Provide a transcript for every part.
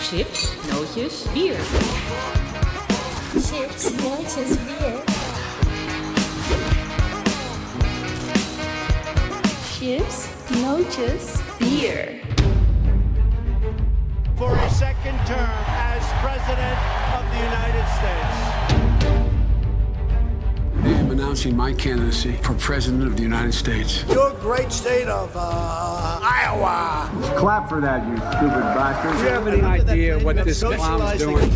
Chips, nootjes, bier. Chips, nootjes, bier. Chips, nootjes, bier. for a second term as President of the United States. I am announcing my candidacy for President of the United States. Your great state of uh, Iowa. Clap for that, you stupid bastard. Do you have any idea what this clown's doing?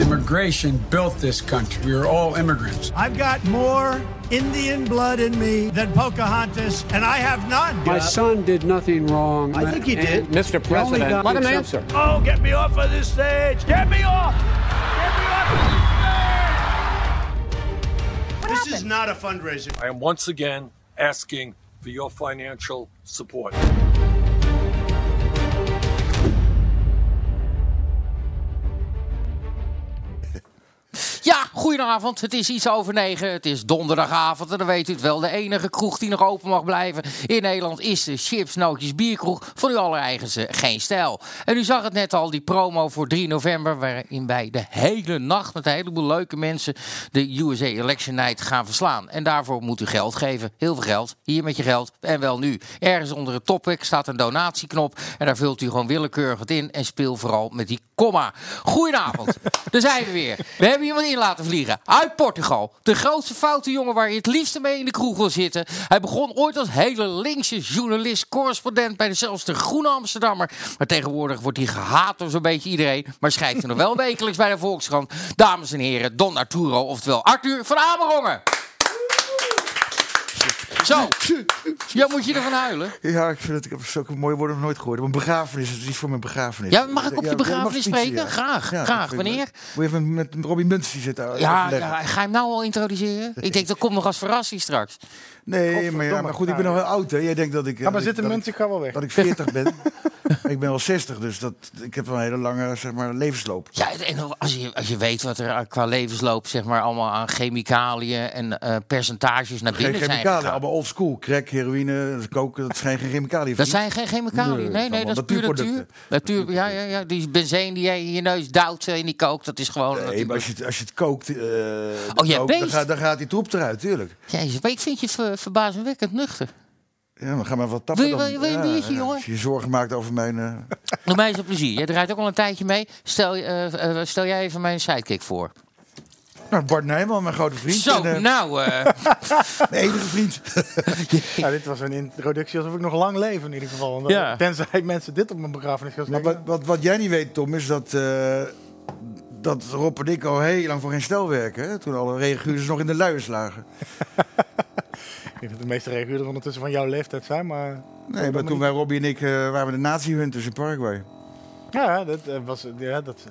Immigration built this country. We are all immigrants. I've got more Indian blood in me than Pocahontas, and I have none. My son did nothing wrong. I think he did. Mr. President, let him answer. Oh, get me off of this stage! Get me off! Get me off of this stage! This is not a fundraiser. I am once again asking for your financial support. Ja, goedenavond. Het is iets over negen. Het is donderdagavond en dan weet u het wel. De enige kroeg die nog open mag blijven in Nederland is de Chips Nootjes Bierkroeg van uw allereigenste eh, Geen Stijl. En u zag het net al, die promo voor 3 november, waarin wij de hele nacht met een heleboel leuke mensen de USA Election Night gaan verslaan. En daarvoor moet u geld geven. Heel veel geld. Hier met je geld. En wel nu. Ergens onder het topic staat een donatieknop en daar vult u gewoon willekeurig het in en speel vooral met die komma. Goedenavond. Daar zijn we weer. We hebben iemand in laten vliegen. Uit Portugal. De grootste foute jongen waar je het liefste mee in de kroeg wil zitten. Hij begon ooit als hele linkse journalist, correspondent bij de, zelfs de Groene Amsterdammer. Maar tegenwoordig wordt hij gehaat door zo'n beetje iedereen. Maar schrijft er nog wel wekelijks bij de Volkskrant. Dames en heren, Don Arturo, oftewel Arthur van Amerongen. Zo, ja, moet je ervan huilen? Ja, ik vind het, ik heb zulke mooie woorden nog nooit gehoord. Op een begrafenis, het is iets voor mijn begrafenis. Ja, mag ik op je mag begrafenis fietsen, spreken? Graag, dat graag. vind ik Wanneer? leuk. Moet je even met Robin Muntz die zitten Ja, overleggen. ja, ga je hem nou al introduceren? Ik denk dat komt nog als verrassing straks. Nee, maar, ja, maar goed, ik ben nog heel oud. Hè. Jij denkt dat ik... Ja, maar zitten mensen gaan wel weg. Dat ik 40 ben. ik ben al 60, dus dat, ik heb wel een hele lange zeg maar, levensloop. Ja, en als je, als je weet wat er qua levensloop zeg maar, allemaal aan chemicaliën en eh, percentages naar Geen binnen zijn chemicaliën, gegaan. allemaal old school. Crack, heroïne, koken, dat zijn geen chemicaliën. Dat vriend. zijn geen chemicaliën. Nee, Nee, nee, allemaal dat is puur natuur. natuurproducten. natuur ja, ja, ja, die benzeen die jij in je neus duwt eh, in die kook, dat is gewoon... Nee, natuurlijk- maar als je, het- als je het kookt, eh, Oh, jij kookt, dan, beest. gaat, dan gaat die troep eruit, tuurlijk. Jezus, maar ik vind je ver- verbazingwekkend nuchter. Ja, dan gaan we wat tappen. Wil je- dan. wil je- wil je een Ja, biertje, ja, jongen? Als je je zorgen maakt over mijn... eh, Doe mij eens een plezier. Jij draait ook al een tijdje mee. Stel, je- eh, eh, stel jij even mijn sidekick voor. Nou, Bart Nijman, mijn grote vriend. Zo, en, eh, nou... eh, Mijn enige vriend. Ja, dit was een introductie alsof ik nog lang leef in ieder geval. Want Ja. Tenzij mensen dit op mijn begrafenis gaan maar zeggen. wat, wat, wat jij niet weet, Tom, is dat, eh, dat Rob en ik al heel lang voor geen stel werken. Hè? Toen alle reguurders nog in de luiers lagen. Ik denk dat de meeste reaguurders ondertussen van jouw leeftijd zijn, maar... Nee, maar toen wij Robbie en ik eh, waren we de nazi-hunters in Paraguay. Ja, dat eh, was ja, dat,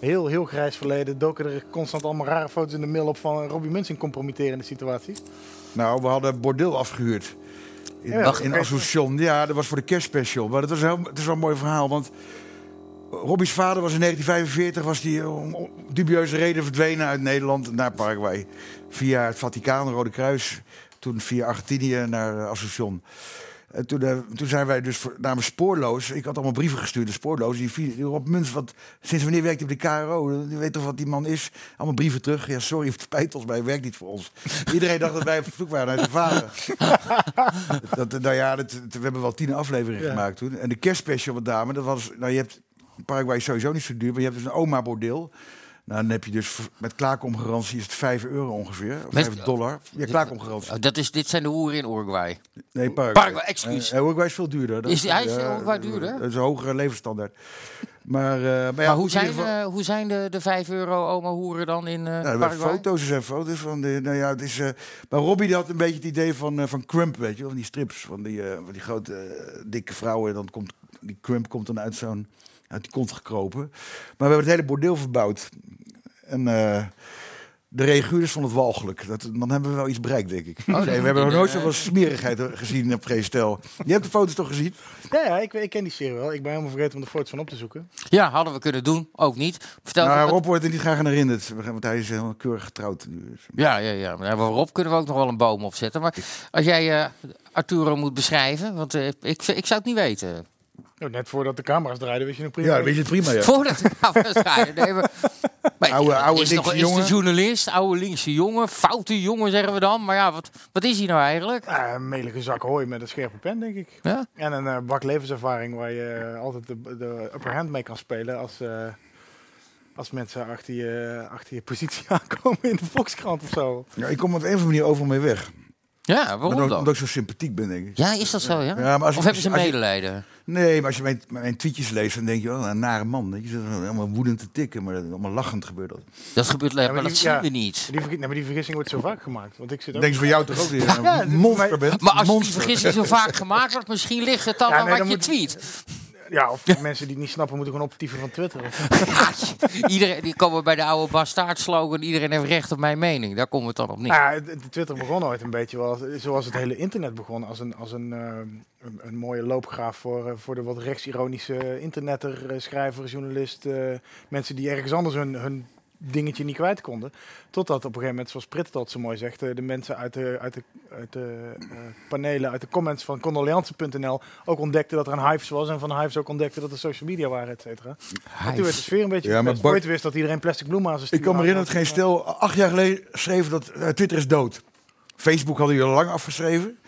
heel, heel grijs verleden. Doken er constant allemaal rare foto's in de mail op van Robbie Muns in compromitterende situaties. Nou, we hadden een bordeel afgehuurd. In, Ja, in oké. Asunción. Ja, dat was voor de kerstspecial. Maar dat was heel, het is wel een mooi verhaal, want... Robbie's vader was in 1945 was die om om dubieuze reden verdwenen uit Nederland naar Paraguay. Via het Vaticaan, Rode Kruis. Toen via Argentinië naar eh, Asunción. En toen, eh, toen zijn wij dus voor- namens Spoorloos. Ik had allemaal brieven gestuurd naar Spoorloos. Die, vi- die Rob Muns, wat, sinds wanneer werkt hij op de KRO? Je weet toch wat die man is? Allemaal brieven terug. Ja, sorry, het spijt ons, maar hij werkt niet voor ons. Iedereen dacht dat wij op zoek waren naar zijn vader. dat, eh, nou ja, dat, we hebben wel tien afleveringen gemaakt toen. En de kerstspecial met dame, dat was... Nou, je hebt, Paraguay is sowieso niet zo duur, maar je hebt dus een oma-bordeel. Nou, dan heb je dus v- met klaakomgarantie is het 5 euro ongeveer. Of Met- 5 dollar. Ja, klaakomgarantie. Oh, dat is, dit zijn de hoeren in Uruguay. Nee, Paraguay. Paraguay, excuus. Eh, Uruguay is veel duurder. Dat Is die- hij is Uruguay eh, duurder? Dat is een hogere levensstandaard. Maar, eh, maar, ja, Maar hoe goed, in zijn, ieder geval- eh, hoe zijn de, de 5 euro oma hoeren dan in eh nou, er Paraguay? waren foto's, er zijn foto's van. De, nou ja, het is, eh, maar Robbie die had een beetje het idee van, eh, van Crump, weet je wel. Van die strips, van die, eh, van die grote eh, dikke vrouwen. En dan komt, die Crump komt dan uit zo'n, uit die kont gekropen. Maar we hebben het hele bordeel verbouwd. En eh, de reaguurders vonden het walgelijk. Dat, dan hebben we wel iets bereikt, denk ik. Oh, dat eh, Nee, moet we hebben in nog de- nooit zoveel smerigheid gezien op geen stel. Je hebt de foto's toch gezien? Ja, ja ik, ik ken die serie wel. Ik ben helemaal vergeten om de foto's van op te zoeken. Ja, hadden we kunnen doen. Ook niet. Vertel Nou, even wat- Rob wordt er niet graag aan herinnerd. We gaan- Want hij is heel keurig getrouwd nu. Dus- Ja, ja, ja. Maar Rob kunnen we ook nog wel een boom opzetten. Maar als jij eh Arturo moet beschrijven, want eh, ik, ik zou het niet weten. Nou, net voordat de camera's draaiden, wist je nog prima. Ja, dan weet je het prima, ja. Voordat de camera's draaien. Nee, maar, maar Oude- ja, oude is, nog, linkse is de jongen. journalist, oude linkse jongen, foute jongen zeggen we dan. Maar ja, wat, wat is hij nou eigenlijk? Ah, een melige zak hooi met een scherpe pen, denk ik. Ja? En een eh, bak levenservaring waar je eh, altijd de, de upper hand mee kan spelen als, eh, als mensen achter je, achter je positie aankomen in de Volkskrant of zo. Ja, ik kom op een of andere manier overal mee weg. Ja, Maar waarom ook, omdat dan? ik zo sympathiek ben, denk ik. Ja, is dat zo, ja? Ja, maar als- of hebben ze als je- medelijden? Nee, maar als je mijn, mijn tweetjes leest, dan denk je, oh, een nare man. Je zit helemaal woedend te tikken, maar dat is allemaal lachend gebeurt dat. Dat gebeurt alleen, Ja, maar maar dat die- zien ja. we niet. Die, vergi- nee, maar die vergissing wordt zo vaak gemaakt. Want ik zit Ik ook... denk ze van jou toch ook weer een Ja, dit- monster maar- bent. Maar als die monster. vergissing zo vaak gemaakt wordt, misschien ligt het dan Ja, aan nee, wat dan je moet- tweet. Ja, of mensen die het niet snappen moeten gewoon optieven van Twitter. Of- iedereen, die komen bij de oude bastaard slogan, iedereen heeft recht op mijn mening. Daar komt het dan op neer. Nou ja, de- de Twitter begon ooit een beetje wel, als- zoals het hele internet begon, als een, als een, eh, een, een mooie loopgraaf voor, eh, voor de wat rechtsironische internetter, eh, schrijver, journalist, eh, mensen die ergens anders hun, hun dingetje niet kwijt konden. Totdat op een gegeven moment, zoals Prit dat zo mooi zegt, eh, de mensen uit de, uit de, uit de eh, panelen, uit de comments van condoleance.nl ook ontdekten dat er een hives was en van hives ook ontdekten dat er social media waren, et cetera. En Toen werd de sfeer een beetje Ja, maar ja, Bart- Ooit wist dat iedereen plastic bloemen aan zijn Ik kan me stuur herinneren dat geen had. stel acht jaar geleden schreef dat eh, Twitter is dood. Facebook hadden jullie al lang afgeschreven.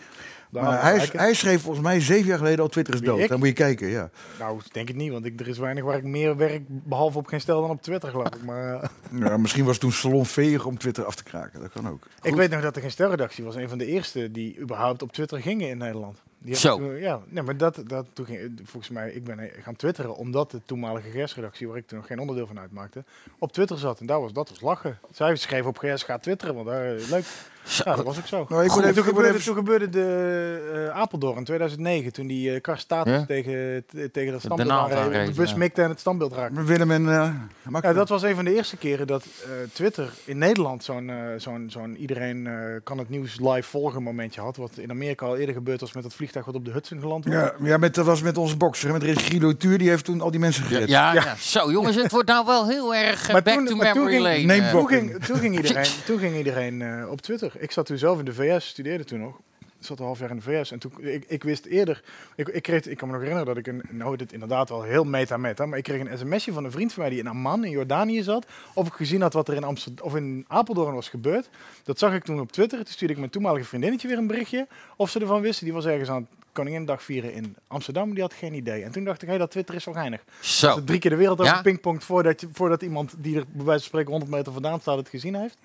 Daar maar hadden we hij, gelijk in. hij schreef volgens mij zeven jaar geleden al Twitter is Wie, dood. ik? Dan moet je kijken, ja. Nou, ik denk het niet, want ik, er is weinig waar ik meer werk, behalve op geen stel dan op Twitter, geloof ik. Maar eh, ja. Misschien was het toen salonveeg om Twitter af te kraken. Dat kan ook. ik weet nog dat er geen stelredactie was. Een van de eerste die überhaupt op Twitter gingen in Nederland. Die Zo. hebben toen- ja, nee, maar dat, dat toen ging, volgens mij, ik ben eh, gaan twitteren omdat de toenmalige GS-redactie, waar ik toen nog geen onderdeel van uitmaakte, op Twitter zat. En daar was, dat was lachen. Zij schreef op GS, ga twitteren, want daar, eh, leuk. Zo. Ja, dat was ook zo. Nou, Goed, ik en word even- toen, ik word gebeurde, even- toen gebeurde de eh, Apeldoorn in 2009, toen die eh Karst Status Ja? tegen, t- tegen dat De standbeeld naald aanreed, aanreed, de bus ja. mikte en het standbeeld raakte. Maar Willem en... eh Ja, Makker. dat was een van de eerste keren dat eh, Twitter in Nederland zo'n eh, zo'n zo'n iedereen eh, kan het nieuws live volgen momentje had. Wat in Amerika al eerder gebeurd was met dat vliegtuig wat op de Hudson geland was. Ja, ja, met, dat was met onze bokser, met Gilo Tuur. Die heeft toen al die mensen gered. Ja, ja. zo jongens, het wordt nou wel heel erg eh, Maar back toen- to maar toen memory ging- lane. Neem eh. Bok. Toen ging, toen ging iedereen, toen ging iedereen eh, op Twitter. Ik zat toen zelf in de VS, studeerde toen nog. Ik zat een half jaar in de VS. En toen, ik, ik wist eerder, ik, ik, kreeg, ik kan me nog herinneren dat ik een, nou dit inderdaad wel heel meta-meta, maar ik kreeg een sms'je van een vriend van mij die in Amman in Jordanië zat. Of ik gezien had wat er in Amsterdam of in Apeldoorn was gebeurd. Dat zag ik toen op Twitter. Toen stuurde ik mijn toenmalige vriendinnetje weer een berichtje. Of ze ervan wisten, die was ergens aan het Koninginnedag vieren in Amsterdam. Die had geen idee. En toen dacht ik, hé, dat Twitter is wel geinig. Als Zo. het drie keer de wereld over Ja? pingpongt voordat, je, voordat iemand die er bij wijze van spreken 100 meter vandaan staat het gezien heeft.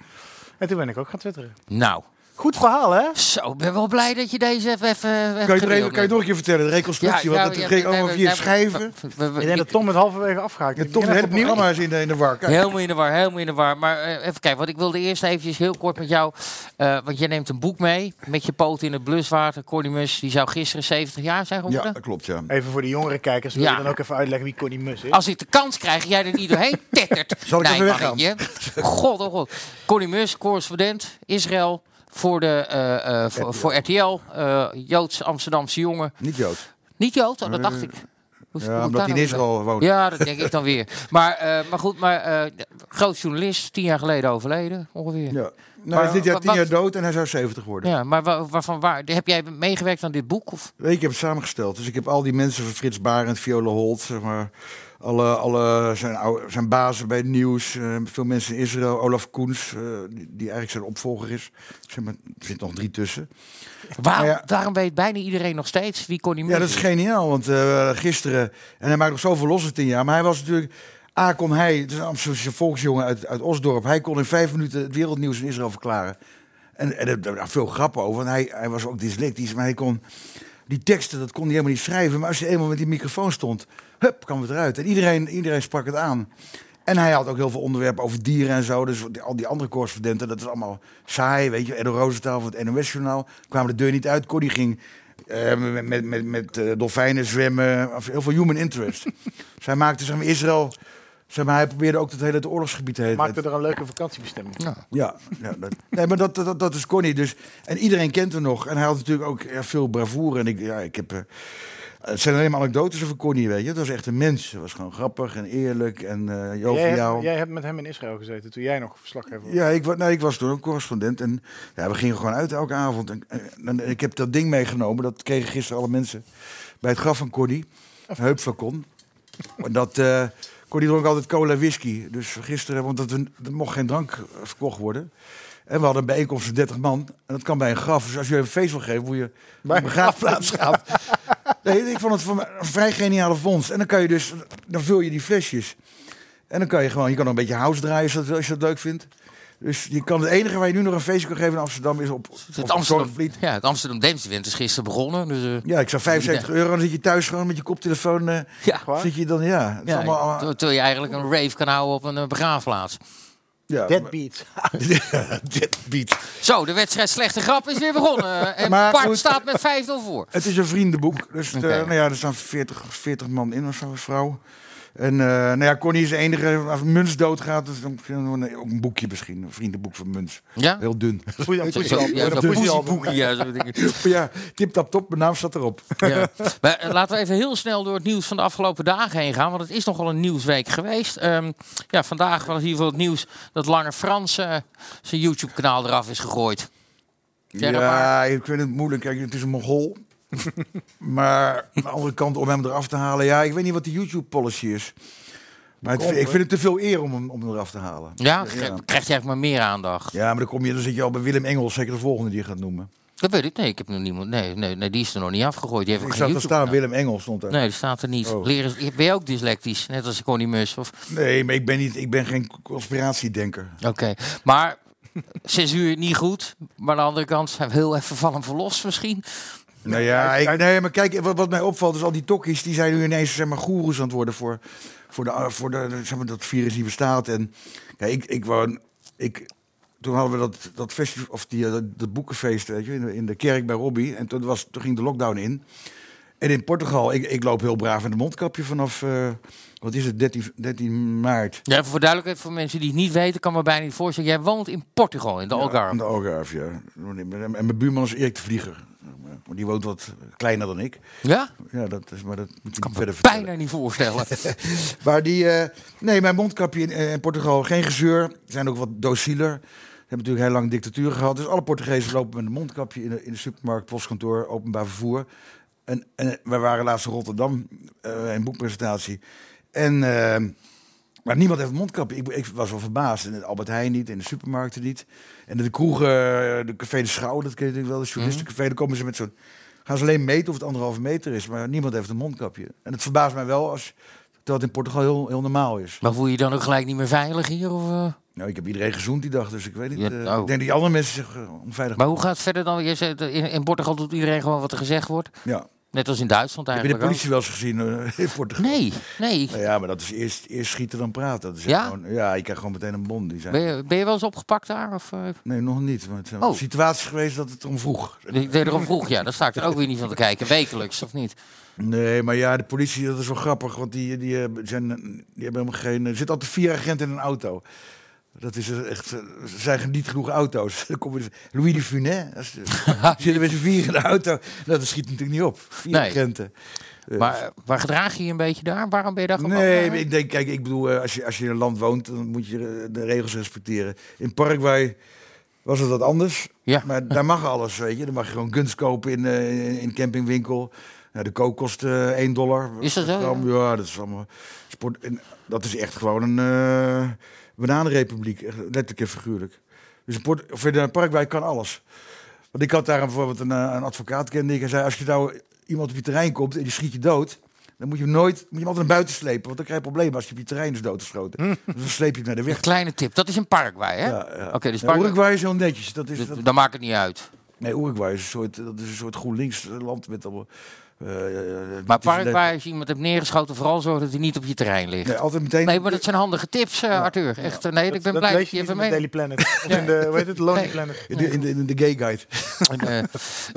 En toen ben ik ook gaan twitteren. Nou, Goed verhaal, hè? zo, ik ben wel blij dat je deze even... even Kan je, het even- kan je het nog een keer vertellen, de reconstructie? want dat ging allemaal via schijven. Ik denk dat Tom het halverwege afgaat. Ja, toch een hele programma is in de, in de war. Kijk. Helemaal in de war, helemaal in de war. Maar eh, even kijken, want ik wilde eerst eventjes heel kort met jou... eh, want jij neemt een boek mee, met je poot in het bluswater. Corny Mus, die zou gisteren 70 jaar zijn Ja, geworden. dat klopt, ja. Even voor de jongere kijkers, wil Ja. je dan ook even uitleggen wie Connie Mus is? Als ik de kans krijg, jij er niet doorheen tettert. Zal ik nee, even weggaan? mannetje. God, oh god. Connie Mus, correspondent, Israël, voor, de, eh, eh, voor, voor RTL. eh Joods Amsterdamse jongen. Niet Joods. Niet Jood, oh, dat dacht ik. Hoe- hoe Ja, daar omdat hij nou in Israël woont. Ja, dat denk ik dan weer. Maar, eh, maar goed, maar, eh, groot journalist, tien jaar geleden overleden ongeveer. Ja, Ja. Nou, hij is dit jaar wat- tien jaar wat- dood en hij zou 70 worden. maar wa- waarvan waar? Heb jij meegewerkt aan dit boek? Of? Ik heb het samengesteld. Dus ik heb al die mensen van Frits Barend, Viola Holt, zeg maar. Alle, alle zijn, oude, zijn bazen bij het nieuws. eh, veel mensen in Israël. Olaf Koens, eh, die, die eigenlijk zijn opvolger is. Zeg maar, er zitten nog drie tussen. Waar, Nou ja. Waarom weet bijna iedereen nog steeds wie Connie Mus Ja, dat is geniaal. Want eh, gisteren. En hij maakt nog zoveel los in tien jaar. Maar hij was natuurlijk. A kon hij, het is een Amsterdamse volksjongen uit, uit Osdorp. Hij kon in vijf minuten het wereldnieuws in Israël verklaren. En, en er daar waren veel grappen over. Want hij, hij was ook dyslectisch. Maar hij kon. Die teksten, dat kon hij helemaal niet schrijven. Maar als je eenmaal met die microfoon stond. Hup, kwam het eruit. En iedereen, iedereen sprak het aan. En hij had ook heel veel onderwerpen over dieren en zo. Dus die- al die andere correspondenten, dat is allemaal saai. Weet je, Edo Roosentaal van het NOS-journaal. Kwamen de deur niet uit. Corrie ging eh, met, met, met, met eh, dolfijnen zwemmen. Of heel veel human interest. Zij maakte, zeg maar, Israël... Zeg maar, hij probeerde ook dat hele het oorlogsgebied heen. Maakte er een leuke vakantiebestemming. Ja, ja dat, nee, maar dat, dat, dat is Connie. Dus, en iedereen kent hem nog. En hij had natuurlijk ook ja, veel bravoure. En ik, ja, ik heb, eh, het zijn alleen maar anekdotes over Connie, weet je. Het was echt een mens. Hij was gewoon grappig en eerlijk en eh Jij joviaal. hebt, jij hebt met hem in Israël gezeten toen jij nog verslaggever was. Ja, ik, wa- nee, ik was toen ook correspondent. En ja, we gingen gewoon uit elke avond. En, en- en ik heb dat ding meegenomen. Dat kregen gisteren alle mensen bij het graf van Cordy. Een heupflacon. En dat, eh kon die dronk altijd cola whisky. Dus gisteren, want dat, er mocht geen drank eh, verkocht worden. En we hadden een bijeenkomst van 30 man. En dat kan bij een graf. Dus als je een feest wil geven, moet je bij een begraafplaats gaan. Nee, ik vond het voor mij een vrij geniale vondst. En dan kan je dus, dan vul je die flesjes. En dan kan je gewoon, je kan nog een beetje house draaien als je dat, als je dat leuk vindt. Dus je kan het enige waar je nu nog een feestje kan geven in Amsterdam is op, op Het Amsterdam, Zorgvliet. ja, het Amsterdam Dance Event is gisteren begonnen. Dus, eh, Ja, ik zou 75 euro. Dan zit je thuis gewoon met je koptelefoon. eh, ja, zit je dan, ja. eh, Het is ja, allemaal, ter- terwijl je eigenlijk een rave kan houden op een eh, begraafplaats. ja, Deadbeat. Dit biedt. Zo, de wedstrijd Slechte Grap is weer begonnen. eh, En Maar Park goed. staat met 5-0 voor. Het is een vriendenboek. Dus eh, Oké. nou ja, er staan 40, 40 man in of zo, een vrouw. En eh, nou ja, Connie is de enige. Als Muns doodgaat, dus dan kunnen we een- ook een boekje misschien. Een vriendenboek van Muns. Ja? Heel dun. Zo- zo- ja, Zo'n poesieboekje, ja, zo'n ding. ja, tip tap top, mijn naam staat erop. Ja. Maar eh, laten we even heel snel door het nieuws van de afgelopen dagen heen gaan. Want het is nogal een nieuwsweek geweest. Ehm, ja, vandaag was in ieder geval het nieuws dat Lange Frans eh, zijn YouTube-kanaal eraf is gegooid. Zeg het maar. Ja, ik vind het moeilijk. Kijk, het is een mogol. maar aan de andere kant, om hem eraf te halen... Ja, ik weet niet wat de YouTube-policy is. Maar het- ik vind het te veel eer om hem, om hem eraf te halen. Ja, krijg- krijgt hij eigenlijk maar meer aandacht. Ja, maar dan, kom je, dan zit je al bij Willem Engels, zeker de volgende die je gaat noemen. Dat weet ik. Nee, ik heb nog niemand. Nee, nee, nee die is er nog niet afgegooid. Die heeft ook Ik geen zag daar YouTube. staan, Willem Engels stond daar. Nee, die staat er niet. Oh. Leren, ben je ook dyslectisch? Net als Connie Mus? Of... Nee, maar ik ben, niet, ik ben geen conspiratiedenker. Oké, maar censuur niet goed. Maar aan de andere kant zijn we heel even van hem verlost misschien. Nou ja, ik, nee, maar kijk, wat, wat mij opvalt is al die tokkies, die zijn nu ineens zeg maar goeroes aan het worden voor, voor, de, eh, voor de, zeg maar, dat virus die bestaat. En kijk, ik, ik woon, ik, toen hadden we dat, dat festival, of die, eh, dat, dat boekenfeest, weet je, in de, in de kerk bij Robbie. En toen, was, toen ging de lockdown in. En in Portugal, ik, ik loop heel braaf in de mondkapje vanaf, eh, wat is het, 13, 13 maart. Ja, even voor duidelijkheid voor mensen die het niet weten, kan me bijna niet voorstellen. Jij woont in Portugal, in de Aan Algarve. de Algarve, ja. En mijn buurman is Erik de Vlieger. Maar Die woont wat kleiner dan ik. Ja? Ja, dat is, maar dat moet je niet verder vertellen. Bijna niet voorstellen. Maar die, eh, nee, mijn mondkapje in, eh, in Portugal, geen gezeur. Ze Zijn ook wat docieler. Ze hebben natuurlijk heel lang dictatuur gehad. Dus alle Portugezen lopen met een mondkapje in de, in de supermarkt, postkantoor, openbaar vervoer. En, en wij waren laatst in Rotterdam, eh een boekpresentatie. En, eh, maar niemand heeft een mondkapje. Ik, ik was wel verbaasd. En Albert Heijn niet, in de supermarkten niet. En de kroegen, eh, de Café de Schouw, dat ken je natuurlijk wel, Mhm. de journalistencafé. Daar komen ze met zo'n... Gaan ze alleen meten of het anderhalve meter is. Maar niemand heeft een mondkapje. En het verbaast mij wel als... Terwijl het in Portugal heel, heel normaal is. maar voel je je dan ook gelijk niet meer veilig hier? Of, eh? Nou, ik heb iedereen gezoend die dag, dus ik weet niet. Ja, eh, oh. Ik denk dat die andere mensen zich eh, onveilig Maar hoe gaat het verder dan? Je zegt, eh, in, in Portugal doet iedereen gewoon wat er gezegd wordt. Ja. Net als in Duitsland Heb je de eigenlijk. politie wel eens gezien eh, in Portugal? ook. Nee, nee. Nou ja, maar dat is eerst, eerst schieten dan praten. Dat is echt Ja? Gewoon, ja, ik krijg gewoon meteen een bon. Die zijn, Ben je, ben je wel eens opgepakt daar? Of, eh? Nee, nog niet. Maar het zijn Oh. situaties geweest dat het om vroeg. Ik deed erom vroeg, ja. Daar sta ik er ook weer niet van te kijken. Wekelijks, of niet? Nee, maar ja, de politie, dat is wel grappig. Want die, die, eh, zijn, die hebben helemaal geen... Er zitten altijd vier agenten in een auto. Dat is echt... eh, Er zijn niet genoeg auto's. Dan komen dus Louis de Funès. dat is- Die zitten met z'n vier in de auto. Nou, dat schiet natuurlijk niet op. Vier Nee. agenten. Dus- Maar eh, waar gedraag je je een beetje daar? Waarom ben je daar gewoon Nee, maar ik denk, kijk, ik bedoel, eh, als je, als je in een land woont, dan moet je eh, de regels respecteren. In Paraguay was het wat anders. Ja. Maar daar mag alles, weet je. Dan mag je gewoon kunst kopen in, eh, in, in campingwinkel. Nou, de kook kost eh 1 dollar. Is dat zo, Ja, dat is allemaal... Sport, en dat is echt gewoon een eh bananenrepubliek. echt Letterlijk en figuurlijk. Dus in, Port, of in eh, Paraguay kan alles. Want ik had daar een- bijvoorbeeld een, eh, een advocaat kende ik. Hij zei, als je nou iemand op je terrein komt en die schiet je dood... dan moet je hem nooit, moet je hem altijd naar buiten slepen. Want dan krijg je problemen als je op je terrein is doodgeschoten. dus dan sleep je hem naar de Een weg. kleine tip. Dat is in Paraguay, hè? Ja, ja. Hm. Oké, dus Ja, Paraguay... Uruguay is heel netjes. Dat is, Dus dat, Dan maakt het niet uit. nee, Uruguay is een soort, dat is een soort GroenLinks land met allemaal... eh, eh, Maar het is Paraguay, als je iemand hebt neergeschoten, vooral zorg dat hij niet op je terrein ligt. net- Nee, altijd meteen... Nee, maar dat zijn handige tips, eh, Arthur. Echt, eh, nee, ik ben dat blij dat lees je niet in de even mee... Daily Planet. Of in de, hoe heet het, Lonely Nee. Planet. in de, in de, in de gay guide. En, eh,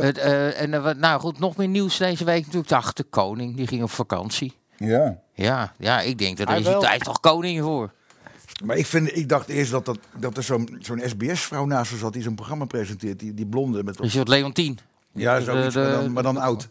het, eh, en eh, wat- nou goed, nog meer nieuws deze week natuurlijk. Ach, de koning, die ging op vakantie. Ja. Ja, ja ik denk dat er Hij is die wel. tijd toch koning voor. Maar ik, vind, ik dacht eerst dat, dat, dat er zo'n zo'n SBS-vrouw naast me zat... die zo'n programma presenteert, die, die blonde met... Een soort Leontien. Ja, Dus, zoiets, eh, maar, de- dan, maar dan oud.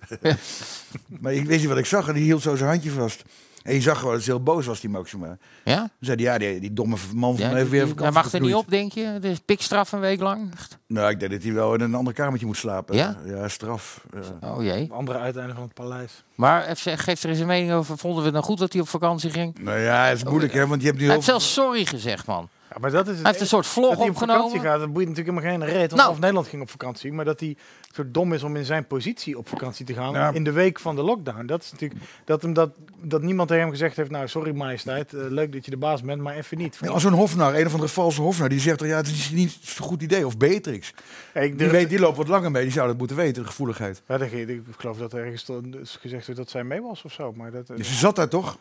maar ik wist niet wat ik zag en die hield zo zijn handje vast. En je zag gewoon dat ze heel boos was, die Maxima. Toen Ja? zei hij, ja, die, die domme man van ja ja, heeft weer vakantie hij mag er niet geknoeid. op, denk je? De pikstraf een week lang? Nou, ik denk dat hij wel in een ander kamertje moet slapen. Ja? straf. Ja. Oh jee. Andere uiteinden van het paleis. Maar FC, geef er eens een mening over. Vonden we het nou goed dat hij op vakantie ging? Nou ja, het is moeilijk, hè, want je hebt nu Oh, Hij heel heeft zelfs sorry gezegd, man. Ja, maar dat is het Hij heeft een enige. soort vlog dat hij op vakantie opgenomen. gaat, dat boeit natuurlijk helemaal geen reet. Want Nou. half Nederland ging op vakantie. Maar dat hij zo dom is om in zijn positie op vakantie te gaan Ja. in de week van de lockdown. Dat is natuurlijk dat, hem dat, dat niemand tegen hem gezegd heeft, nou sorry majesteit, eh, leuk dat je de baas bent, maar even niet. Ja, als een hofnaar, een of andere valse hofnaar, die zegt toch, ja, het is niet zo'n goed idee. Of Beatrix. Ja, ik, Die, durf- weet, die loopt wat langer mee, die zou dat moeten weten, de gevoeligheid. Ja, dat- ik geloof dat er ergens to- is gezegd werd dat zij mee was of zo. Maar dat, eh, Dus ze zat daar toch?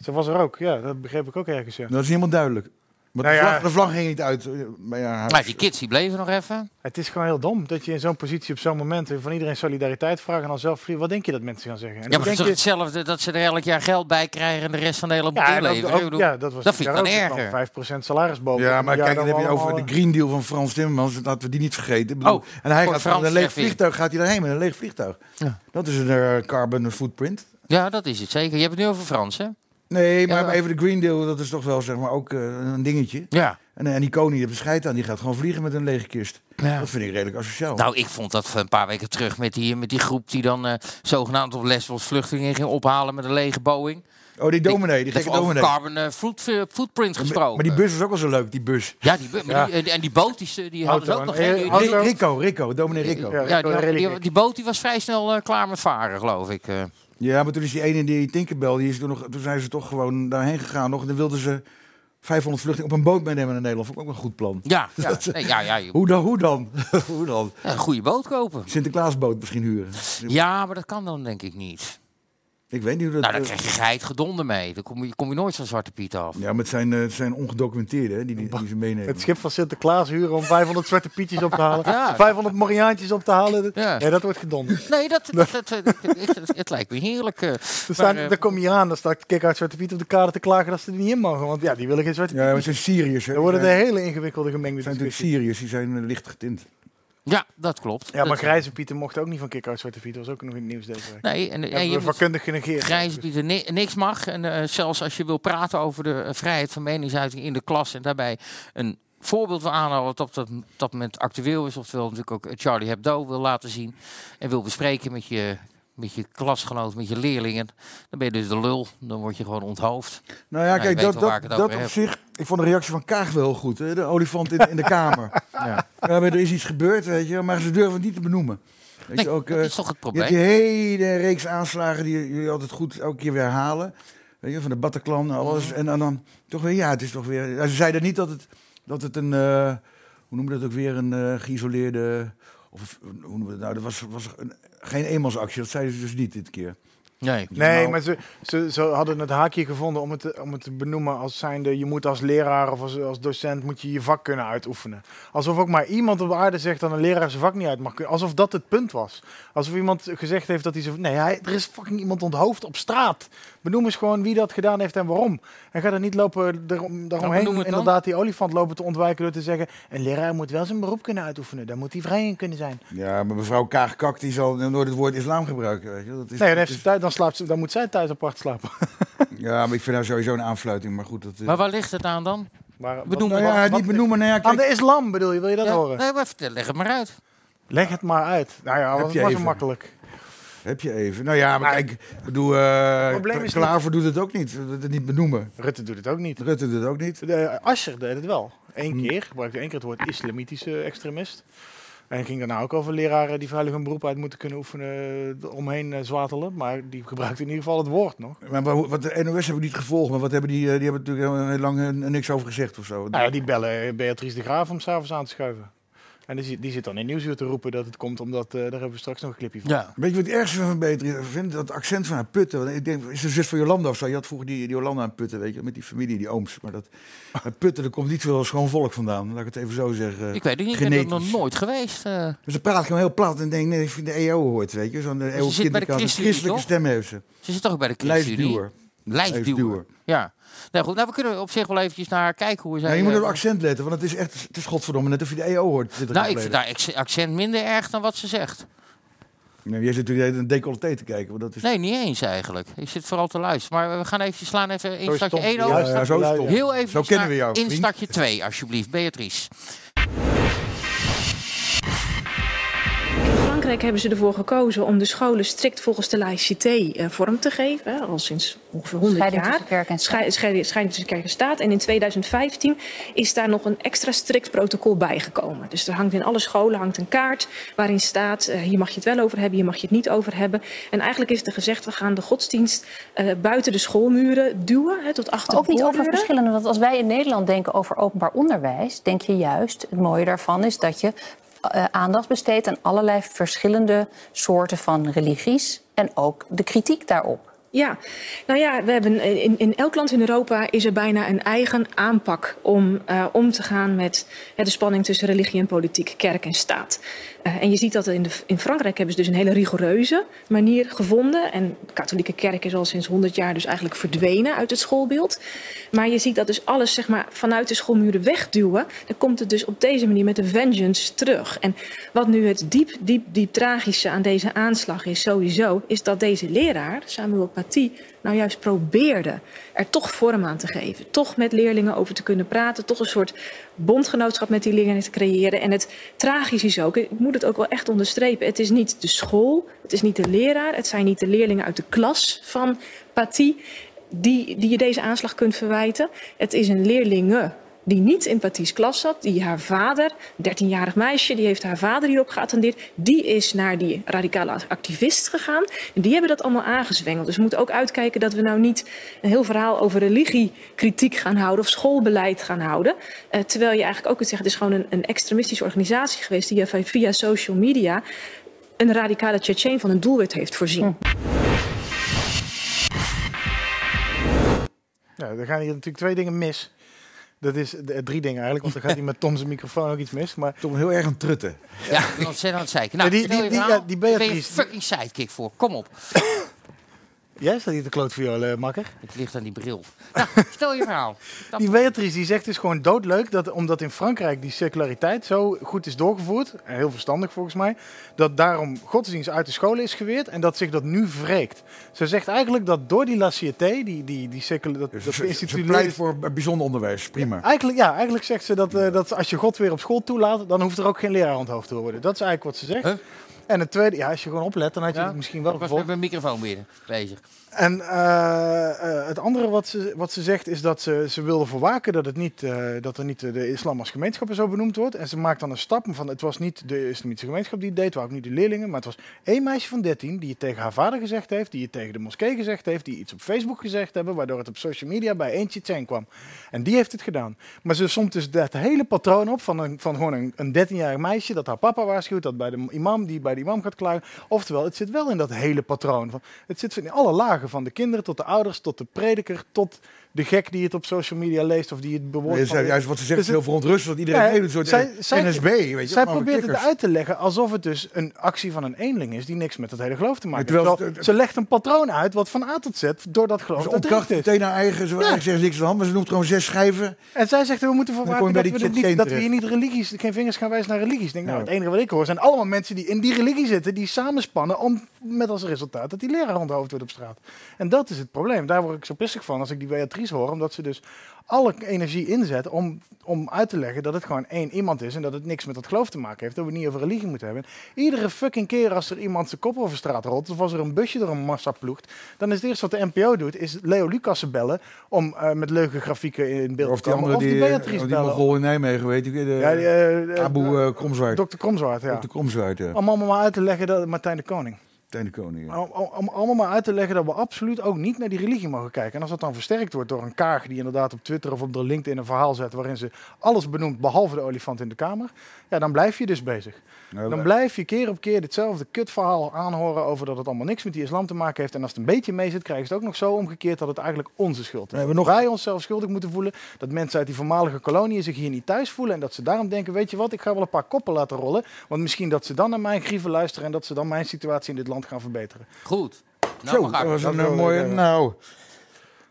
ze was er ook, ja, dat begreep ik ook ergens. Ja. Dat is niet helemaal duidelijk. Want Nou de, ja. vlag, de vlag ging niet uit. eh, Maar ja, haar- Maar die kids die bleven nog even. Het is gewoon heel dom dat je in zo'n positie op zo'n moment van iedereen solidariteit vraagt en dan zelf vliegt. Wat denk je dat mensen gaan zeggen? En Ja, ik maar het is denk toch je- hetzelfde dat ze er elk jaar geld bij krijgen en de rest van de hele boel Ja, en ook- inleveren. ook- Ik bedoel, ja, dat was dat vind ik daar dan ook. Er erger. kwam 5% salarisboven. ja, maar Ja, kijk, dan heb je allemaal, over eh, de Green Deal van Frans Timmermans. Dat laten we die niet vergeten. Ik bedoel, Oh, en hij voor gaat Frans van een leeg treffing. vliegtuig gaat hij daarheen met een leeg vliegtuig. Ja. Dat is een eh, carbon footprint. Ja, dat is het zeker. Je hebt het nu over Frans, hè? Nee, maar Ja. even de Green Deal, dat is toch wel zeg maar ook eh, een dingetje. Ja. En, en die koning, die bescheidt aan, die gaat gewoon vliegen met een lege kist. Ja. Dat vind ik redelijk asociaal. Nou, ik vond dat een paar weken terug met die, met die groep die dan eh, zogenaamd op Lesbos vluchtelingen ging ophalen met een lege Boeing. oh, die dominee, die Dat gekke heeft over dominee. carbon eh, foot- eh, footprint gesproken. Maar die bus was ook wel zo leuk, die bus. Ja, die, bu- maar die- eh, en die boot die, ze- die hadden ze ook Auto, nog. hè? hè? Die- Auto. die- Ri- Rico, Rico, dominee Rico. Ja. Ja. Ja, dat die, red ik die, niet. die boot die was vrij snel eh, klaar met varen, geloof ik. eh. maar toen is die ene, die Tinkerbell, die is toen, nog, toen zijn ze toch gewoon daarheen gegaan. Nog, en dan wilden ze 500 vluchtelingen op een boot meenemen naar Nederland. Vond ik ook wel een goed plan. Ja, ja, nee, ja, ja, je Hoe moet dan? Hoe dan? hoe dan? een goede boot kopen. Sinterklaasboot misschien huren. Ja, maar dat kan dan denk ik niet. Ik weet niet hoe dat... Nou, dan eh, krijg je geit gedonder mee. Dan kom je, kom je nooit van Zwarte Piet af. Ja, maar het zijn, eh, het zijn ongedocumenteerden hè, die, die, die ze meenemen. Het schip van Sinterklaas huren om 500 zwarte pietjes op te halen. Ja. 500 Moriaantjes op te halen. Ja. Ja, dat wordt gedonderd. Nee, dat, dat, dat, dat- ik- het, het lijkt me heerlijk. eh. Dan, staan, Maar, eh, dan kom je hier aan, dan staat kijk uit Zwarte Piet op de kade te klagen dat ze er niet in mogen. Want ja, die willen geen Zwarte Ja, Piet. maar het zijn Syriërs. hè. dan wordt het Het een hele ingewikkelde gemengde zijn natuurlijk discussie. Syriërs, die zijn eh, licht getint. ja, dat klopt. Ja, maar Dat- Grijze Pieten mochten ook niet van kick-out Zwarte Piet. Dat was ook nog in het nieuws deze week. Nee, en, en Hebben je we moet vakkundig genegeerd. grijze Pieten ni- niks mag. En eh, zelfs als je wil praten over de eh, vrijheid van meningsuiting in de klas en daarbij een voorbeeld wil aanhouden wat op dat, dat moment actueel is, oftewel natuurlijk ook eh, Charlie Hebdo wil laten zien en wil bespreken met je, met je klasgenoot, met je leerlingen, dan ben je dus de lul, dan word je gewoon onthoofd. Nou ja, ik kijk, weet dat, wel waar dat, ik het dat over op heb. zich... Ik vond de reactie van Kaag wel heel goed. Hè? De olifant in, in de kamer. ja. maar er is iets gebeurd, weet je. Maar ze durven het niet te benoemen. Weet Nee, je, ook, dat eh, is toch het je hebt probleem? die hele reeks aanslagen die jullie altijd goed elke keer weer herhalen. Weet je, van de Bataclan en alles. Mhm. En, dan- dan toch weer, ja, het is toch weer... ja, ze zeiden niet dat het, dat het een... eh, hoe noem je dat ook weer? Een eh, geïsoleerde... Of, hoe noemen we dat nou? Dat was, was een- geen eenmansactie. Dat zeiden ze dus niet dit keer. Nee. Nee, Nou- maar ze, ze, ze hadden het haakje gevonden om het, te- om het te benoemen als zijnde... je moet als leraar of als, als docent moet je je vak kunnen uitoefenen. Alsof ook maar iemand op aarde zegt dat een leraar zijn vak niet uit mag kunnen. Alsof dat het punt was. Alsof iemand gezegd heeft dat hij zijn... Nee, hij, er is fucking iemand onthoofd op straat. Benoem eens gewoon wie dat gedaan heeft en waarom. En ga er niet lopen erom, daaromheen Nou, benoem het dan. inderdaad die olifant lopen te ontwijken... door te zeggen, een leraar moet wel zijn beroep kunnen uitoefenen. Daar moet hij vrij in kunnen zijn. Dus Ja, maar mevrouw Kaag-Kak die zal nooit het woord islam gebruiken. Weet je? wel. Dat is, Nee, dan, dat heeft ze is- thuis, dan, slaapt ze, dan moet zij thuis apart slapen. ja, maar ik vind haar sowieso een aanfluiting. Maar goed, dat is... Maar waar ligt het aan dan? Maar, wat- Benoem nou wat- ja, wat- niet benoemen. Nou ja, Aan kijk, de islam bedoel je, wil je dat Ja, horen? nee, maar vertel, leg het maar uit. Leg het maar uit. Nou ja, Heb was je maar zo even. makkelijk. heb je even. Nou ja, maar kijk, ik bedoel, eh probleem is Klaver doet het ook niet. Het niet benoemen. Rutte doet het ook niet. Rutte Hmm. doet het ook niet. De, Asscher deed het wel. Eén keer, gebruikte één keer het woord islamitische extremist. En ging daarna ook over leraren die veilig hun beroep uit moeten kunnen oefenen, eh, omheen eh, zwatelen. Maar die gebruikte in ieder geval het woord nog. Maar wat- wat de NOS hebben niet gevolgd. Maar wat hebben die, eh, die hebben natuurlijk heel- heel lang eh, niks over gezegd of zo. Nou ja, die bellen Beatrice de Graaf om s'avonds aan te schuiven. En die, zit- die zit dan in Nieuwsuur te roepen dat het komt omdat, eh, daar hebben we straks nog een clipje van. Ja. Weet je wat ik het ergste van Beatrice vind? Dat accent van haar putten. Want ik denk, is de zus van Jolanda of zo? Je had vroeger die, die Jolanda aan putten, weet je, met die familie, die ooms. Maar dat maar putten, er komt niet veel schoon volk vandaan. Laat ik het even zo zeggen. Ik weet het niet, ik ben er genetisch. nog nooit geweest. eh. Dus dan praat ik hem heel plat en denk, nee, ik vind de EO hoort, weet je. Zo'n eh, EO zit bij de kinderkant. Een ChristenUnie, christelijke toch? stem heeft ze. ze zit toch ook bij de ChristenUnie? Lijfduwer. Lijfduwer. Lijfduwer. Ja. Nou goed, nou, we kunnen op zich wel eventjes naar haar kijken hoe zij... Nou, je moet op eh, het accent letten, want het is echt, het is godverdomme net of je de EO E hoort. Nou, ik vind haar ex- accent minder erg dan wat ze zegt. Nee, jij zit natuurlijk een decolleté te kijken. want dat is... Nee, niet eens eigenlijk. Ik zit vooral te luisteren. Maar we gaan even slaan even Zo in is stadje Tom. 1 Ja, over. ja, zo is Tom. Heel even Zo iets kennen naar we jou, in vriend. stadje 2, alsjeblieft, Beatrice. In Frankrijk hebben ze ervoor gekozen om de scholen strikt volgens de laïcité eh, vorm te geven. hè, Al sinds ongeveer 100 Scheiding jaar. tussen kerk en staat. Schei- scheiding- scheiding tussen kerk en staat. En in 2015 is daar nog een extra strikt protocol bijgekomen. Dus er hangt in alle scholen hangt een kaart waarin staat... eh, hier mag je het wel over hebben, hier mag je het niet over hebben. En eigenlijk is er gezegd, we gaan de godsdienst eh, buiten de schoolmuren duwen. Hè, tot achter Maar ook de niet over voormuren. verschillende. Want als wij in Nederland denken over openbaar onderwijs, denk je juist, het mooie daarvan is dat je eh, aandacht besteedt aan allerlei verschillende soorten van religies en ook de kritiek daarop. Ja, nou ja, we hebben in, in elk land in Europa is er bijna een eigen aanpak om eh, om te gaan met hè, de spanning tussen religie en politiek, kerk en staat. Eh, en je ziet dat in, de, in Frankrijk hebben ze dus een hele rigoureuze manier gevonden. En de katholieke kerk is al sinds 100 jaar dus eigenlijk verdwenen uit het schoolbeeld. Maar je ziet dat dus alles zeg maar, vanuit de schoolmuren wegduwen. Dan komt het dus op deze manier met de vengeance terug. En wat nu het diep, diep, diep tragische aan deze aanslag is sowieso... is dat deze leraar, Samuel Paty, nou juist probeerde er toch vorm aan te geven. Toch met leerlingen over te kunnen praten. Toch een soort bondgenootschap met die leerlingen te creëren. En het tragische is ook, ik moet het ook wel echt onderstrepen... het is niet de school, het is niet de leraar... het zijn niet de leerlingen uit de klas van Paty die, die je deze aanslag kunt verwijten. Het is een leerlinge die niet in Patys klas zat, die haar vader, een 13-jarig meisje, die heeft haar vader hierop geattendeerd. Die is naar die radicale activist gegaan. En die hebben dat allemaal aangezwengeld. Dus we moeten ook uitkijken dat we nou niet een heel verhaal over religie kritiek gaan houden of schoolbeleid gaan houden. Eh, terwijl je eigenlijk ook kunt zeggen, het is gewoon een, een extremistische organisatie geweest die via- via social media een radicale Tsjetsjen van een doelwit heeft Hm. voorzien. Ja, er gaan hier natuurlijk twee dingen mis. Dat is eh, drie dingen eigenlijk, want er gaat hier met Tom zijn microfoon ook iets mis. Maar Tom heel erg aan het trutten. Ja, ik ben ontzettend aan het zeiken. Nou, Ja, die- vertel die- je die- verhaal. ja, die Daar Ben je Beatrice, die- fucking sidekick voor? Kom op. jij staat hier te klootviolen, makker. Het ligt aan die bril. Nou, vertel je verhaal. Dat- Die Beatrice die zegt dus gewoon doodleuk dat omdat in Frankrijk die circulariteit zo goed is doorgevoerd, en heel verstandig volgens mij, dat daarom godsdienst uit de scholen is geweerd en dat zich dat nu wreekt. Ze zegt eigenlijk dat door die laïcité, die, die, die circul, dat, dat Dus Ze, ze instituut pleit voor bijzonder onderwijs. Prima. Eigenlijk, ja, eigenlijk zegt ze dat, eh, dat als je God weer op school toelaat, dan hoeft er ook geen leraar aan het hoofd te worden. Dat is eigenlijk wat ze zegt. Huh? En het tweede, ja, als je gewoon oplet, dan had je Ja? het misschien wel Ik was met gevonden. mijn microfoon weer bezig. En eh, eh, het andere wat ze, wat ze zegt is dat ze, ze wilde voorwaken dat, het niet, eh, dat er niet eh, de islam als gemeenschap en zo benoemd wordt. En ze maakt dan een stap van het was niet de islamitische gemeenschap die het deed, het waren ook niet de leerlingen. Maar het was één meisje van 13 die het tegen haar vader gezegd heeft, die het tegen de moskee gezegd heeft, die iets op Facebook gezegd hebben, waardoor het op social media bij eentje zijn kwam. En die heeft het gedaan. Maar ze somt dus dat hele patroon op van, een, van gewoon een, een 13-jarig meisje dat haar papa waarschuwt, dat bij de imam, die bij de imam gaat klagen. Oftewel, het zit wel in dat hele patroon. Van, het zit in alle lagen, van de kinderen tot de ouders, tot de prediker, tot de gek die het op social media leest of die het bewoordt. Nee, van- zij- juist wat ze zegt Dus is heel het- verontrustend. Dat iedereen Nee, heeft een soort zij- zij- NSB. Weet je, Zij allemaal probeert het kikkers. uit te leggen alsof het dus een actie van een eenling is die niks met het hele geloof te maken Maar terwijl heeft. Terwijl het- ze legt een patroon uit wat van A tot Z door dat geloof Ze dat ontkracht terecht is. meteen haar eigen. Ze wil Ja. eigenlijk zeggen niks aan de hand, maar ze noemt gewoon zes schijven. En zij zegt, we moeten voor Dan waken kom dat, je bij we die dit niet, Tsjetsjen dat we hier niet religies, geen vingers gaan wijzen naar religies. Ik Denk, nou, Ja. het enige wat ik hoor zijn allemaal mensen die in die religie zitten, die samenspannen om, met als resultaat dat die leraar onthoofd wordt op straat. En dat is het probleem. Daar word ik zo pissig van als ik die Beatrice hoor, omdat ze dus alle energie inzet om, om uit te leggen dat het gewoon één iemand is en dat het niks met dat geloof te maken heeft, dat we het niet over religie moeten hebben. Iedere fucking keer als er iemand zijn kop over straat rolt, of als er een busje door een massa ploegt, dan is het eerste wat de NPO doet, is Leo Lucassen bellen om eh, met leuke grafieken in beeld Of te die komen. of andere die, die, Beatrice die bellen. Mongool in Nijmegen, weet ik. De, ja, die, eh, eh, Abu eh, eh, Komzwaard. Dr. Kromzwaard, ja. Dr. Komzwaard, ja. Om Nou, allemaal maar uit te leggen dat Martijn de Koning. Martijn de Koning. ja. Om, om- om allemaal maar uit te leggen dat we absoluut ook niet naar die religie mogen kijken. En als dat dan versterkt wordt door een kaag die inderdaad op Twitter of op de LinkedIn een verhaal zet waarin ze alles benoemt behalve de olifant in de kamer, ja, dan blijf je dus bezig. Nou, Dan blijf je keer op keer ditzelfde kutverhaal aanhoren over dat het allemaal niks met die islam te maken heeft. En als het een beetje mee zit, krijgen ze het ook nog zo omgekeerd dat het eigenlijk onze schuld is. We hebben nog- Wij onszelf schuldig moeten voelen dat mensen uit die voormalige koloniën zich hier niet thuis voelen. En dat ze daarom denken, weet je wat, ik ga wel een paar koppen laten rollen. Want misschien dat ze dan naar mijn grieven luisteren en dat ze dan mijn situatie in dit land gaan verbeteren. Goed. Nou, Zo, we gaan. dat was een Dat eh, wil ik mooie... hebben. Nou,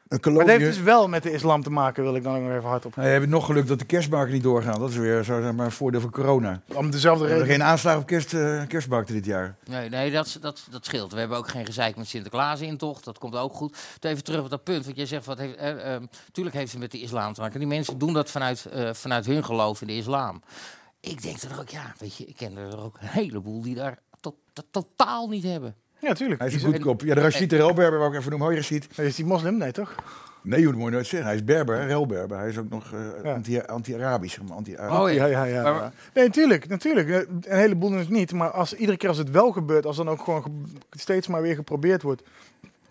Een Maar kolonie. het heeft dus wel met de islam te maken, wil ik dan ook nog even hardop. Nou, je hebt nog geluk dat de kerstmarkt niet doorgaan. Dat is weer zo, zeg maar, een voordeel van corona. Om dezelfde We hebben reden. geen aanslagen op kerst, eh, kerstmarkten dit jaar. Nee, nee dat, dat, dat scheelt. We hebben ook geen gezeik met Sinterklaas-intocht. Dat komt ook goed. Toen Even terug op dat punt. Want jij zegt, wat heeft, eh, ehm, tuurlijk heeft het met de islam te maken. Die mensen doen dat vanuit, eh, vanuit hun geloof in de islam. Ik denk er ook, ja, weet je, ik ken er ook een heleboel die daar to- to- totaal niet hebben. Ja, tuurlijk. Hij is Is, een goedkop. Ja, de Rashid de Relberber wou ik even noemen. Hoi Rashid. is die moslim? Nee, toch? Nee, joh, dat moet je nooit zeggen. Hij is Berber, hè, Relberber. Hij is ook nog eh, Ja. anti- anti-Arabisch. zeg maar, anti Oh, ja, ja. ja, ja. Maar- Nee, natuurlijk, natuurlijk. Een heleboel is niet. Maar als, iedere keer als het wel gebeurt, als dan ook gewoon ge- steeds maar weer geprobeerd wordt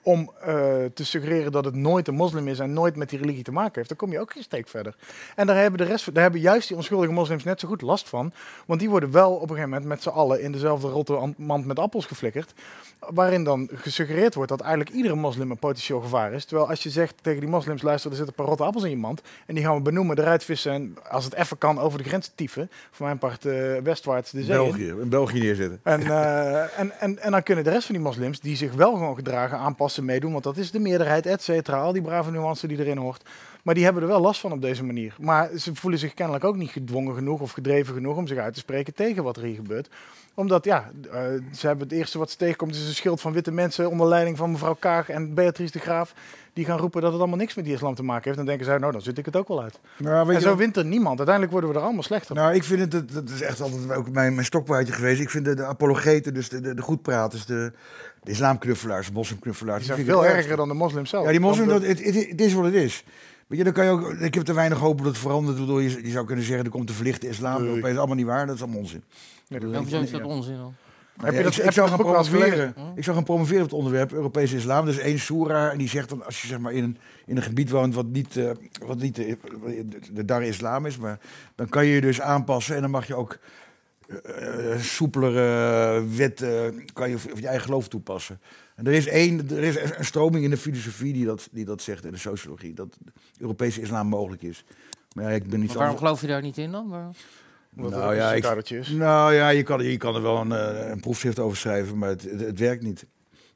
om eh, te suggereren dat het nooit een moslim is en nooit met die religie te maken heeft, dan kom je ook geen steek verder. En daar hebben, de rest, daar hebben juist die onschuldige moslims net zo goed last van. Want die worden wel op een gegeven moment met z'n allen in dezelfde rotte am- mand met appels geflikkerd. Waarin dan gesuggereerd wordt dat eigenlijk iedere moslim een potentieel gevaar is. Terwijl als je zegt tegen die moslims, luister, er zitten een paar rotte appels in je mand. En die gaan we benoemen, eruit vissen en als het even kan over de grens tyfen. Voor mijn part eh, westwaarts de zee in. België. In België neerzetten. En, eh, en, en, en dan kunnen de rest van die moslims, die zich wel gewoon gedragen, aanpassen, meedoen. Want dat is de meerderheid, et cetera. Al die brave nuance die erin hoort. Maar die hebben er wel last van op deze manier. Maar ze voelen zich kennelijk ook niet gedwongen genoeg of gedreven genoeg om zich uit te spreken tegen wat er hier gebeurt. Omdat, ja, eh, ze hebben het eerste wat ze tegenkomt is een schild van witte mensen onder leiding van mevrouw Kaag en Beatrice de Graaf. Die gaan roepen dat het allemaal niks met die islam te maken heeft. Dan denken zij, nou, dan zit ik het ook wel uit. Nou, weet En je zo wat- wint er niemand. Uiteindelijk worden we er allemaal slechter. nou, ik vind het, dat, dat is echt altijd ook mijn, mijn stokpaardje geweest. Ik vind de, de apologeten, dus de, de, de goedpraters, de, de islamknuffelaars, de moslimknuffelaars. die die zijn vind ik veel het ergste. erger dan de moslims zelf. Ja, die moslim, Want dat, het, het, het is wat het is. Weet je, dan kan je ook, ik heb te weinig hoop dat het verandert. Ik bedoel, je, je zou kunnen zeggen, er komt de verlichte islam. Nee. Dat is allemaal niet waar, dat is allemaal onzin. Ja, hoezo is dat onzin dan? Maar je ja, dat- ik, heb ik je dat zou gaan boek wel eens promoveren. Ik zou gaan promoveren op het onderwerp Europese islam. Dus één soera en die zegt dan, als je zeg maar in een, in een gebied woont wat niet, eh, wat niet de, de, de dar islam is, maar dan kan je je dus aanpassen en dan mag je ook eh, eh, soepelere wetten, kan je op je eigen geloof toepassen. En er is één, er is een stroming in de filosofie die dat, die dat zegt, in de sociologie, dat Europese islam mogelijk is. Maar ja, ik ben niet Maar waarom geloof je daar niet in dan? Waarom- omdat het nou een ja, ik- kadertje is. nou ja, je kan, je kan er wel een, eh, een proefschrift over schrijven, maar het, het, het werkt niet.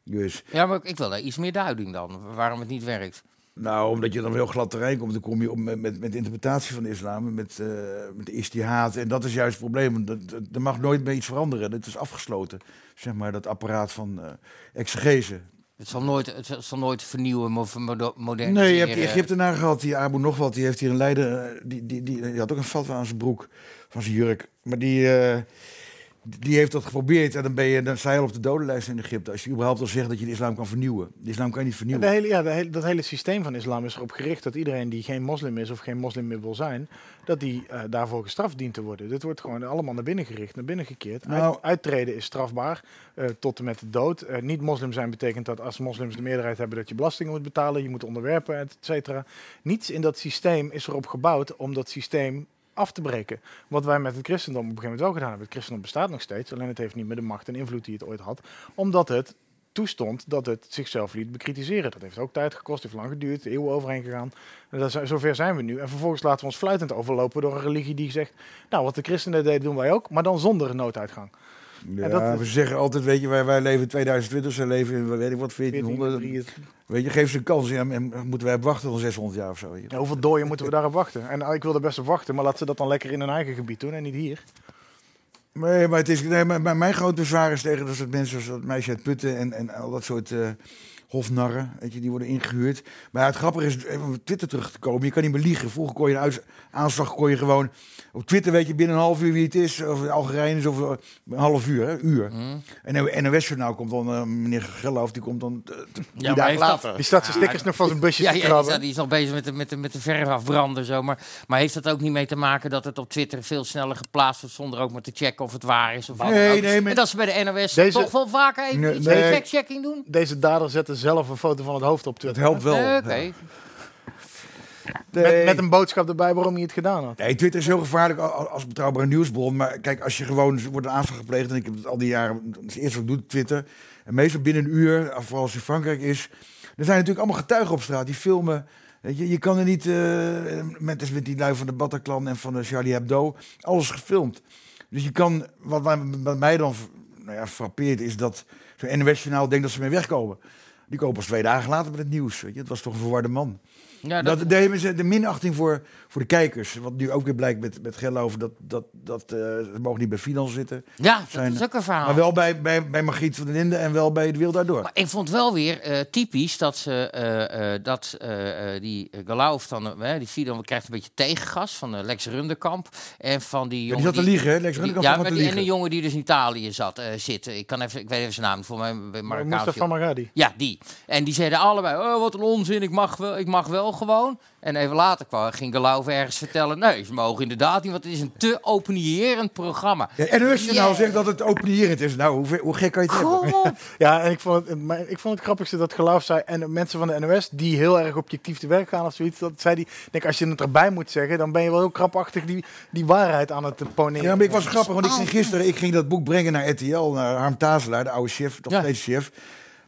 Dus, Ja, maar ik- ik wil daar iets meer duiding dan. Waarom het niet werkt. nou, omdat je dan heel glad terrein komt, dan kom je op met, met, met de interpretatie van de islam, met, eh met de istihaat. En dat is juist het probleem. want dat- dat- Er mag nooit meer iets veranderen. Dat is afgesloten, zeg maar, dat apparaat van eh exegese. Het zal nooit, het zal nooit vernieuwen, mo- mo- moderniseren. Nee, je hebt eh, die Egyptenaar gehad, die Abu nog wat, die heeft hier een leider, eh, die, die, die, die had ook een fatwa aan zijn broek, van zijn jurk. Maar die, eh, die heeft dat geprobeerd en dan ben je, dan sta je al op de dodenlijst in Egypte. Als je überhaupt al zegt dat je de islam kan vernieuwen. De islam kan je niet De vernieuwen. hele, ja, de hele, dat hele systeem van islam is erop gericht dat iedereen die geen moslim is of geen moslim meer wil zijn, dat die eh, daarvoor gestraft dient te worden. Dit wordt gewoon allemaal naar binnen gericht, naar binnen gekeerd. Uit- Nou- uittreden is strafbaar, eh, tot en met de dood. Eh, niet moslim zijn betekent dat als moslims de meerderheid hebben dat je belastingen moet betalen, je moet onderwerpen, et cetera. Niets in dat systeem is erop gebouwd om dat systeem af te breken. Wat wij met het christendom op een gegeven moment wel gedaan hebben. Het christendom bestaat nog steeds, alleen het heeft niet meer de macht en invloed die het ooit had. Omdat het toestond dat het zichzelf liet bekritiseren. Dat heeft ook tijd gekost, heeft lang geduurd, eeuwen overheen gegaan. En dat, zijn- zover zijn we nu. En vervolgens laten we ons fluitend overlopen door een religie die zegt... nou, wat de christenen deden, doen wij ook, maar dan zonder nooduitgang. Ja, en dat- we zeggen altijd, weet je, wij, wij leven in 2020, zij leven in, weet ik wat, 1400. 1403. Weet je, geef ze een kans en, en moeten wij op wachten dan 600 jaar of zo. weet je. Ja, hoeveel dooien moeten we daarop wachten? En ah, ik wil er best op wachten, maar laten ze dat dan lekker in hun eigen gebied doen en niet hier. Nee, maar het is, nee, maar mijn, mijn groot bezwaar is tegen dat soort mensen zoals dat meisje uit Putten en, en al dat soort eh, hofnarren, weet je, die worden ingehuurd. Maar het grappige is, even op Twitter terug te komen, je kan niet meer liegen. Vroeger kon je een uits- aanslag, kon je gewoon, op Twitter weet je binnen een half uur wie het is, of het Algerijn is, of eh, een half uur, hè, uur. En een NOS-journaal komt dan, eh, meneer Gerlof, die komt dan eh, t- drie maar dagen heeft dat- later. Die staat zijn stickers nog van zijn busjes Ja, te ja die, krabben. staat- die is nog bezig met de, met de, met de verf afbranden. Zo. Maar, maar heeft dat ook niet mee te maken dat het op Twitter veel sneller geplaatst wordt... zonder ook maar te checken of het waar is of wat dan Nee, ook? nee, maar- En dat ze bij de NOS Deze- toch wel vaker even Nee, iets nee. mee fact-checking doen? Deze dader zette zelf een foto van het hoofd op Dat Twitter. helpt wel. Nee, Eh, Oké. Met, Nee. met een boodschap erbij waarom hij het gedaan had. Nee, Twitter is heel gevaarlijk al- als betrouwbare nieuwsbron. Maar kijk, als je gewoon er wordt een aanslag gepleegd. En ik heb het al die jaren. Het is het eerste wat ik doe, Twitter. En meestal binnen een uur, vooral als het in Frankrijk is. Er zijn natuurlijk allemaal getuigen op straat die filmen. Weet Je, je kan er niet. eh, met, dus met die lui van de Bataclan en van de Charlie Hebdo. Alles gefilmd. Dus je kan. Wat, mij- wat mij dan nou ja, frappeert is dat. Zo'n NOS-journaal denkt dat ze mee wegkomen. Die kwam pas twee dagen later met het nieuws. Weet je. Het was toch een verwarde man. Ja, dat... dat- daar hebben ze de minachting voor, voor de kijkers. Wat nu ook weer blijkt met, met Gello over dat, dat, dat eh, ze mogen niet bij Finans zitten. Ja, dat Zijn- is ook een verhaal. Maar wel bij, bij, bij Margriet van den Linden en wel bij de Wild Daardoor. Maar ik vond wel weer eh, typisch dat ze eh, eh, dat eh, eh, die Galauf dan, eh, die Fidan krijgt een beetje tegengas van eh, Lex Runderkamp en van die Ja, jongen die zat te liegen, hè? Lex die- Runderkamp ja, zat maar maar te die, en de liegen. jongen die dus in Italië zat, eh, zit. Ik kan even, ik weet even zijn naam voor mij, Marokkaans. Mustafa Maradi. Ja, die. En die zeiden allebei, oh, wat een onzin, ik mag wel, ik mag wel gewoon. En even later kwam, ging Galauf ergens vertellen, nee, ze mogen inderdaad niet, want het is een te openierend programma. Ja, en als je nou Yeah. zegt dat het openierend is, nou, hoe, ver- hoe gek kan je het hebben? Kom op! Ja, en ik vond het, maar ik vond het grappigste dat Gelaaf zei... en de mensen van de NOS die heel erg objectief te werk gaan of zoiets... dat zei die, ik denk als je het erbij moet zeggen... dan ben je wel heel krapachtig die, die waarheid aan het eh, poneren. Ja, maar ik was grappig, want ik Oh. ging gisteren ik ging dat boek brengen naar RTL, naar Harm Tazelaar, de oude chef, nog Ja. steeds chef.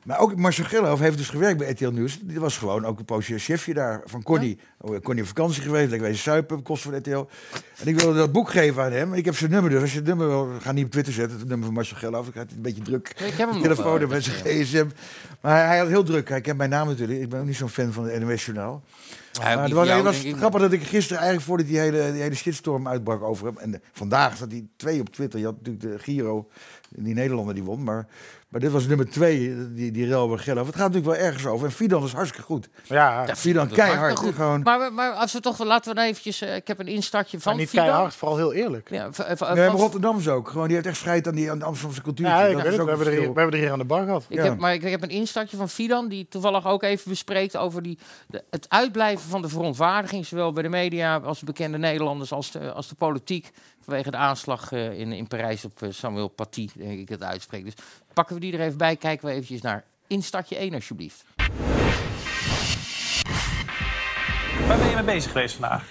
Maar ook Marcel Gerlof heeft dus gewerkt bij RTL Nieuws. Die was gewoon ook een poosje chefje daar van Connie. Oh, Connie op vakantie geweest, lekker wezen suipen, kost van RTL. En ik wilde dat boek geven aan hem. Ik heb zijn nummer dus. Als je het nummer wil, ga niet op Twitter zetten. Het nummer van Marcel Gerlof, dan krijgt hij een beetje druk. Ik heb hem nog wel, telefoon met zijn gsm. Maar hij, hij had heel druk. Hij kent mijn naam natuurlijk. Ik ben ook niet zo'n fan van het NOS Journaal. Maar Hij ook het niet was, van jou, het was denk ik. grappig dat ik gisteren eigenlijk voordat die hele, die hele shitstorm uitbrak over hem. En de- vandaag zat hij twee op Twitter. Je had natuurlijk de Giro, die Nederlander die won. Maar, maar dit was nummer twee, die, die Relber Gellof. Het gaat natuurlijk wel ergens over. En Fidan is hartstikke goed. Ja, Fidan Dat maakt keihard. me goed. Gewoon. Maar, we- maar als we toch, laten we dan eventjes, eh, ik heb een instartje maar van niet Fidan. keihard, vooral heel eerlijk. Ja, Ja, v- eh, v- Nee, van- maar Rotterdams ook. Gewoon, die heeft echt scheid aan, die, aan de Amsterdamse cultuur. ik weet het. We hebben, er hier, we hebben er hier aan de bar gehad. ik ja. heb, maar ik, ik heb een instartje van Fidan, die toevallig ook even bespreekt over die, de- het uitblijven van de verontwaardiging, zowel bij de media als de bekende Nederlanders als de, als de politiek, vanwege de aanslag eh, in, in Parijs op eh, Samuel Paty, denk ik dat uitspreek. Dus pakken we die er even bij, kijken we eventjes naar instartje 1 alsjeblieft. Waar ben je mee bezig geweest vandaag?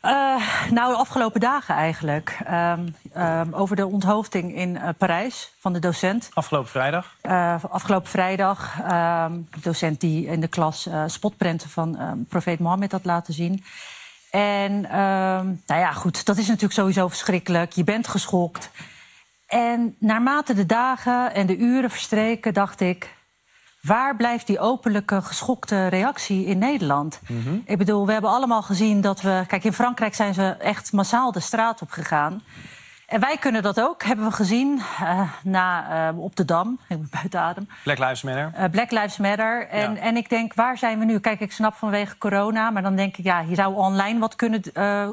Eh, nou, de afgelopen dagen eigenlijk. Ehm, ehm, over de onthoofding in eh, Parijs van de docent. Afgelopen vrijdag. Eh, afgelopen vrijdag, ehm, de docent die in de klas eh, spotprenten van ehm, profeet Mohammed had laten zien. En ehm, nou ja, goed, dat is natuurlijk sowieso verschrikkelijk. Je bent geschokt. En naarmate de dagen en de uren verstreken, dacht ik... waar blijft die openlijke geschokte reactie in Nederland? Ik bedoel, we hebben allemaal gezien dat we... Kijk, in Frankrijk zijn ze echt massaal de straat op gegaan. En wij kunnen dat ook, hebben we gezien eh, na, eh, op de Dam. Ik ben buiten adem. Black Lives Matter. Eh, Black Lives Matter. En, Ja. en ik denk, waar zijn we nu? Kijk, ik snap vanwege corona, maar dan denk ik, ja, je zou online wat kunnen eh,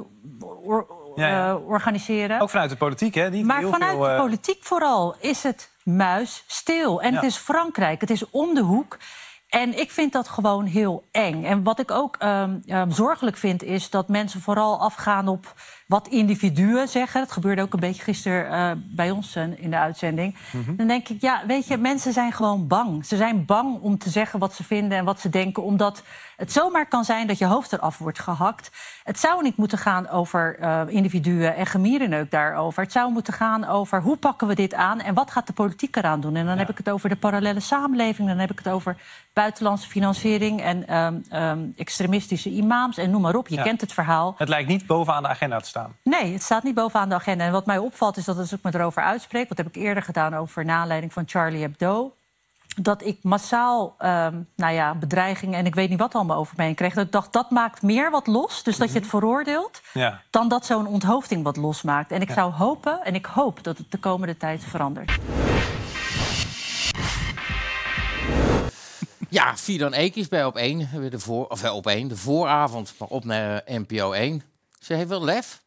or- Ja, ja. eh, organiseren. Ook vanuit de politiek, hè? Die maar heel vanuit veel, eh, de politiek vooral is het muisstil. En Ja. het is Frankrijk, het is om de hoek. En ik vind dat gewoon heel eng. En wat ik ook ehm, ehm, zorgelijk vind, is dat mensen vooral afgaan op wat individuen zeggen. Dat gebeurde ook een beetje gisteren eh, bij ons eh, in de uitzending. Dan denk ik, ja, weet je, mensen zijn gewoon bang. Ze zijn bang om te zeggen wat ze vinden en wat ze denken, omdat het zomaar kan zijn dat je hoofd eraf wordt gehakt. Het zou niet moeten gaan over eh, individuen en gemierenneuk daarover. Het zou moeten gaan over hoe pakken we dit aan en wat gaat de politiek eraan doen. En dan heb ik het over de parallele samenleving, dan heb ik het over buitenlandse financiering en ehm, ehm, extremistische imams en noem maar op. Je Ja. kent het verhaal. Het lijkt niet bovenaan de agenda te staan. Nee, het staat niet bovenaan de agenda. En wat mij opvalt is dat als ik me erover uitspreek... wat heb ik eerder gedaan over naleiding van Charlie Hebdo... dat ik massaal ehm, nou ja, bedreigingen en ik weet niet wat allemaal over me heen kreeg. Dat ik dacht, dat maakt meer wat los, dus dat je het veroordeelt... Ja. dan dat zo'n onthoofding wat losmaakt. En ik zou hopen, en ik hoop dat het de komende tijd verandert. Ja, Fidan Eek is bij op 1, weer de voor, of eh, op 1, de vooravond, maar op naar eh, NPO 1. Ze heeft wel lef,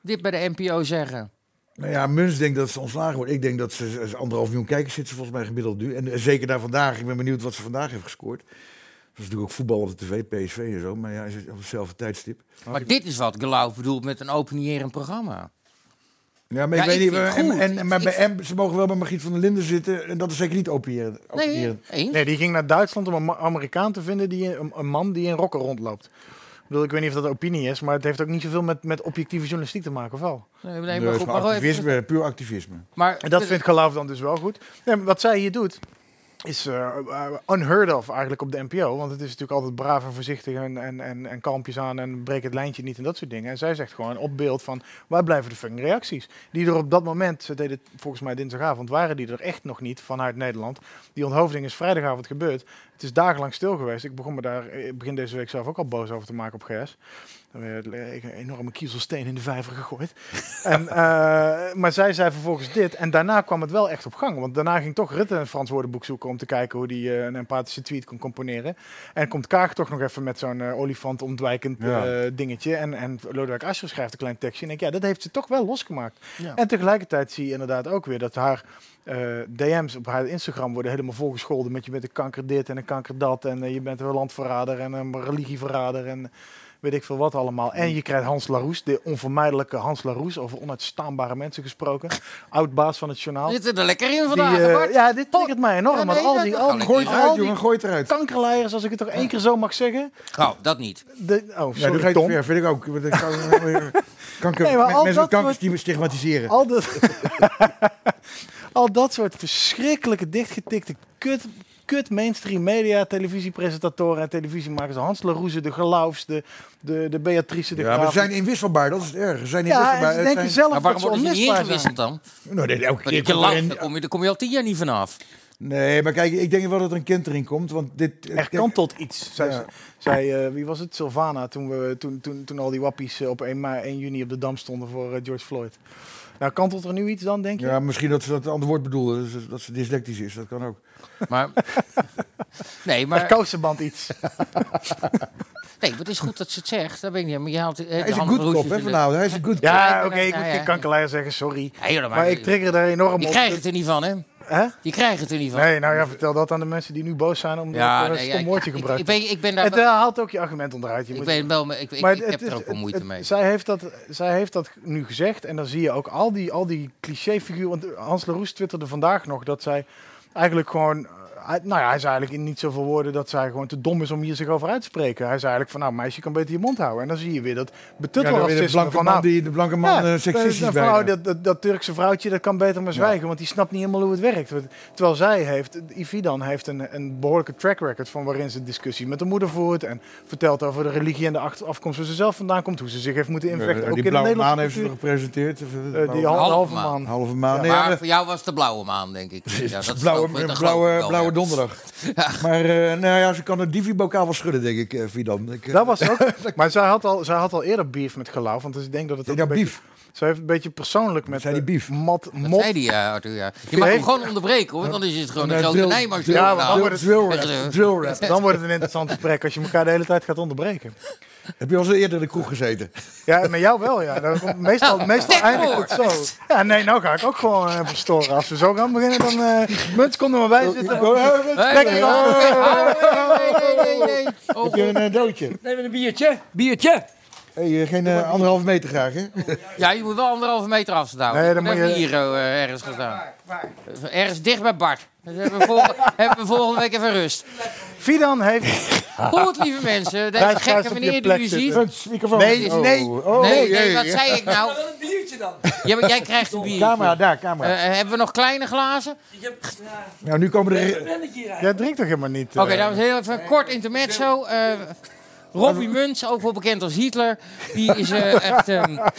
dit bij de NPO zeggen. Nou ja, Muns denkt dat ze ontslagen wordt. Ik denk dat ze ze anderhalf miljoen kijkers zitten, volgens mij gemiddeld nu. En eh, zeker naar vandaag. Ik ben benieuwd wat ze vandaag heeft gescoord. Dat is natuurlijk ook voetbal op de tv, PSV en zo. Maar ja, is het op hetzelfde tijdstip. Maar dit is wat Gelauw bedoelt met een openierend programma. Ja, maar ik Ja, weet ik niet. vind maar- het goed. en, en, en- maar Ik- bij M, ze mogen wel bij Margriet van der Linden zitten. En dat is zeker niet opierend. Nee, opierend. eens. Nee, die ging naar Duitsland om een Ma- Amerikaan te vinden, die, een, een man die in rokken rondloopt. Ik bedoel, ik weet niet of dat opinie is, maar het heeft ook niet zoveel met, met objectieve journalistiek te maken, of wel? Nee, Nee, nee, maar goed. maar Maar, wel even- activisme, puur activisme. maar dus En dat vindt Galaaf dan dus wel goed. Nee, maar wat zij hier doet, is eh, unheard of eigenlijk op de NPO. Want het is natuurlijk altijd braaf en voorzichtig en, en, en, en kalmpjes aan en breek het lijntje niet en dat soort dingen. En zij zegt gewoon op beeld van waar blijven de fucking reacties? Die er op dat moment, ze deden het volgens mij dinsdagavond, waren die er echt nog niet vanuit Nederland. Die onthoofding is vrijdagavond gebeurd. Het is dagenlang stil geweest. Ik begon me daar eh, begin deze week zelf ook al boos over te maken op GS. Dan werd ik een enorme kiezelsteen in de vijver gegooid. en, eh, maar zij zei vervolgens dit. En daarna kwam het wel echt op gang. Want daarna ging toch Rutte een Frans woordenboek zoeken... om te kijken hoe die eh, een empathische tweet kon componeren. En komt Kaag toch nog even met zo'n eh, olifant ontwijkend Ja. eh, dingetje. En, en Lodewijk Asscher schrijft een klein tekstje. En ik denk, ja, dat heeft ze toch wel losgemaakt. Ja. En tegelijkertijd zie je inderdaad ook weer dat haar... eh, DM's op haar Instagram worden helemaal volgescholden met je bent een kanker dit en een kanker dat en eh, je bent een landverrader en een religieverrader en weet ik veel wat allemaal. En je krijgt Hans Laroes, de onvermijdelijke Hans Laroes, over onuitstaanbare mensen gesproken. Oud-baas van het journaal. Zit er lekker in vandaag, Die, eh, hè, Bart? ja, dit triggert mij enorm. Ja, nee, want al dat- die, dat al kan die, ik niet. al die gooi het eruit. kankerleiers, als ik het toch één keer zo mag zeggen. Oh, dat niet. De, oh, Ja, dat sorry, Tom. ver, vind ik ook. Want ik kan weer kanker, Nee, maar men- al mensen met dat kanker stigmatiseren. Al dat, al dat soort verschrikkelijke, dichtgetikte kut, kut mainstream media, televisiepresentatoren en televisiemakers. de Hans Laroeze, de Gelaufs, de, de, de Beatrice, de Ja, maar ze Graaf. zijn inwisselbaar, dat is het erg. Ze zijn Ja, en inwisselbaar. ze Het denken zijn- zelf Maar waarom dat word ze je niet onmisbaar zijn. ingewisseld dan? Nou, nee, elke Want keer dat je komt er lacht, een- dan kom je, dan kom je al tien jaar niet vanaf. Nee, maar kijk, ik denk wel dat er een kind erin komt. Want dit, Er kan tot iets. Zij, Ja. zij eh, wie was het? Sylvana, toen, we, toen, toen, toen al die wappies eh, op 1, mei, 1 juni op de Dam stonden voor eh, George Floyd. Nou, kantelt er nu iets dan, denk je? Ja, misschien dat ze dat ander woord bedoelen. Dus dat ze dyslectisch is, dat kan ook. Maar, nee, Maar maar, kousenband iets. nee, maar het is goed dat ze het zegt. Daar ben ik niet. Maar je haalt, eh, Hij is een good cop, hè, vanavond. Hij is een good cop. Ja, nee, oké, nee, ik moet nee, geen ja. kankerleier zeggen, sorry. Nee, joh, maar, maar- ik trigger daar enorm Je op. krijgt het er niet van, hè? Hè? Je krijgt het er niet van. Nee, nou ja, vertel dat aan de mensen die nu boos zijn omdat Ja, ik er een nee, stom ik- woordje ik- gebruikt. ik ben- ik ben daar het wel- eh, haalt ook je argument onderuit. Je Ik, moet- ben wel, me- ik, ik, Maar ik het- heb het er is- ook wel moeite het- mee. Zij heeft, dat, zij heeft dat nu gezegd. En dan zie je ook al die, al die cliché-figuren. Want Hans Laroes twitterde vandaag nog dat zij eigenlijk gewoon... eh, hij- Nou ja, hij zei eigenlijk in niet zoveel woorden dat zij gewoon te dom is om hier zich over uit te spreken. Hij zei eigenlijk van, nou meisje, je kan beter je mond houden. En dan zie je weer dat Ja, dan weer de betuttelracisme blanke van... man nou, die- de blanke man, eh, seksistisch dat- bijna. oh, dat, dat, dat Turkse vrouwtje, dat kan beter maar zwijgen, want die snapt niet helemaal hoe het werkt. Want- Terwijl zij heeft, Ividan heeft een, een behoorlijke track record van waarin ze discussie met de moeder voert en vertelt over de religie en de achter- afkomst waar ze zelf vandaan komt, hoe ze zich heeft moeten invechten. Eh, ook in die de blauwe maan Nederlandse heeft ze nog cultuur. gepresenteerd. Of, eh, Eh, die blauwe- halve, halve Halve maan. maan. halve maan. Nee, maar maar- voor jou was het de blauwe maan, denk ik. Ja, dat blauwe, geloof ik- dat geloof ik blauwe, wel, blauwe ja. donderdag. Maar eh, nou ja, ze kan het divi-bokaal wel schudden, denk ik, eh Fidan. Ik, eh, Dat was ook. maar zij had, al, zij had al eerder beef met Gelauw, want ik denk dat het ook ja, een beetje- beef. Zij heeft een beetje persoonlijk met zei nou die eh, beef? Mat, Dat mot, zei die, eh, Arthur, ja. Je mag hem heeft- gewoon onderbreken, hoor. Dan is het gewoon een Eh, grote drill- Nijmars. drill- Ja, maar dan wordt het- drill rap, drill rap. dan wordt het een interessant gesprek als je elkaar de hele tijd gaat onderbreken. Heb je al eens eerder in de kroeg gezeten? Ja, met jou wel, ja. Dan komt- meestal meestal stek eindigt het zo. Ja, nee, nou ga ik ook gewoon eh, verstoren. Als we zo gaan beginnen, dan... eh Muts, kon er maar bij zitten. Trek het dan. Nee, nee, nee. Heb je een eh, doodje? Neem een biertje. Biertje. Hey, eh, geen eh, anderhalve meter graag, hè? Ja, je moet wel anderhalve meter afstand Nee, Nee, dan dan moet je- hier eh, ergens gestaan. Ergens dicht bij Bart. Dan hebben we, vol- hebben we volgende week even rust. Fidan Oh, heeft... Goed, lieve mensen. Hij Deze gaat op gekke je meneer die plek u zitten. ziet. Een microfoon. Nee, Oh, nee, oh, Nee, jee, nee, wat jee. zei ik nou? Wel een biertje dan. Jij, jij krijgt een bier. Camera, daar, camera. hebben we nog kleine glazen? Ik heb ja, nou, nu komen een er... brennetje hier uit. Jij drinkt toch helemaal niet? eh? Oké, dames en heren, even een kort intermezzo. Eh Robbie Muntz, ook wel bekend als Hitler, die is eh, echt... ehm, Ik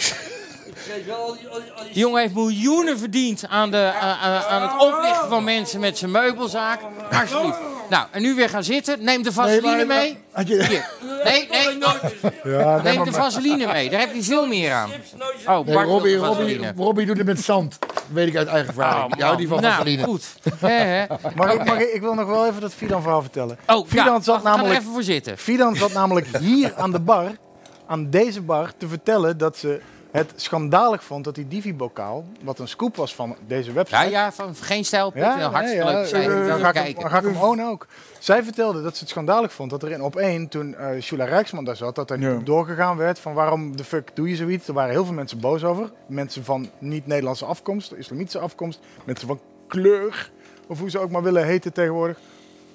schreef wel al die... Al die, al die Die jongen heeft miljoenen verdiend aan, de, aan, aan- aan het oplichten van mensen met zijn meubelzaak. Alsjeblieft. Nou, en nu weer gaan zitten. Neem de vaseline Nee, maar- mee. Had je... Hier. Nee, nee. Neem de vaseline mee. Daar heb je veel meer aan. snootjes. Oh, Nee, Bart wil Robbie, de Robbie, vaseline. Robbie doet het met zand. Weet ik uit eigen Oh, ervaring. man. Ik hou die van nou, Vaseline. goed. Hè, hè. Mag ik, mag ik, ik wil nog wel even dat Fidan verhaal vertellen. Oh, Fidan ja, zat wacht, ik ga er namelijk- even voor zitten. Fidan zat namelijk hier aan de bar, aan deze bar, te vertellen dat ze het schandalig vond dat die Divi-bokaal, wat een scoop was van deze website... Ja, ja, van geen stijl. Ja, Ja, hartstikke nee, ja, leuk. Zij, eh, dan ga ik, hem- kijken. dan ga ik hem ownen ook. Zij vertelde dat ze het schandalig vond dat er in op één, toen eh Shula Rijksman daar zat, dat er niet Ja. op doorgegaan werd van waarom de fuck doe je zoiets. Er waren heel veel mensen boos over. Mensen van niet-Nederlandse afkomst, islamitische afkomst, mensen van kleur, of hoe ze ook maar willen heten tegenwoordig.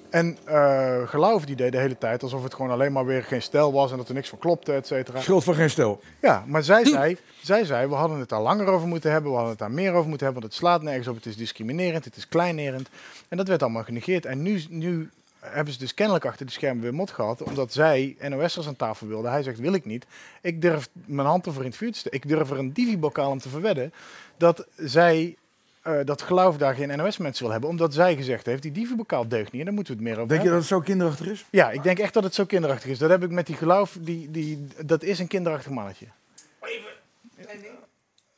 En eh Geloof die deed de hele tijd alsof het gewoon alleen maar weer geen stijl was en dat er niks van klopte, et cetera. Schuld van geen stel. Ja, maar zij zei, zij zei, we hadden het daar langer over moeten hebben, we hadden het daar meer over moeten hebben, want het slaat nergens op, het is discriminerend, het is kleinerend. En dat werd allemaal genegeerd. En nu, nu hebben ze dus kennelijk achter de schermen weer mot gehad, omdat zij NOS'ers aan tafel wilde. Hij zegt, wil ik niet. Ik durf mijn hand ervoor in het vuur te steken. Ik durf er een divi-bokaal om te verwedden dat zij... eh, dat geloof daar geen NOS-mensen wil hebben, omdat zij gezegd heeft: die divi-bokaal deugt niet en daar moeten we het meer over Denk je dat hebben. het zo kinderachtig is? Ja, ik denk echt dat het zo kinderachtig is. Dat heb ik met die geloof, die, die, dat is een kinderachtig mannetje.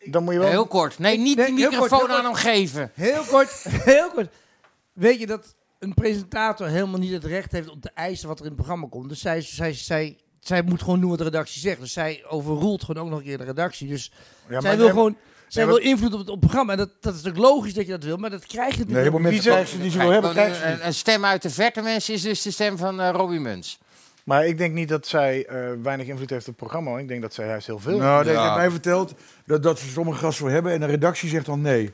Dan moet je wel... Heel kort. Nee, niet die heel microfoon kort, heel aan hem geven. Heel kort, heel kort. Weet je dat een presentator helemaal niet het recht heeft om te eisen wat er in het programma komt? Dus zij, zij, zij, zij moet gewoon doen wat de redactie zegt. Dus zij overroelt gewoon ook nog een keer de redactie. Dus maar zij wil neem- gewoon zij Ja, wil maar- invloed op het, op het programma. En dat, dat is natuurlijk logisch dat je dat wil, maar dat krijg je natuurlijk ook niet. Kijk, een- Een, een stem uit de verte, mensen, is dus de stem van eh Robbie Muns. Maar ik denk niet dat zij eh, weinig invloed heeft op het programma. hoor. Ik denk dat zij juist heel veel Nou, dat heeft mij verteld dat, dat ze sommige gasten wil hebben en de redactie zegt dan nee.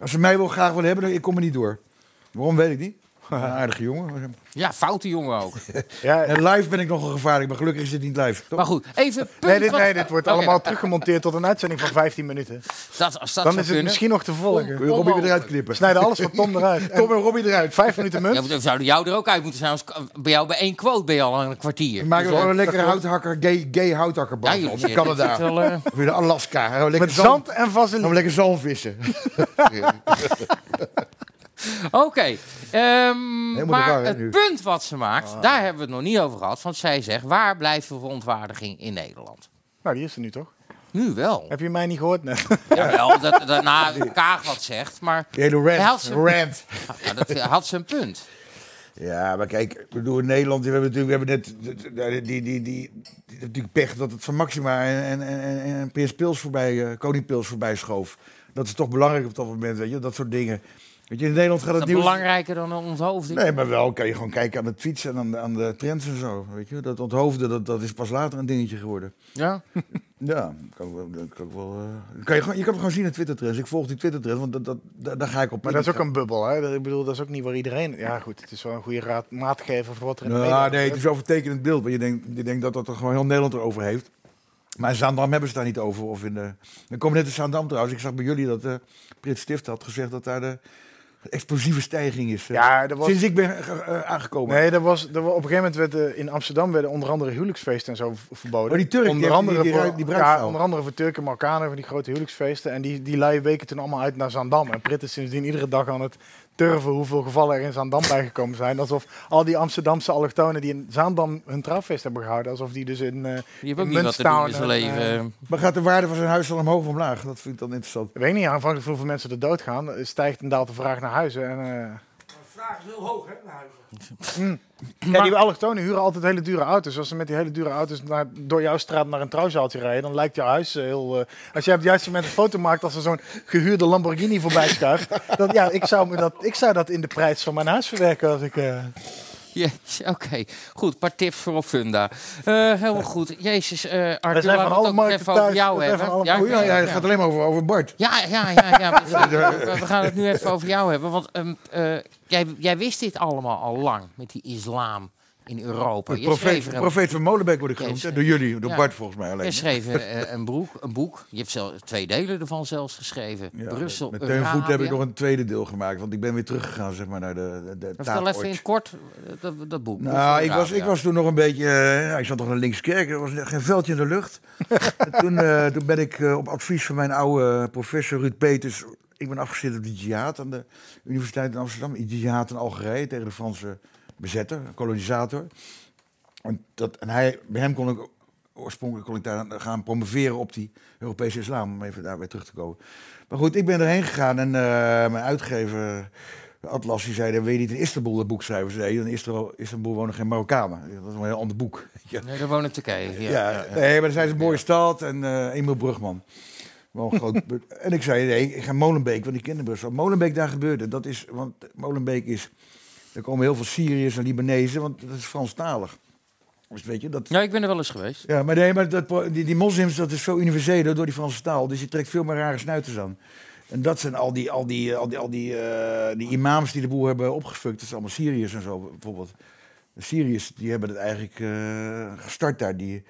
Als ze mij wel graag willen hebben, dan ik kom er niet door. Waarom weet ik niet. Een aardige jongen. Ja, foute jongen ook. en live ben ik nogal gevaarlijk, maar gelukkig is dit niet live. toch? Maar goed, even punt Nee, dit, van- nee, dit wordt Oké. allemaal teruggemonteerd tot een uitzending van 15 minuten. Dat, als Dan dat zou is het kunnen. misschien nog te volgen. Om- Kun je Robbie om- weer eruit knippen? Snijden alles van Tom eruit. Tom en Robbie eruit. Vijf minuten munt. Ja, maar dan zouden jou er ook uit moeten zijn. Als, bij jou bij één quote ben je al aan een kwartier. Maak er Dus, gewoon eh, een lekkere houthakker, gay, gay houthakkerband Ja, joh, van. Op ja, Canada. dat is wel, eh. Of in Alaska. Gaan we lekker Met zand en vaseline. Gaan we lekker zalm vissen. Oké. ehm, Helemaal maar de war, hè, het nu. punt wat ze maakt, Ah. daar hebben we het nog niet over gehad. Want zij zegt, waar blijft de verontwaardiging in Nederland? Nou, die is er nu toch? Nu wel. Heb je mij niet gehoord net? Jawel, dat, dat, nou, Kaag wat zegt, maar... Die hele rant, Hij had zijn- rant. Ja, dat had ze een punt. Ja, maar kijk, ik bedoel, in Nederland, we hebben natuurlijk, we hebben net die, die, die, die, die natuurlijk pech dat het van Maxima en, en, en, en Prins Pils voorbij, eh, Koning Pils voorbij schoof. Dat is toch belangrijk op dat moment, weet je, dat soort dingen. Weet je, in Nederland gaat Dat het is nieuws... belangrijker dan onthoofding. Nee, maar wel kan je gewoon kijken aan het fietsen en aan de, aan de trends en zo, weet je. Dat onthoofden, dat, dat is pas later een dingetje geworden. Ja? Ja, kan ik wel... dat Kan ik wel eh, kan je, gewoon- je kan het gewoon zien in Twitter-trends. Ik volg die Twitter-trends, want dat, dat, daar, daar ga ik op Maar dat is ook een ingaan. bubbel, hè? Dat- Ik bedoel, dat is ook niet waar iedereen... Ja, goed, het is wel een goede raad, maatgever voor wat er in de media Nou, nee, het is overtekenend beeld. Want je denkt, je denkt dat dat er gewoon heel Nederland erover heeft. Maar in Zaandam hebben ze het daar niet over. Of in de... Dan komen net in Zaandam trouwens. Ik zag bij jullie dat eh Prins Stift had gezegd dat daar de explosieve stijging is. eh, Ja, er was- Sinds ik ben eh, eh, aangekomen. Nee, er was, er, wa- op een gegeven moment werd, eh, in Amsterdam werden onder andere huwelijksfeesten en zo v- verboden. Oh, die Turk, die onder heeft die- andere die- voor, die- die bruidszaal. ja, onder andere voor Turken, Marokkanen, van die grote huwelijksfeesten. En die, die lui weken toen allemaal uit naar Zaandam. En Prit is sindsdien iedere dag aan het turven hoeveel gevallen er in Zaandam bijgekomen zijn. Alsof al die Amsterdamse allochtonen die in Zaandam hun trouwfeest hebben gehouden, alsof die dus in, eh Die hebben in ook niet wat te doen in zijn Muntstaun en, leven. eh, Maar gaat de waarde van zijn huis dan omhoog of omlaag? Dat vind ik dan interessant. ik weet niet, aanvankelijk hoeveel mensen er doodgaan. Eh, Stijgt en daalt de vraag naar huizen. En, eh, vraag is heel hoog, hè, naar huizen. Mm. Ja, die allochtonen huren altijd hele dure auto's. Als ze met die hele dure auto's naar, door jouw straat naar een trouwzaaltje rijden, dan lijkt jouw huis eh, heel... eh, als jij op het juiste moment een foto maakt als er zo'n gehuurde Lamborghini voorbij schuift, dan ja, ik zou, me dat, ik zou dat in de prijs van mijn huis verwerken als ik... eh, Jezus, Oké, goed. Een paar tips voor op Funda. Eh, helemaal goed. Jezus, eh Arthur, zijn van laten we het alle ook markten even over thuis. jou We zijn hebben. van alle- Oh ja, ja, het gaat alleen maar over, over Bart. Ja, ja, ja. ja. We, we gaan het nu even over jou hebben. Want ehm, eh, jij, jij wist dit allemaal al lang, met die islam in Europa. De Je schreef profeet, er een- profeet van Molenbeek word ik genoemd. Yes. hè, Door jullie, door Ja. Bart volgens mij alleen. Je schreef eh, een, broek, een boek. Je hebt zelf twee delen ervan zelfs geschreven. Ja, Brussel, eh, Met Teun Voet heb Arabia. Nou, ik nog een tweede deel gemaakt. Want ik ben weer teruggegaan zeg maar, naar de, de, de Vertel taartoort. even in het kort eh, dat, dat boek. Nou, Brussel, ik was, ik Arabia. was toen nog een beetje. eh, ja, ik zat nog in Linkskerk, er was net geen veldje in de lucht. en toen, eh, toen ben ik eh, op advies van mijn oude professor Ruud Peters. Ik ben afgestudeerd op de jihad aan de Universiteit in Amsterdam. Jihad in Algerije tegen de Franse bezetter, kolonisator. En, dat, en hij, bij hem kon ik oorspronkelijk kon ik daar gaan promoveren op die Europese islam, om even daarbij terug te komen. Maar goed, ik ben erheen gegaan en eh, mijn uitgever Atlas die zei, dan wil je niet in Istanbul dat boek schrijven? Ze zei, in Istanbul, Istanbul wonen geen Marokkanen. Dat is een heel ander boek. Nee, daar wonen Turkije. Ja, Ja, nee, maar dan zijn ze een mooie stad en eh Emil Brugman. Wel een groot be- en ik zei, nee, ik ga Molenbeek, want die kinderbus. Wat Molenbeek daar gebeurde, dat is, want Molenbeek is, er komen heel veel Syriërs en Libanezen, want dat is Franstalig. Dus weet je, dat, Ja, Nou, ik ben er wel eens geweest. ja, maar nee, maar dat, pro- die, die moslims, dat is zo universeel door die Franse taal. Dus je trekt veel meer rare snuiters aan. En dat zijn al die, al die, al die, al die, eh, die imams die de boel hebben opgefukt. Dat zijn allemaal Syriërs en zo bijvoorbeeld. De Syriërs die hebben het eigenlijk eh, gestart daar, die,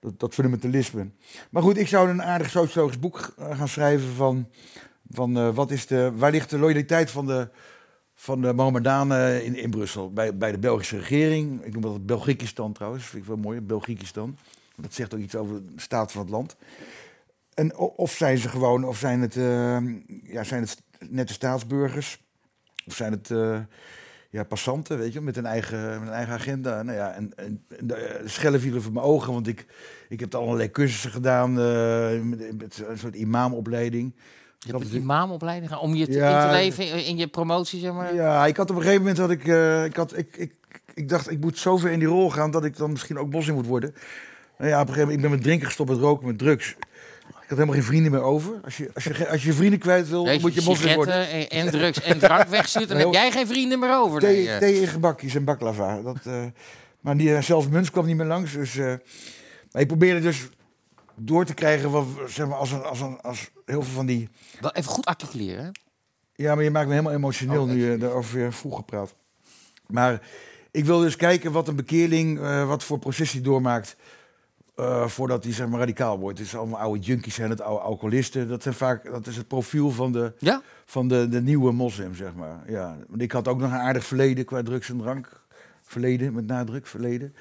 dat, dat fundamentalisme. Maar goed, ik zou een aardig sociologisch boek eh, gaan schrijven van... van eh, wat is de, waar ligt de loyaliteit van de, van de Mohammedanen in, in Brussel? Bij, bij de Belgische regering. Ik noem dat Belgikistan trouwens, vind ik wel mooi, Belgikistan. Dat zegt ook iets over de staat van het land. En o- of zijn ze gewoon, of zijn het, eh, ja, zijn het nette staatsburgers, of zijn het eh, ja, passanten, weet je, met een eigen, met een eigen agenda. Nou ja, en, en, en de eh, schellen vielen voor mijn ogen, want ik, ik heb allerlei cursussen gedaan eh, met, met een soort imamopleiding. Je Een imamopleiding gaan om je te, Ja. in te leven eh, in, in je promotie, zeg maar. ja, ik had op een gegeven moment had ik, eh, ik, had, ik, ik, ik dacht, ik moet zover in die rol gaan dat ik dan misschien ook bos in moet worden. Nou ja, op een gegeven moment, ik ben met drinken gestopt, met roken, met drugs. Ik had helemaal geen vrienden meer over. Als je als je, ge- als je vrienden kwijt wil, Als moet je moslim worden. sigaretten en, en drugs en drank wegzitten, dan heb Nee, jij geen vrienden meer over. Thee, nee, eh. thee in gebakjes en baklava. Dat, eh, maar die, eh, zelfs Muns kwam niet meer langs. Dus, eh, maar ik probeerde dus door te krijgen, wat, zeg maar, als, een, als, een, als heel veel van die... even goed articuleren, Ja, maar je maakt me helemaal emotioneel nu je daarover weer vroeg gepraat. Maar ik wil dus kijken wat een bekeerling, eh, wat voor proces hij doormaakt... eh, voordat hij zeg maar, radicaal wordt. Het zijn allemaal oude junkies en het oude alcoholisten. Dat, zijn vaak, dat is het profiel van de, van de, de nieuwe moslim, zeg maar. Ja. Want ik had ook nog een aardig verleden qua drugs en drank. Verleden, met nadruk, verleden.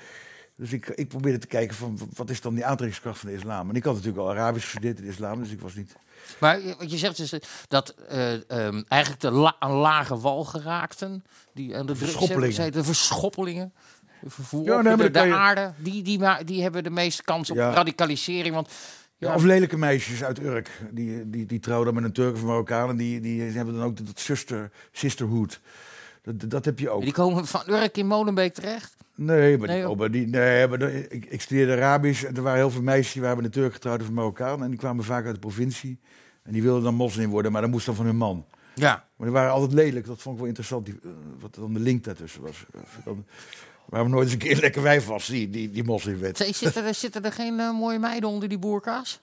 Dus ik, ik probeerde te kijken van wat is dan die aantrekkingskracht van de islam. En ik had natuurlijk al Arabisch gestudeerd in de islam, dus ik was niet... Maar je- wat je zegt is eh, dat eh, ehm, eigenlijk de la- aan lage wal geraakten, die aan de drugs hebben Verschoppelingen. gezeten, de verschoppelingen, de vervoer, Ja, nee, maar dan de, kan de je- aarde, die, die, ma- die hebben de meeste kans op Ja. radicalisering. Want Ja, of lelijke meisjes uit Urk. Die, die, die trouwden met een Turk of Marokkaan. En die, die hebben dan ook dat, dat zuster, sisterhood. Dat, dat heb je ook. die komen van Urk in Molenbeek terecht. Nee, maar, Nee, die, joh. oh, maar die, nee, maar de- ik, ik studeerde Arabisch. En er waren heel veel meisjes die waren met een Turk getrouwd of een Marokkaan. En die kwamen vaak uit de provincie. En die wilden dan moslim worden, maar dat moest dan van hun man. Ja. Maar die waren altijd lelijk. Dat vond ik wel interessant, die, eh, wat dan de link daartussen was. Of Dan, waarom nooit eens een keer lekker wijf was, die, die, die moslim werd. Z- Zitten er, zitten er geen eh, mooie meiden onder die boerka's?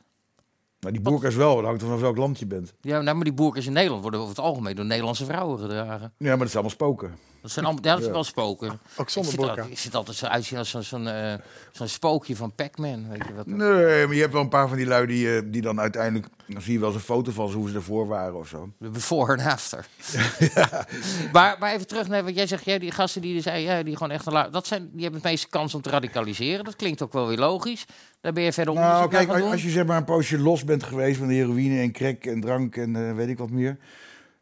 Maar die boerka's wel, dat hangt er vanaf welk land je bent. Ja, nou, maar die boerka's in Nederland worden over het algemeen door Nederlandse vrouwen gedragen. Ja, maar dat is allemaal spoken. Dat zijn allemaal, ja, dat is Ja. wel spoken. Ook zonder ik zit, boerka. al- ik zit altijd zo uitzien als zo'n zo'n eh, zo'n spookje van Pac-Man, weet je wat. Nee, maar je hebt wel een paar van die lui die, eh, die dan uiteindelijk... Dan zie je wel eens een foto van ze, hoe ze ervoor waren of zo. De before en after. Maar, maar even terug naar wat jij zegt. Ja, die gasten die er zijn, ja, die gewoon echt een la- dat zijn, die hebben het meeste kans om te radicaliseren. Dat klinkt ook wel weer logisch. Daar ben je verder Nou, onderzoek naar kijk, gaan als, doen. als je zeg maar een poosje los bent geweest van de heroïne en crack en drank en eh, weet ik wat meer...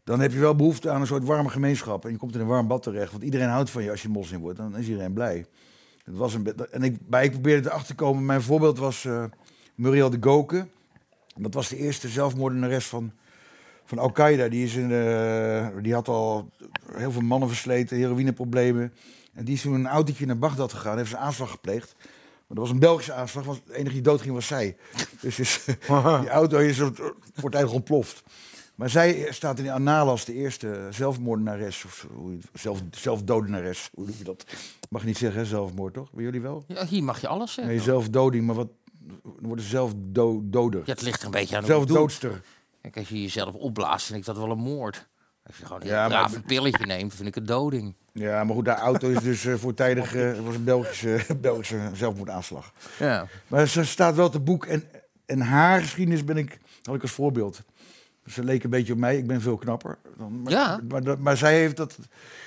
dan heb je wel behoefte aan een soort warme gemeenschap. En je komt in een warm bad terecht, want iedereen houdt van je als je moslim wordt. Dan is iedereen blij. Dat was een be- en ik, maar ik probeerde erachter te komen. Mijn voorbeeld was eh, Muriel de Goken. Dat was de eerste zelfmoordenares van, van Al-Qaeda. Die, is in, eh, die had al heel veel mannen versleten, heroïneproblemen. En die is toen in een autootje naar Bagdad gegaan, heeft een aanslag gepleegd. Maar dat was een Belgische aanslag, want de enige die doodging was zij. Dus is, die auto is, wordt eigenlijk ontploft. Maar zij staat in de annalen als de eerste zelfmoordenares. Of hoe je het- zelf, zelfdodenares, hoe noem je dat? Mag je niet zeggen, hè, zelfmoord, toch? Bij jullie wel? Ja, hier mag je alles zeggen. Nee, zelfdoding, maar wat... Dan worden ze zelfdoder. Ja, het ligt er een beetje aan hoe je het doet. Zelfdoodster. Kijk, als je jezelf opblaast, vind ik dat wel een moord. Als je gewoon een Ja, heel maar- braaf een pilletje neemt, vind ik het doding. Ja, maar goed, de auto is dus eh, voortijdig... eh, Het was een Belgische, Belgische zelfmoordaanslag. Ja. Maar ze staat wel te boek. En, en haar geschiedenis ben ik, had ik als voorbeeld. Ze leek een beetje op mij. Ik ben veel knapper. Dan, maar, Ja. maar, dat- maar zij heeft dat...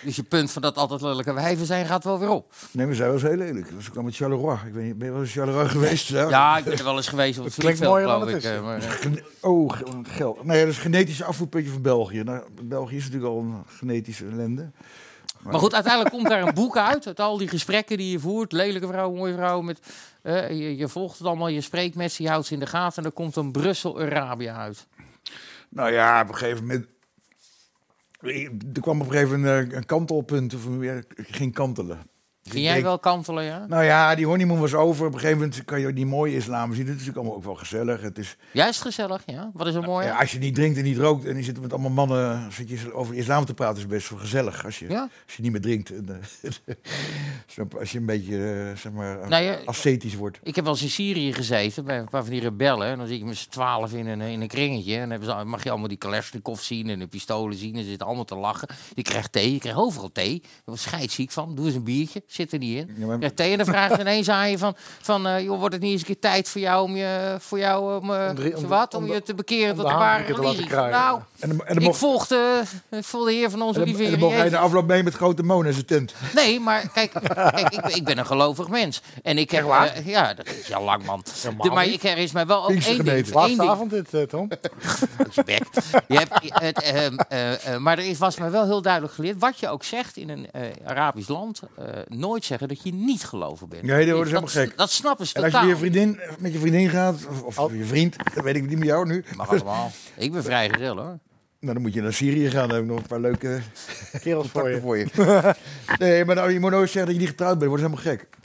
Dus je punt van dat altijd lelijke wijven zijn, gaat wel weer op. Nee, maar zij was heel lelijk. Dus ik kwam met Charleroi. Ik weet niet, ben je wel eens Charleroi geweest? hè? Ja, ik ben er wel eens geweest op het Dat klinkt vliegveld, mooier dan geloof ik. het is. eh, maar, eh. Gene- Oh, ge- geld. Nee, dat is een genetisch afvoerputje van België. Nou, België is natuurlijk al een genetische ellende. Maar goed, uiteindelijk komt daar een boek uit. Uit al die gesprekken die je voert. Lelijke vrouwen, mooie vrouwen. Met, eh, je, je volgt het allemaal, je spreekt met ze, je houdt ze in de gaten. En er komt een Brussel-Arabia uit. Nou ja, op een gegeven moment. Er kwam op een gegeven moment eh, een kantelpunt. Of meer, ik ging kantelen. Ging jij Ik- wel kantelen, ja? Nou ja, die honeymoon was over. Op een gegeven moment kan je ook die mooie islam zien. Het is natuurlijk allemaal ook wel gezellig. Het is, Juist gezellig, Oh ja. Wat is er mooi? ja, aan? als je niet drinkt en niet rookt en je zit met allemaal mannen zit je over islam te praten, is het best wel gezellig. Als je, Ja. als je niet meer drinkt. En, eh, snap je? als je een beetje eh, zeg maar, Nou ja, ascetisch wordt. Ik heb wel eens in Syrië gezeten bij een paar van die rebellen. En dan zie ik met z'n twaalf in een, in een kringetje. En dan hebben ze, mag je allemaal die Kalashnikov zien en de pistolen zien. En ze zitten allemaal te lachen. Je krijgt thee, je krijgt overal thee. Daar word ik scheidsziek van. Doe eens een biertje, zit er niet in. Je krijgt thee en dan vragen ze ineens aan je van... van eh, joh, wordt het niet eens een keer tijd voor jou om je, voor jou, om, eh, drie- om zo de- wat, om om de- je te bekeren om de tot de ware handdoeken te laten religie? kruien. Nou, En dan- en dan ik mocht- volgde, eh, ik volgde de heer van En onze dan, lieve en Heer dan mocht hij Jezus. de afloop mee met grote moon in zijn tent. Nee, maar kijk, kijk ik, ik ben een gelovig mens. En ik heb... eh, ja, dat is al lang, man. De- maar ik, er is mij wel ook één ding. één Laatste ding. avond dit, eh, Tom. Je hebt, i- het, ehm, eh, eh, maar er is, was mij wel heel duidelijk geleerd. Wat je ook zegt in een eh, Arabisch land, eh, nooit zeggen dat je niet gelovig bent. Nee, dat dat wordt helemaal gek. Dat snappen ze En als je totaal. met je vriendin, met je vriendin gaat, of, of je vriend, dat weet ik niet met jou nu. Mag allemaal. Ik ben vrijgezel, hoor. Nou, dan moet je naar Syrië gaan. Dan heb ik nog een paar leuke kerels voor je. voor je. nee, maar nou, je moet nooit zeggen dat je niet getrouwd bent. Dat wordt helemaal gek.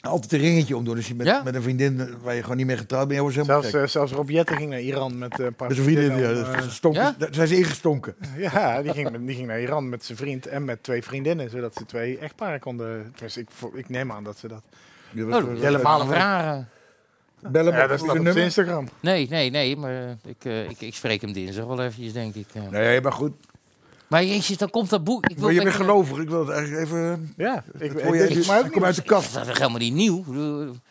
Altijd een ringetje omdoen. Dus je met, met een vriendin waar je gewoon niet meer getrouwd bent, wordt helemaal Zelfs, gek. eh, zelfs Rob Jetten ging naar Iran met eh, een paar Met een vriendin, vriendinnen ja, om, dat eh, stonk- daar zijn ze ingestonken. Ja, die ging, met- die ging naar Iran met zijn vriend en met twee vriendinnen, zodat ze twee echtparen konden. Tenminste, ik, vo- ik neem aan dat ze dat. Oh, dat is Helemaal een niet. rare. Bellen Ja, dat staat op zijn Instagram. eh. Nee, nee, nee. Maar eh, ik, eh, ik, ik spreek hem dinsdag wel eventjes, denk ik. eh. Nee, maar goed. Maar jezus, dan komt dat boek. Ik wil Maar je met bent je- gelovig. Ik wil het eigenlijk even... Ja, ik, hoor je ik, dus- maar ook ik niet. kom uit de kast. Dat is helemaal niet nieuw.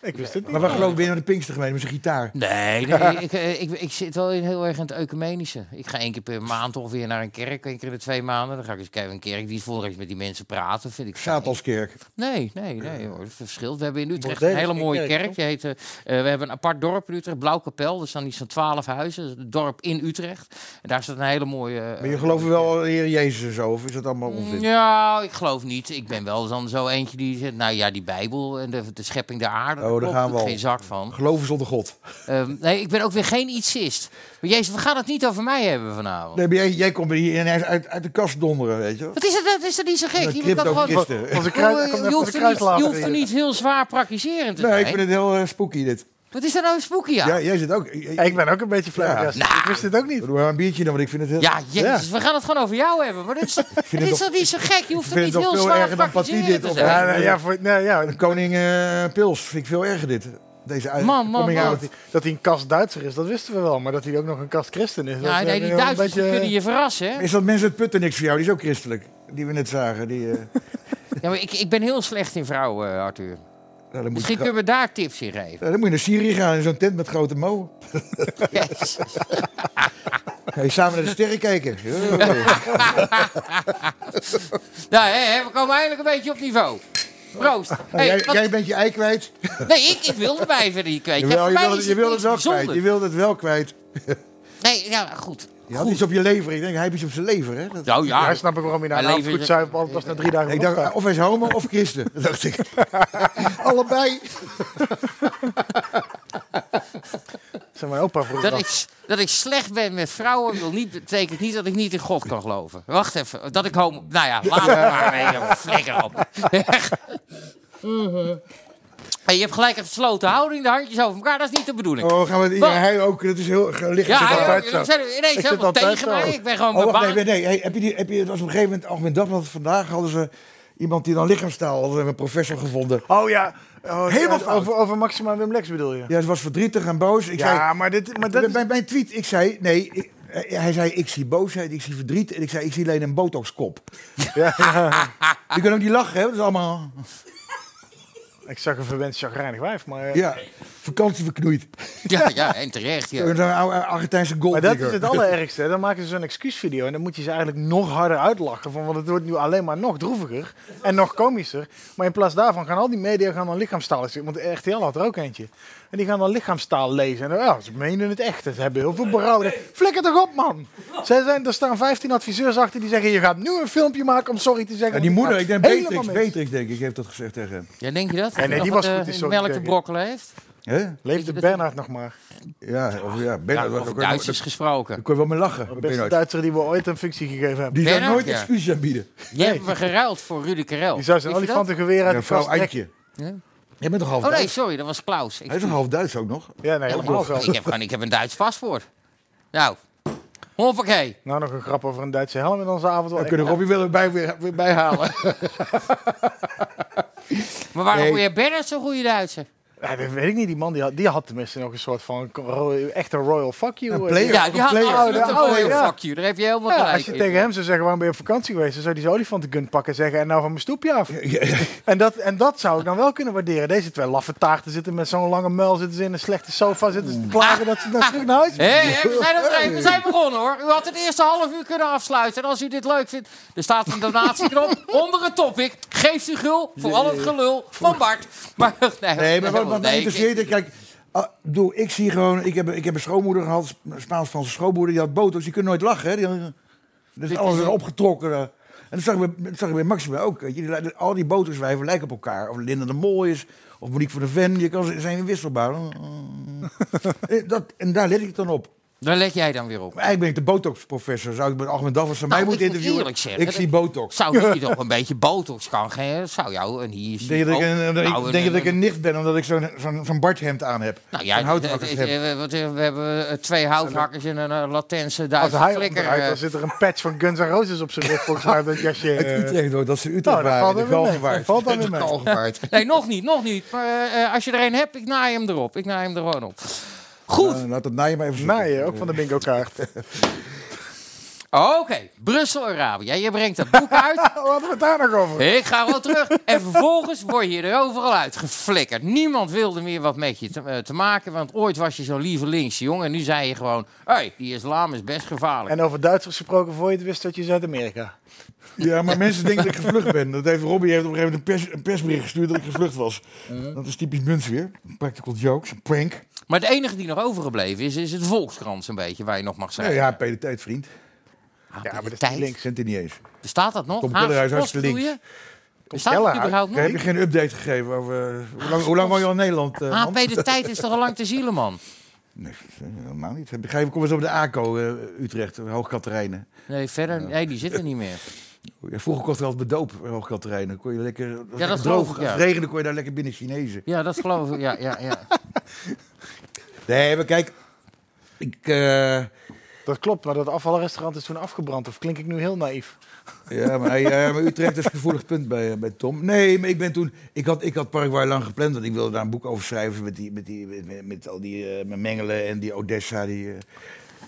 Ik wist het niet. Maar waar geloof je naar de Pinkstergemeente met zijn gitaar? Nee, nee ik, eh, ik, ik zit wel in heel erg in het ecumenische. Ik ga één keer per maand ongeveer naar een kerk, één keer in de twee maanden. Dan ga ik eens kijken een kerk die voor eens met die mensen praten. Vind ik Satanskerk. Nee, nee, nee hoor. Het verschilt. We hebben in Utrecht een Evangelisch hele mooie kerk, kerk. toch? Die heet, eh, eh, we hebben een apart dorp in Utrecht, Blauwkapel. Er staan iets van twaalf huizen. Dat is Het dorp in Utrecht. En daar staat een hele mooie... eh, Maar je gelooft wel in de Heer Jezus en zo? Of is dat allemaal onzin? ja, ik geloof niet. Ik ben wel dan zo eentje die zegt... Nou ja, die Bijbel en de, de schepping der aarde. Oh, daar klopt, gaan we doet al. geen zak van. Geloven zonder God. Ehm, nee, ik ben ook weer geen ietsist. Maar Jezus, we gaan het niet over mij hebben vanavond. Nee, maar jij, jij komt hier ineens uit, uit de kast donderen, weet je wel. Wat is, het, dat is er niet zo gek? Je, crypto kan gewoon, eh, christen. Van- van zijn kruis- je, komt net van hoeft zijn er niet, je kruislader hoeft er in. niet heel zwaar praktiserend te Nee, zijn. ik vind het heel eh, spooky dit. Wat is er nou een spooky aan? Ja, jij zit ook. Ik ben ook een beetje flauw. Ja. Ik wist het ook niet. Doe maar een biertje dan, want ik vind het heel... Ja, jezus, we gaan het gewoon over jou hebben. Maar dit is, dit het is nog- toch niet zo gek? Je hoeft Ik er vind het niet nog heel veel zwaar erger dan Patie praktiserend dit. te Of, nou zijn. nee, ja, voor- nee, ja. De koning eh, Pils vind ik veel erger dit. Deze uit- Man, man, coming man. out. Dat hij, dat hij een kast Duitser is, dat wisten we wel. Maar dat hij ook nog een kast christen is. Ja, dat, nee, eh, die een Duitsers die beetje- kunnen je verrassen. hè? Is dat mensen het putten niks voor jou? Die is ook christelijk. Die we net zagen. Die, eh, Ja, maar ik, ik ben heel slecht in vrouwen, eh, Arthur. nou, dan, moet je, Misschien ga- kunnen we daar tips in geven. nou, dan moet je naar Syrië gaan in zo'n tent met grote mo. Jezus. Ga je samen naar de sterren kijken. nou, hè, hè, we komen eindelijk een beetje op niveau. Proost. Nou, Hey, jij, wat- jij bent je ei kwijt. Nee, ik, ik wil de wijven niet kwijt. Ja, Jawel, voor je mij wil is het, je wil het niks wel bijzonders. kwijt. Je wil het wel kwijt. Nee, ja, goed. Je had iets op je lever. Ik denk, hij heeft iets op zijn lever. Hè? Dat- Nou ja. Ja, snap ik waarom je nou Hij nou levert- goed zuipen pas na drie dagen Ik dacht, opstaat. of hij is homo of christen. dacht ik. Allebei. Zeg mijn opa vroeg Dat ik, dat ik slecht ben met vrouwen wil niet, betekent niet dat ik niet in God kan geloven. Wacht even, dat ik homo... Nou ja, laat me maar mee, joh. flikker op. Echt. Hey, je hebt gelijk een gesloten houding, de handjes over elkaar, dat is niet de bedoeling. Oh, gaan we, ja, Wat? hij ook, dat is heel gelicht. Ja, hij ook. Jullie zijn ineens helemaal tegen mij. Ik ben gewoon oh, wacht, bang. nee, nee, nee. Hey, heb je die, heb je, het was op een gegeven moment, Algemeen Dagblad, vandaag hadden ze iemand die dan lichaamstaal, hadden ze een professor gevonden. Oh ja. Oh, Helemaal ja, fout. Over, over Maxima Wim Lex bedoel je? Ja, ze was verdrietig en boos. Ik Ja, zei, maar dit... Maar dat is- bij mijn tweet, ik zei, nee, ik- eh, hij zei, ik zie boosheid, ik zie verdriet en ik zei, ik zie alleen een botoxkop. Ja, Je kan ook niet lachen, hè? Dat is allemaal, Ik zag een verwend chagrijnig wijf, maar... eh, ja, vakantie verknoeid. Ja, ja, en terecht. Ja. Zo'n oude Argentijnse gold Maar dat is het allerergste. hè. Dan maken ze zo'n excuusvideo en dan moet je ze eigenlijk nog harder uitlachen. Van, want het wordt nu alleen maar nog droeviger en nog komischer. Maar in plaats daarvan gaan al die media gaan dan lichaamstaal lezen. Want RTL had er ook eentje. En die gaan dan lichaamstaal lezen. En dan, ja, ze menen het echt. Ze hebben heel veel berouw. Flikker toch op, man! Zij zijn, er staan 15 adviseurs achter die zeggen... je gaat nu een filmpje maken om sorry te zeggen. En die want moeder, ik gaat denk helemaal Beatrix, mis. Beatrix denk ik, heeft dat gezegd tegen hem. Ja, denk je dat? Ja, nee, Nog die wat, was eh, goed, is zo melk niet te gek. brokkelen heeft? Leeft de Bernhard nog maar? Ja, of, ja, Ja, over Duitsers gesproken. Daar kon je wel mee lachen. De beste Bernhard. Duitser die we ooit een functie gegeven hebben. Die zou nooit excuses aanbieden. Die hebben we geruild voor Rudy Karel. Die zou zijn Weet je dat? olifantengeweer uit de vrouw kast trekken. Eitje. Jij bent toch half Oh nee, Duits? sorry, dat was Klaus. Hij is toch half Duits ook nog? Ja, nee, helemaal Excuus. ik, zelf. heb, gewoon- ik heb een Duits paspoort. Nou, hoppakee. Nou, nog een grap over een Duitse helm in onze avond. Dan kunnen Robbie wel erbij weer, weer bijhalen. Maar waarom Nee. moet je Bernhard zo'n goede Duitser? Ja, dat weet ik niet. Die man die had, die had tenminste nog een soort van ro- echte royal fuck you. eh, Ja, die had oh, absoluut een oude, mooie Oh, ja. fuck you. Daar heb je helemaal Ja, gelijk als je in. tegen hem zou zeggen, waarom ben je op vakantie geweest? Dan zou hij zijn olifantengun pakken en zeggen, en nou van mijn stoepje af. En, dat, en dat zou ik dan wel kunnen waarderen. Deze twee laffe taarten zitten met zo'n lange muil, zitten ze in een slechte sofa, zitten ze te klagen dat ze naar terug naar huis Hé, hé, we, zijn moeten. er even- we zijn begonnen hoor. U had het eerste half uur kunnen afsluiten. En als u dit leuk vindt, er staat een donatieknop onder het topic. Geef u gul voor al het gelul van Bart. Maar, nee, Nee, maar wat nee, wat mij ik- interesseert, ik- kijk, ah, ik bedoel, ik zie gewoon, ik heb, ik heb een schoonmoeder gehad, Sp- Spaans-Franse schoonmoeder, die had botox, die kon nooit lachen. Hè? Die, had- dus Dit alles is is een- opgetrokken. eh. En dat zag, ik bij, dat zag ik bij Maxima ook. weet je, die lijken- al die botoxwijven lijken op elkaar. Of Linda de Mooi is, of Monique van der Ven, je kan, ze zijn wisselbaar. Eh, dat, en daar let ik dan op. Daar let jij dan weer op. Maar eigenlijk ben ik de botox-professor. Zou ik met Algemeen Daffers aan mij Nou, moeten ik moet interviewen? eerlijk zeggen, ik dat- zie botox. Zou je niet nog een beetje botox kan geven? Zou jou een hier Denk je dat ik een, Nou, ik een- denk dat ik een- een nicht ben omdat ik zo'n zo'n zo'n Barthemd aan heb? Nou Zo'n ja, het- houthakkers het- heb. eh, wat- eh, we hebben eh, twee houthakkers en een eh, Latijnse Als Duitse hij flikker. onderuit, eh. dan zit er een patch van Guns N' Roses op zijn rug, volgens mij, op dat jasje. Uit eh. Utrecht hoor, dat ze Utrecht Nou, dat waren. valt in dan de weer mee. Galgenwaard. Dat valt dan weer De mee. Galgenwaard. Nee, nog niet, nog niet. Maar eh, eh, als je er een hebt, ik naai hem erop. Ik naai hem er gewoon op. Goed. Nou, laat dat naaien maar even zoeken. Naaien, ook van de bingo kaart. Oké, Brussel-Arabië. Je brengt dat boek uit. Wat hadden we het daar nog over? Ik ga wel terug. En vervolgens word je er overal uitgeflikkerd. Niemand wilde meer wat met je te, eh, te maken. Want ooit was je zo'n lieve linkse jongen. En nu zei je gewoon: hé, hey, die islam is best gevaarlijk. En over Duitsers gesproken, voor je het wist dat je Zuid-Amerika. Ja, maar mensen denken dat ik gevlucht ben. Dat heeft Robbie heeft op een gegeven moment een, pers, een persbericht gestuurd dat ik gevlucht was. Dat is typisch Muns weer. Practical jokes, een prank. Maar het enige die nog overgebleven is, is het Volkskrant, een beetje waar je nog mag Ja, zijn. ja, Peter Tijd, vriend. ja, maar de Tijd. tijd. Kent hij niet eens. Bestaat dat nog? Tom Haagse Kellerhuis, Post, hartstikke bedoel links. je? Bestaat dat überhaupt nog? Heb je geen update gegeven over... eh, Hoe lang, hoe lang woon je al in Nederland, eh, man? HP Ah, de tijd is toch al lang te zielen, man? Nee, helemaal niet. Heb je- Kom eens op de ACO, eh, Utrecht, Hoogkaterijnen. Nee, verder. Nee, die zit er niet meer. Ja, vroeger kocht er altijd bedoop Hoogkaterijnen. Kon je lekker, dat was dat lekker geloof droog. ik, ja. Als het regende kon je daar lekker binnen Chinezen. Ja, dat geloof ik. Ja, ja, ja. Nee, maar kijk. Ik, eh, Dat klopt, maar dat afvalrestaurant is toen afgebrand. Of klink ik nu heel naïef? ja, maar, hij, eh, maar Utrecht is een gevoelig punt bij, eh, bij Tom. Nee, maar ik ben toen... Ik had, ik had Paraguay lang gepland, want ik wilde daar een boek over schrijven... met, die, met, die, met, met- met al die eh, met Mengelen en die Odessa, die... eh,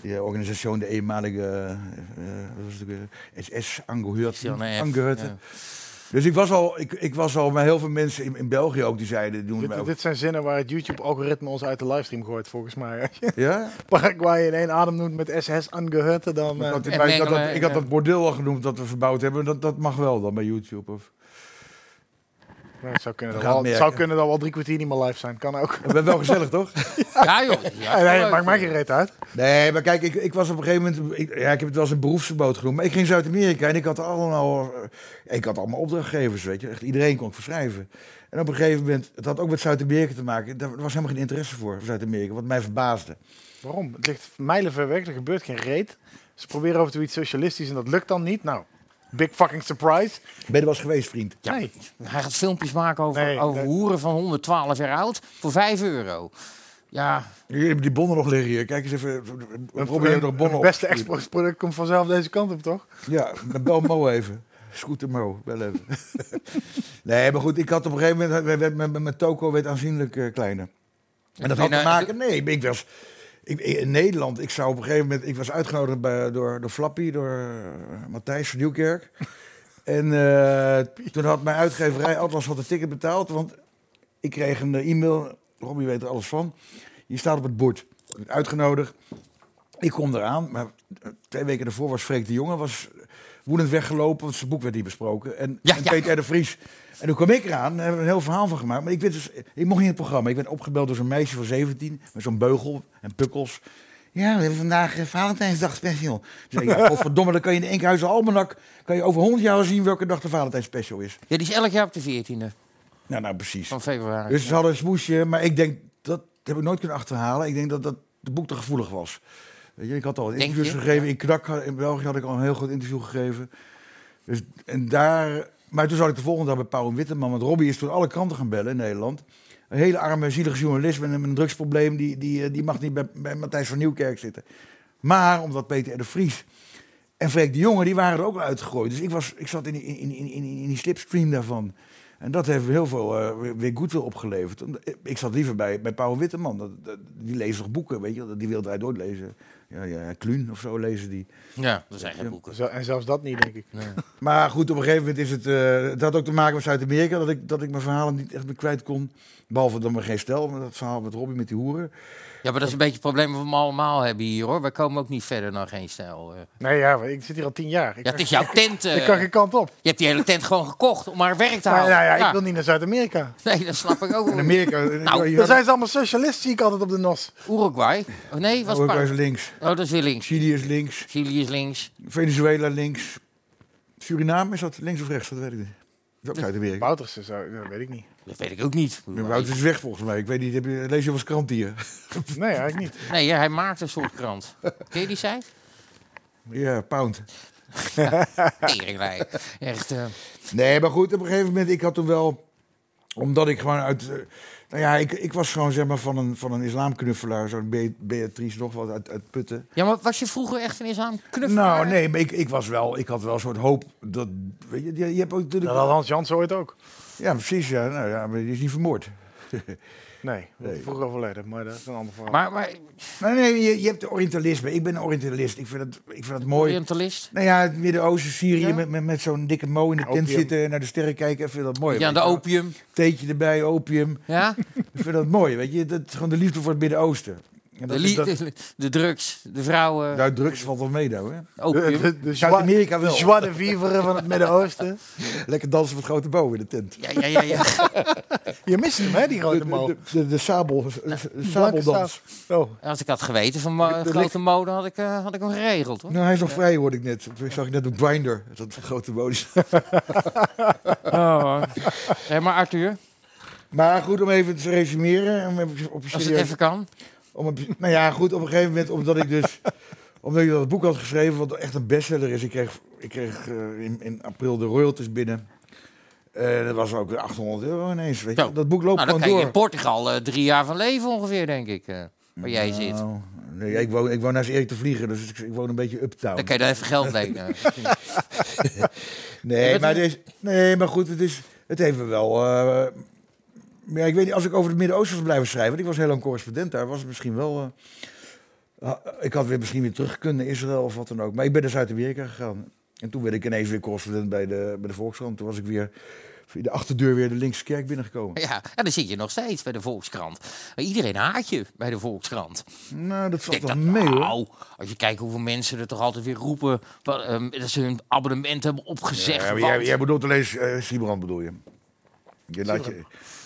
die eh, organisatie, de eenmalige eh, SS-Angehörten. Jan F, ja. Dus ik was al, ik, ik was al, maar heel veel mensen in, in België ook die zeiden, doen mij Dit, ook. dit zijn zinnen waar het YouTube-algoritme ons uit de livestream gooit, volgens mij. Als je Ja? Paraguay in één adem noemt met SS Angehörte, dan... eh, Ik had, En maar ik had Mengelen, dat, ik had ja. dat bordeel al genoemd dat we verbouwd hebben. Dat, dat mag wel dan bij YouTube. Of. nou, het zou kunnen, dat We gaan wel, het merken. zou kunnen dat wel drie kwartier niet meer live zijn. Kan ook. We hebben wel gezellig, toch? Ja, joh. Ja, nee, leuk, maakt mij joh. geen reet uit. Nee, maar kijk, ik, ik was op een gegeven moment... Ik, ja, ik heb het wel eens een beroepsverbod genoemd. Maar ik ging Zuid-Amerika en ik had allemaal... eh, Ik had allemaal opdrachtgevers, weet je. Echt iedereen kon ik verschrijven. En op een gegeven moment... Het had ook met Zuid-Amerika te maken. Daar was helemaal geen interesse voor, voor Zuid-Amerika. Wat mij verbaasde. Waarom? Het ligt mijlenver weg, er gebeurt geen reet. Ze proberen over toe iets socialistisch en dat lukt dan niet. Nou, big fucking surprise. Ben je er wel eens geweest, vriend? Ja. Nee. Hij gaat filmpjes maken over, Nee, over nee. hoeren van 112 jaar oud voor 5 euro. Ja, Jullie hebben die bonnen nog liggen hier. Kijk eens even. Probeer Een- je nog bonnen Het op. beste exportproduct komt vanzelf deze kant op, toch? Ja, dan bel Mo even. Scooter Mo, bel even. nee, maar goed, ik had op een gegeven moment... werd- werd- Mijn, mijn, mijn toko werd aanzienlijk eh, kleiner. En dat had te binnen- maken... Nee, ik- ik was... Ik, ik- in Nederland, ik zou op een gegeven moment... Ik was uitgenodigd bij, door, door Flappy, door eh, Matthijs van Nieuwkerk. en eh, toen had mijn uitgeverij Atlas had een ticket betaald. Want ik kreeg een eh, e-mail. Robbie weet er alles van. Je staat op het bord. Je bent Uitgenodigd. Ik kom eraan. Maar eh, twee weken daarvoor was Freek de Jonge... was eh, woedend weggelopen, want zijn boek werd niet besproken. En, Ja, en ja. Peter R. de Vries. En toen kwam ik eraan, daar hebben we een heel verhaal van gemaakt. Maar ik, werd dus, ik mocht niet in het programma. Ik werd opgebeld door zo'n meisje van 17 met zo'n beugel en pukkels. Ja, we hebben vandaag eh, Valentijnsdag special. Toen zei ik, oh verdomme, dan kan je in de Enkhuizen Almanak... kan je over 100 jaar zien welke dag de Valentijns special is. ja, die is elk jaar op de 14e Nou, nou precies. van februari. Dus ze hadden een smoesje, maar ik denk... Dat, heb ik nooit kunnen achterhalen. Ik denk dat dat het boek te gevoelig was. Weet je, ik had al Denk interviews je? gegeven. In Knak, had- in België had ik al een heel goed interview gegeven. Dus, en daar, maar toen zat ik de volgende dag bij Pauw en Witteman. Want Robbie is toen alle kranten gaan bellen in Nederland. Een hele arme, zielige journalist met een, met een drugsprobleem. Die, die, eh, die mag niet bij, bij Matthijs van Nieuwkerk zitten. Maar omdat Peter R. de Vries en Freek de Jonge, die waren er ook al uitgegooid. Dus ik, was, ik zat in, die- in, in, in, in die slipstream daarvan. En dat heeft heel veel eh, weer- weer goodwill opgeleverd. Omdat- Ik zat liever bij, bij Paul Witteman. Dat, dat- die leest nog boeken, weet je. wel. Die wilde hij nooit lezen. Ja, ja, Kluun of zo lezen die. Ja, dat zijn geen boeken. En zelfs dat niet, denk ik. Maar goed, op een gegeven moment is het... eh, het had ook te maken met Zuid-Amerika. Dat ik, dat ik mijn verhalen niet echt meer kwijt kon. Behalve dan maar geen stel. Maar dat verhaal met Robbie met die hoeren. Ja, maar dat is een beetje het probleem wat we allemaal hebben hier, hoor. Wij komen ook niet verder dan geen stijl. eh. Nee, ja, maar ik zit hier al tien jaar. Ik Ja, het is jouw tent. eh. Ik kan geen kant op. Nou, Je hebt die hele tent gewoon gekocht om haar werk te Maar, houden. nou ja, ik wil niet naar Zuid-Amerika. Nee, dat snap ik ook. wel. nou, Nou, dan zijn ze allemaal socialisten, zie ik altijd op de nos. Uruguay? Oh, nee, was Uruguay Par- is links. Oh, dat is weer links. Chili is links. Chili is links. Venezuela links. Suriname is dat links of rechts? Dat weet ik niet. Dat is ook Zuid-Amerika. Wouters is zo, dat weet ik niet. Dat weet ik ook niet. Wouters is weg volgens mij. Ik weet niet, heb je, lees je wel eens krant hier? Nee, eigenlijk niet. Nee, ja, hij maakt een soort krant. Ken je die site? Ja, pound. Teringlijn. Echt. eh, Nee, maar goed, op een gegeven moment, ik had toen wel... Omdat ik gewoon uit... eh, Nou ja, ik, ik was gewoon zeg maar van een, van een islamknuffelaar. Zo'n Be- Beatrice nog wat uit, uit Putten. Ja, maar was je vroeger echt een islam? Nou, nee, maar ik, ik was wel... Ik had wel een soort hoop dat... weet Je, je, je hebt ook natuurlijk... Dat had Hans Jans ooit ook. Ja, precies. Ja, nou, ja, maar die is niet vermoord. Nee, dat is vroeger overleden, maar dat is een ander verhaal. Maar, maar Nee, nee, je, je hebt de Orientalisme. Ik ben een Orientalist. Ik vind dat, ik vind dat mooi. Orientalist? Nou ja, het Midden-Oosten, Syrië, met, met, met zo'n dikke mo in de tent Opium. zitten en naar de sterren kijken. Ik vind dat mooi. Ja, weet de je wel. opium. Theetje erbij, opium. Ja? ik vind dat mooi, weet je. Dat is gewoon de liefde voor het Midden-Oosten. En De, dat is li- dat- de, de drugs, de vrouwen. Nou, drugs valt wel mee, nou. Hè? Opium. De- de- de Zuid-Amerika wel. de joie de vivre van het Midden-Oosten. Lekker dansen met grote boom in de tent. Ja, ja, ja, ja. Je mist hem, hè, die grote De, mol. de, de, de sabel, de sabeldans. Oh. Als ik had geweten van eh, De- de grote mode, had ik, eh, had ik hem geregeld. Hoor. Nou, hij is nog vrij, hoorde ik net. Ik zag net op Grinder dat grote bonus. Oh, Hé, maar Arthur, Maar goed, om even te resumeren. Om even, op als het serieus- even kan. Om het- nou ja, goed, op een gegeven moment, omdat ik dus... omdat ik dat boek had geschreven, wat echt een bestseller is. Ik kreeg, ik kreeg eh, in, in april de royalties binnen. Eh, dat was ook weer 800 euro ineens. Weet je. Zo. Dat boek loopt nou, gewoon dan kan je door. in Portugal eh, drie jaar van leven ongeveer, denk ik. eh, waar jij zit. Nou, nee, ik, woon, ik woon naast Erik te Vliegen, dus ik, ik woon een beetje uptown. Dan kan je daar even geld eh. lenen. Nee, Wat maar, is- het is, nee, maar goed, het, is, het heeft me wel. eh, maar ik weet niet, als ik over het Midden-Oosten was blijven schrijven, want ik was heel lang correspondent daar, was het misschien wel. eh, ah, ik had weer misschien weer terug kunnen naar Israël of wat dan ook. Maar ik ben naar Zuid-Amerika gegaan. En toen werd ik ineens weer correspondent bij de, bij de Volkskrant. Toen was ik weer via de achterdeur weer de linkse kerk binnengekomen. ja, en dan zit je nog steeds bij de Volkskrant. Maar Iedereen haat je bij de Volkskrant. Nou, dat nou. valt Ik wel dacht, mee hoor. wauw, Nou, als je kijkt hoeveel mensen er toch altijd weer roepen wat, ehm, dat ze hun abonnement hebben opgezegd. Ja, maar want- jij, jij bedoelt alleen eh Siebrand bedoel je. je, laat je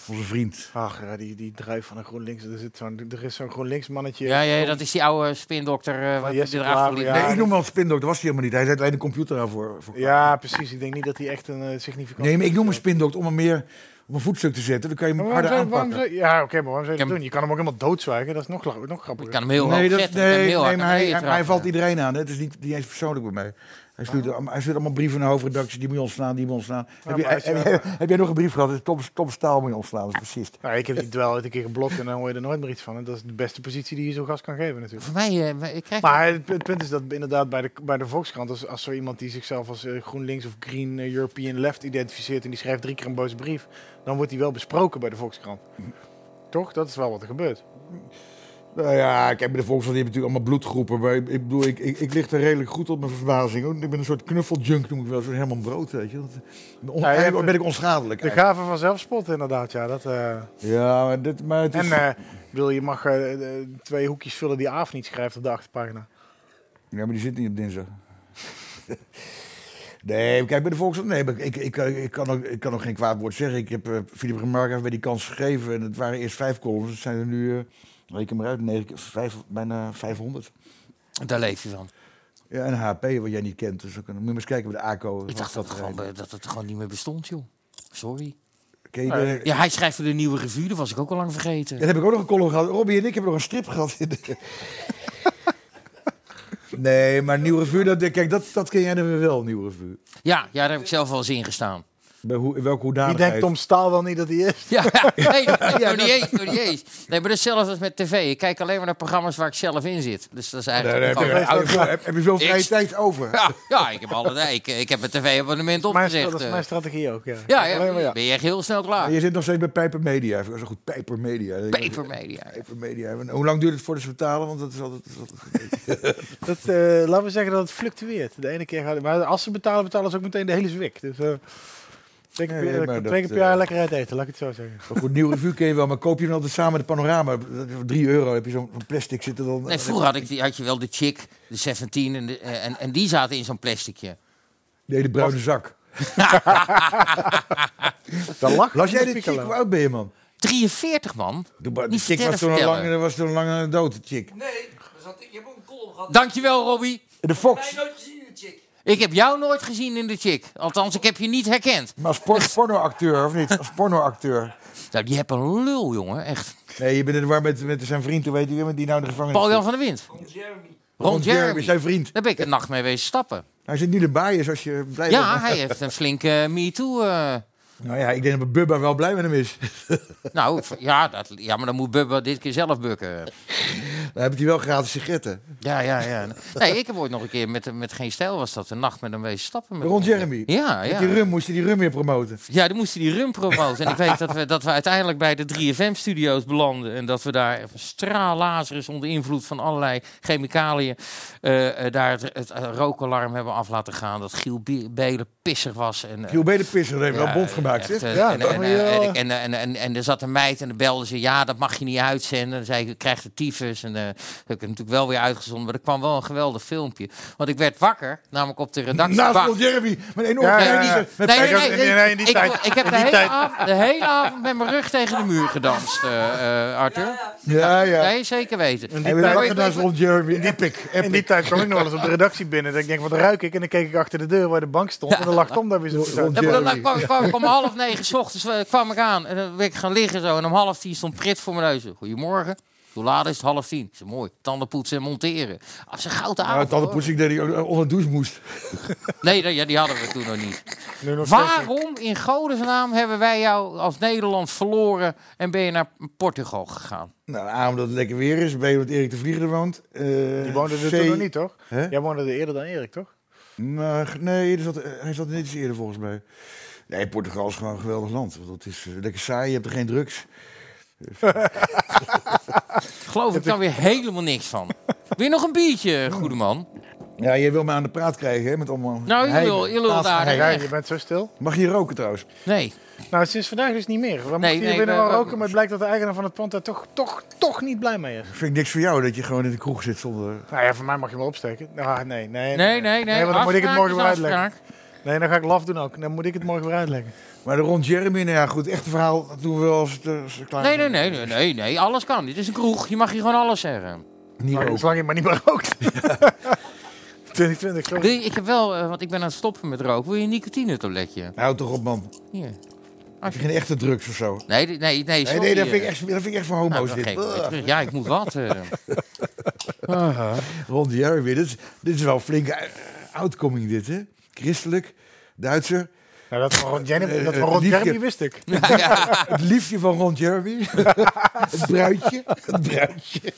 onze vriend. Ach, ja, die, die druif van een GroenLinks. Er, zit zo'n, er is zo'n GroenLinks mannetje. ja, ja, dat is die oude spindokter eh, wat Jesse die erachter Klaver, liep. ja. Nee, ik noem hem al spindokter, dat was hij helemaal niet. Hij zet alleen de computer aan voor, voor Ja, precies. Ik denk niet dat hij echt een eh, significant... Nee, maar ik noem een spindokter om hem meer op een voetstuk te zetten. Dan kan je hem Maar waarom harder zou- waarom aanpakken. zou- ja, oké, maar waarom zou je dat doen? Je kan hem ook helemaal doodzwijgen. Dat is nog, la- nog grappiger. Ik kan hem heel nee, hoog dat, zetten. nee, en heel hard nee, naar maar hij, beneden hij, hij trappen. valt iedereen aan. Hè. Het is niet, niet eens persoonlijk bij mij. Hij stuurt, allemaal- hij stuurt allemaal brieven naar hoofdredactie. Die moet je ontslaan, die moet je ontslaan. heb, je, maar als je- heb, je- heb jij nog een brief gehad? Dat is Tom, Tom Staal moet je ontslaan, dat is precies. Nou, ik heb die dwel ooit een keer geblokt en dan hoor je er nooit meer iets van. En dat is de beste positie die je zo'n gast kan geven natuurlijk. Voor mij, eh, wij- ik krijg Maar het, het punt is dat inderdaad bij de, bij de Volkskrant, als, als zo iemand die zichzelf als eh, GroenLinks of Green eh, European Left identificeert en die schrijft drie keer een boze brief, dan wordt die wel besproken bij de Volkskrant. Toch? Dat is wel wat er gebeurt. Nou ja, kijk, bij de Volkskrant heb je natuurlijk allemaal bloedgroepen. Maar ik, ik bedoel, ik, ik, ik lig er redelijk goed op mijn verbazing. Ik ben een soort knuffeljunk, noem ik wel. Zo'n Herman Brood, weet je. Dat, on- Ja, je hebt- eigenlijk ben ik onschadelijk. De eigenlijk. gave van zelfspot inderdaad, ja. Dat, eh, Ja, maar, dit, maar het is... En eh, ik bedoel, je mag eh, eh, twee hoekjes vullen die Aaf niet schrijft op de achterpagina. Ja, maar die zit niet op dinsdag. Nee, kijk, bij de Volkskrant, nee, maar ik, ik, ik, kan ook, ik kan ook geen kwaad woord zeggen. Ik heb eh, Philip Remarque heeft mij die kans gegeven. En het waren eerst vijf columns. Het zijn er nu, eh, reken maar uit, negen, keer vijf, bijna 500. Daar leef je van. Ja, en HP, wat jij niet kent. Dus dan kan- moet je maar eens kijken bij de ACO. Ik dacht dat, wat het eh, er- gewoon, eh, dat het gewoon niet meer bestond, joh. Sorry. Ken je de- Ja, hij schrijft voor de nieuwe revue, dat was ik ook al lang vergeten. Ja, dat heb ik ook nog een column gehad. Robbie en ik hebben nog een strip gehad. in de- nee, maar Nieuw Revue, dat, kijk, dat, dat ken jij dan wel, Nieuw Revue. Ja, ja, daar heb ik zelf wel eens in gestaan. Bij hoe, in welke Die hoedanigheid. denkt Tom Staal wel niet dat hij is. Ja, nee, nog niet eens, nog niet eens. Nee, maar dat is zelfs als met tv. Ik kijk alleen maar naar programma's waar ik zelf in zit. Dus dat is eigenlijk... Nee, nee, heb, je, ook- heb, je- heb, je veel vrije Ik- tijd over? Ja, ja, ik heb alle ik, ik heb een tv-abonnement Mijn, opgezegd. dat is eh. mijn strategie ook, ja. ja, Alleen ja, maar ben je echt heel snel Maar klaar. Je zit nog steeds bij Pijper Media. Zo goed, Pijper Media. Paper media. Pijper Media. En Hoe lang duurt het voordat ze betalen? Want dat is altijd... dat is altijd- Dat, eh, laten we zeggen dat het fluctueert. De ene keer gaat het- maar als ze betalen, betalen ze ook meteen de hele zwik. Dus eh twee keer Nee, per- maar twee dat, keer per jaar eh, lekker uit eten, laat ik het zo zeggen. Maar goed, Nieuw Revue ken je wel. Maar koop je hem altijd samen met Panorama. Dat is voor 3 euro heb je zo'n zo'n plastic zitten dan... Nee, vroeger had, ik, die- had je wel de chick, de 17, en, de- eh, en, en die zaten in zo'n plasticje. Nee, de bruine zak. Dan lag Las je jij de dit chick? Piccolo. Hoe oud ben je, man? 43, man. De, ba- die Niet chick was toen, vertellen, een vertellen. lange, was toen een lange dood, de chick. Nee, daar zat, ik heb ook een column gehad. Dankjewel, Robbie. De Heb Fox. jij nooit gezien, die chick? Ik heb jou nooit gezien in de chick. Althans, ik heb je niet herkend. Maar als por- pornoacteur, of niet? Als pornoacteur. Nou, die hebt een lul, jongen. Echt. Nee, je bent in de war met, met zijn vriend, hoe weet je weer, met die nou in de gevangenis Paul-Jan zit. van der Wind. Ron Jeremy. Ron Jeremy. Zijn vriend. Daar ben ik een nacht mee wezen stappen. Hij zit nu erbij, is als je blij Ja, bent. hij heeft een flinke MeToo... eh, Nou ja, ik denk dat Bubba wel blij met hem is. nou, v- ja, dat, ja, maar dan moet Bubba dit keer zelf bukken. Dan heeft hij wel gratis sigaretten. Ja, ja, ja. Nee, ik heb ooit nog een keer met, met Geen Stijl was dat. Een nacht met hem wezen stappen. Met Rond Jeremy. Ja, Met ja. die rum, moest je die rum weer promoten. Ja, die moesten die rum promoten. En ik weet dat we, dat we uiteindelijk bij de 3FM-studio's belanden. En dat we daar straalazers onder invloed van allerlei chemicaliën... eh, eh, daar het, het, eh, rookalarm hebben af laten gaan. Dat Giel Be- Belen pissig was. En, eh, Giel Bedepisser heeft wel ja, bond gemaakt, echt, zeg. eh, Ja, en- dat en- moet je wel- en- en- en- en- En er zat een meid en dan belde ze... ja, dat mag je niet uitzenden. Dan zei ik, ik krijg de tyfus. En eh, dat heb ik natuurlijk wel weer uitgezonden. Maar er kwam wel een geweldig filmpje. Want ik werd wakker, namelijk op de redactie. Naast Ron Jeremy, met een enorme Ja, ja, ja. penis, met Nee, nee, penis. nee, nee, in die ik, tijd. ik heb In de die hele, tijd. avond, de hele avond met mijn rug tegen de muur gedanst, eh, eh, Arthur. Ja, ja. Nee, zeker weten. In die Hij werd tijd- wakker naast Ron Jeremy. Epic, In die epic. tijd kwam ik nog wel eens op de redactie binnen. Dat ik denk, wat ruik ik? En dan keek ik achter de deur waar de bank stond. En dan lag Tom daar weer zo. Rond tussen. Ja, maar dan Jeremy. kwam, kwam ik om half negen 's ochtends eh, kwam ik aan. En dan ben ik gaan liggen zo. En om half tien stond Prit voor mijn neus. Goedemorgen. Hoe laat is het? Half tien. Ze mooi. Tanden poetsen en monteren. Ah, Als een gouden Nou, avond. hoor. tandenpoets, ik deed dat hij onder de douche moest. Nee, dat- ja, die hadden we toen nog niet. Nu nog steeds niet. Waarom in godesnaam hebben wij jou als Nederland verloren en ben je naar Portugal gegaan? Nou, A, omdat het lekker weer is. B, omdat Erik de Vlieger er woont. Eh, Die woonde er C, toen nog niet, toch? Hè? Jij woonde er eerder dan Erik, toch? Nou, g- nee, er zat- eh, hij zat net iets eerder volgens mij. Nee, Portugal is gewoon een geweldig land. Want dat is eh, lekker saai, je hebt er geen drugs. Geloof ik dan weer helemaal niks van. Weer nog een biertje, goede man. Ja, jij wil me aan de praat krijgen, hè, met allemaal... Nou, je heiden. wil- je wil Plaats van daar- heiden. Ja, echt. je bent zo stil. Mag je hier roken trouwens? Nee. Nou, sinds vandaag dus niet meer. We moeten hier nee, binnen we- wel we- roken, maar het blijkt dat de eigenaar van het pand daar toch, toch, toch niet blij mee is. Vind ik niks voor jou dat je gewoon in de kroeg zit zonder... Nou ja, voor mij mag je hem wel opsteken. Ah, nee, nee, nee. Nee, nee, nee. want dan moet ik het Afspraak morgen is weer uitleggen. afspraak. Nee, dan ga ik laf doen ook. Dan moet ik het morgen weer uitleggen. Maar de rond Jeremy, nou ja, goed, echt een verhaal dat doen we wel als het eh, als het klaar Nee, nee, nee, nee, nee, nee. Alles kan. Dit is een kroeg. Je mag hier gewoon alles zeggen. Niet Zolang- roken. Zolang je maar niet meer rookt. 2020, Wil sorry. je- ik heb wel, eh, want ik ben aan het stoppen met roken. Wil je een nicotine tabletje? Nou, Houd toch op, man. Hier. Heb je geen echte drugs of zo? Nee, Nee, nee, eh. nee. Nee, nee, dat, vind ik echt, dat vind ik echt voor Nou, homo's, dit. terug. Ja, ik moet wat. eh. Rond Jeremy, dit, is- dit is wel een flinke eh, outcoming, dit, hè? Christelijk, Duitser. Nou, dat van Rod Jeremy, dat van Eh, Rod liefje. Jeremy wist ik. Het liefje van Ron Jeremy. het bruidje. Het bruidje.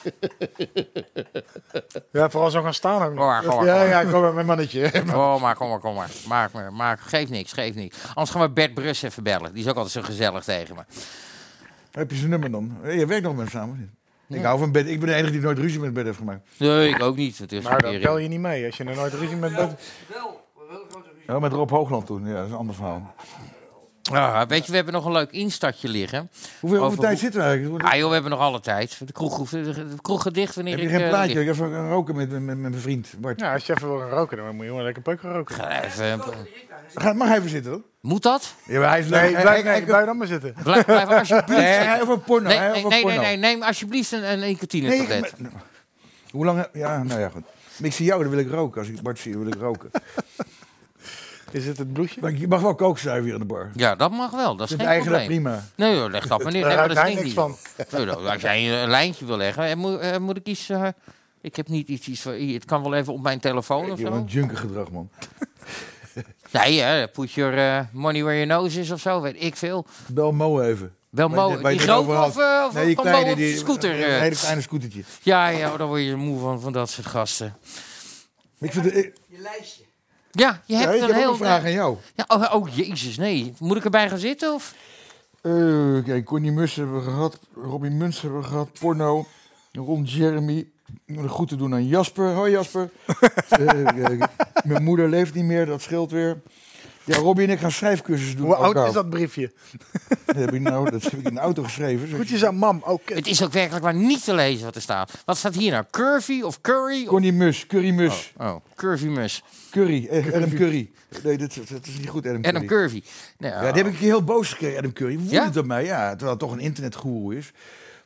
Ja, vooral zo gaan staan ook nog. Kom Oh, maar, kom Ja, ja, maar, kom maar. kom maar, Nou, mijn mannetje. Oh, maar, kom maar, kom maar. Maak me, maak. Geef niks, geef niks. Anders gaan we Bert Brus even bellen. Die is ook altijd zo gezellig tegen me. Heb je zijn nummer dan? Je werkt nog met hem samen. Ik hou van bed. Ik ben de enige die nooit ruzie met bed heeft gemaakt. Nee, ik ook niet. Het is Nou, een dat bel keer- je niet mee als je er nooit ruzie met bent. Wel, we willen grote ruzie. Ja, Oh, met Rob Hoogland toen. Ja, dat is een ander verhaal. Ah, weet je, we hebben nog een leuk instadje liggen. Hoeveel, Over hoeveel tijd hoe- zitten we eigenlijk? Ah joh, we hebben nog alle tijd. De kroeg, hoeft- de kroeg gaat dicht wanneer Heb je ik... geen eh, plaatje? dicht- Ik heb even gaan roken met, met, met mijn vriend Bart. Ja, als je even wil gaan roken, dan moet je gewoon lekker peuk gaan roken. Ga Eh, even een- Ga- Mag hij even zitten dan? Moet dat? Ja, maar hij is leuk. Nee, Hij- blijf, hij- nee, blijf dan maar zitten. Blijf, blijf alsjeblieft. Nee, hij heeft een porno. Nee, hij nee, heeft een nee, nee, porno. nee, neem alsjeblieft een, een nicotine Nee, tablet. ik- maar- Hoe lang? Ja, nou ja, goed. Maar Ik zie jou, dan wil ik roken. Als ik Bart zie, wil ik roken. Is het het bloesje? Maar je mag wel kookzuiver hier in de bar. Ja, dat mag wel. Dat is Vindt geen de eigenaar probleem. prima. Nee, joh, leg dat maar neer. Daar Nee, maar houdt dat hij ding niks niet. Nee, joh, Als jij een lijntje wil leggen, eh, moet, eh, moet ik iets... eh, ik heb niet iets, iets van... hier, Het kan wel even op mijn telefoon of Jongen, zo. een junker gedrag, man. Nee, hè, put your eh, money where your nose is of zo. Weet ik veel. Bel Mo even. Bel Mo, Waar je- waar die je het grote over had. of, eh, of Nee, die van Mo kleine, op die- de scooter? Een eh? hele kleine scootertje. Ja, ja, daar word je moe van, van dat soort gasten. Ik vind het, Je lijstje. Ja, je Ja, ik hebt een heb ook heel... een vraag aan jou. Ja, oh, oh, jezus, nee. Moet ik erbij gaan zitten of... Eh, Kijk, Connie Mus hebben we gehad, Robbie Muns hebben we gehad, Porno, Ron Jeremy. Om de goed te doen aan Jasper. Hoi Jasper. Eh, eh, mijn moeder leeft niet meer, dat scheelt weer. Ja, Robbie en ik gaan schrijfcursus doen. Hoe oud elkaar. is dat briefje? Dat heb ik, nou, dat heb ik in de auto geschreven. zeg. Goed, je aan mam. Oh, Oké. Het is ook werkelijk waar niet te lezen wat er staat. Wat staat hier nou? Curvy of curry? Of... Connie Mus, Curry Mus. Oh, oh, curvy mus. Curry, eh, Adam Curry. Nee, dat, dat is niet goed, Adam Curry. Adam Curvy. Nou, Nee, Ja, die heb ik een keer heel boos gekregen, Adam Curry. Woedend Ja? op mij, ja. Terwijl het toch een internetgoeroe is.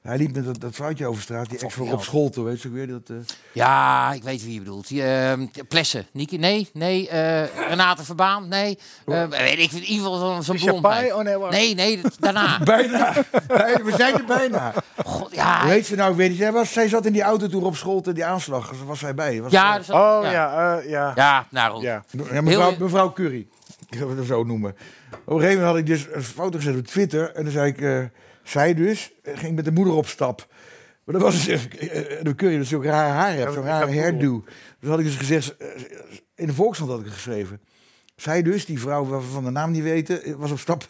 Hij liep met dat, dat vrouwtje over straat, die ex van Rob ja. Scholten, weet je ook weer. Dat, eh, Ja, ik weet wie je bedoelt. Die, ehm, Plessen. Niki? Nee, nee. eh, Renate Verbaan? Nee. Eh, weet ik, in ieder geval zo'n zo'n blond Chapai? meid. Oh, nee, wacht. Nee, nee, dat- daarna. Bijna. Bijna, We zijn er bijna. God, ja. Hoe heet ze nou? Weet je, zij, was, zij zat in die auto toen Rob Scholten die aanslag. Dus was zij bij. Was Ja, zij- dat- Oh ja. ja, eh, ja. Ja, nou goed. Ja. ja, mevrouw, heel- mevrouw Curry. Ik ga het zo noemen. Op een gegeven moment had ik dus een foto gezet op Twitter. En dan zei ik, eh, zij dus, eh, ging met de moeder op stap. Maar dat was dus, eh, eh, de Curry, dat ze ook raar haar heeft, zo'n rare hairdo. Dus had ik dus gezegd, eh, in de Volkskrant had ik het geschreven. Zij dus, die vrouw waarvan we van de naam niet weten, eh, was op stap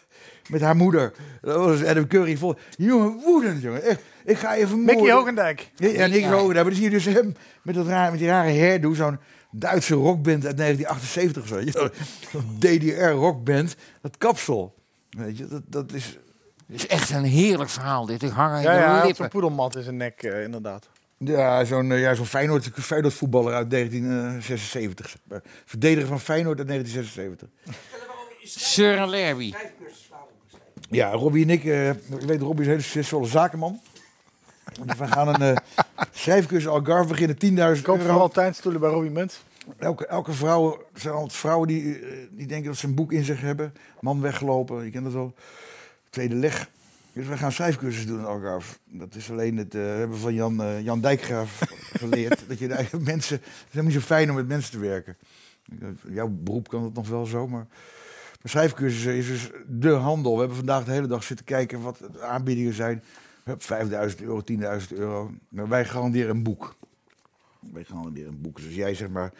met haar moeder. Dat was dus Adam Curry vol. Jongen, woedend, jongen. Echt, ik ga even Mickey Hogendijk. ja, ja, niks hoger daar. Maar dan zie je dus hem met, dat rare, met die rare hairdo, zo'n Duitse rockband uit 1978 of zo. Ja, Zo'n DDR-rockband, dat kapsel. Weet je, dat, dat is... Het is echt een heerlijk verhaal dit. Ik hang aan Ja, ja, de hij had zo'n lippen. poedelmat in zijn nek, eh, inderdaad. Ja, zo'n eh, ja, zo'n Feyenoord, Feyenoord voetballer uit 1976. zeg maar. Verdediger van Feyenoord uit 1976. Søren Lerby. Ja, Robbie en ik, eh, ik weet Robbie is een hele succesvolle zakenman. We gaan een eh schrijfcursus Algarve beginnen, 10.000 Koop euro. vooral tuinstoelen bij Robbie Munt. Elke, elke vrouw, zijn altijd vrouwen die, eh, die denken dat ze een boek in zich hebben. Man weggelopen, je kent dat wel. Tweede leg. Dus we gaan schrijfcursus doen in Algarve. Dat is alleen het, eh, we hebben van Jan, eh, Jan Dijkgraaf geleerd. dat je de eigen mensen, het is helemaal niet zo fijn om met mensen te werken. Eh, Jouw beroep kan dat nog wel zo, maar... Maar schrijfcursus is dus de handel. We hebben vandaag de hele dag zitten kijken wat de aanbiedingen zijn. Hup, 5.000 euro, 10.000 euro. Maar wij garanderen een boek. Wij garanderen een boek. Dus als jij zeg maar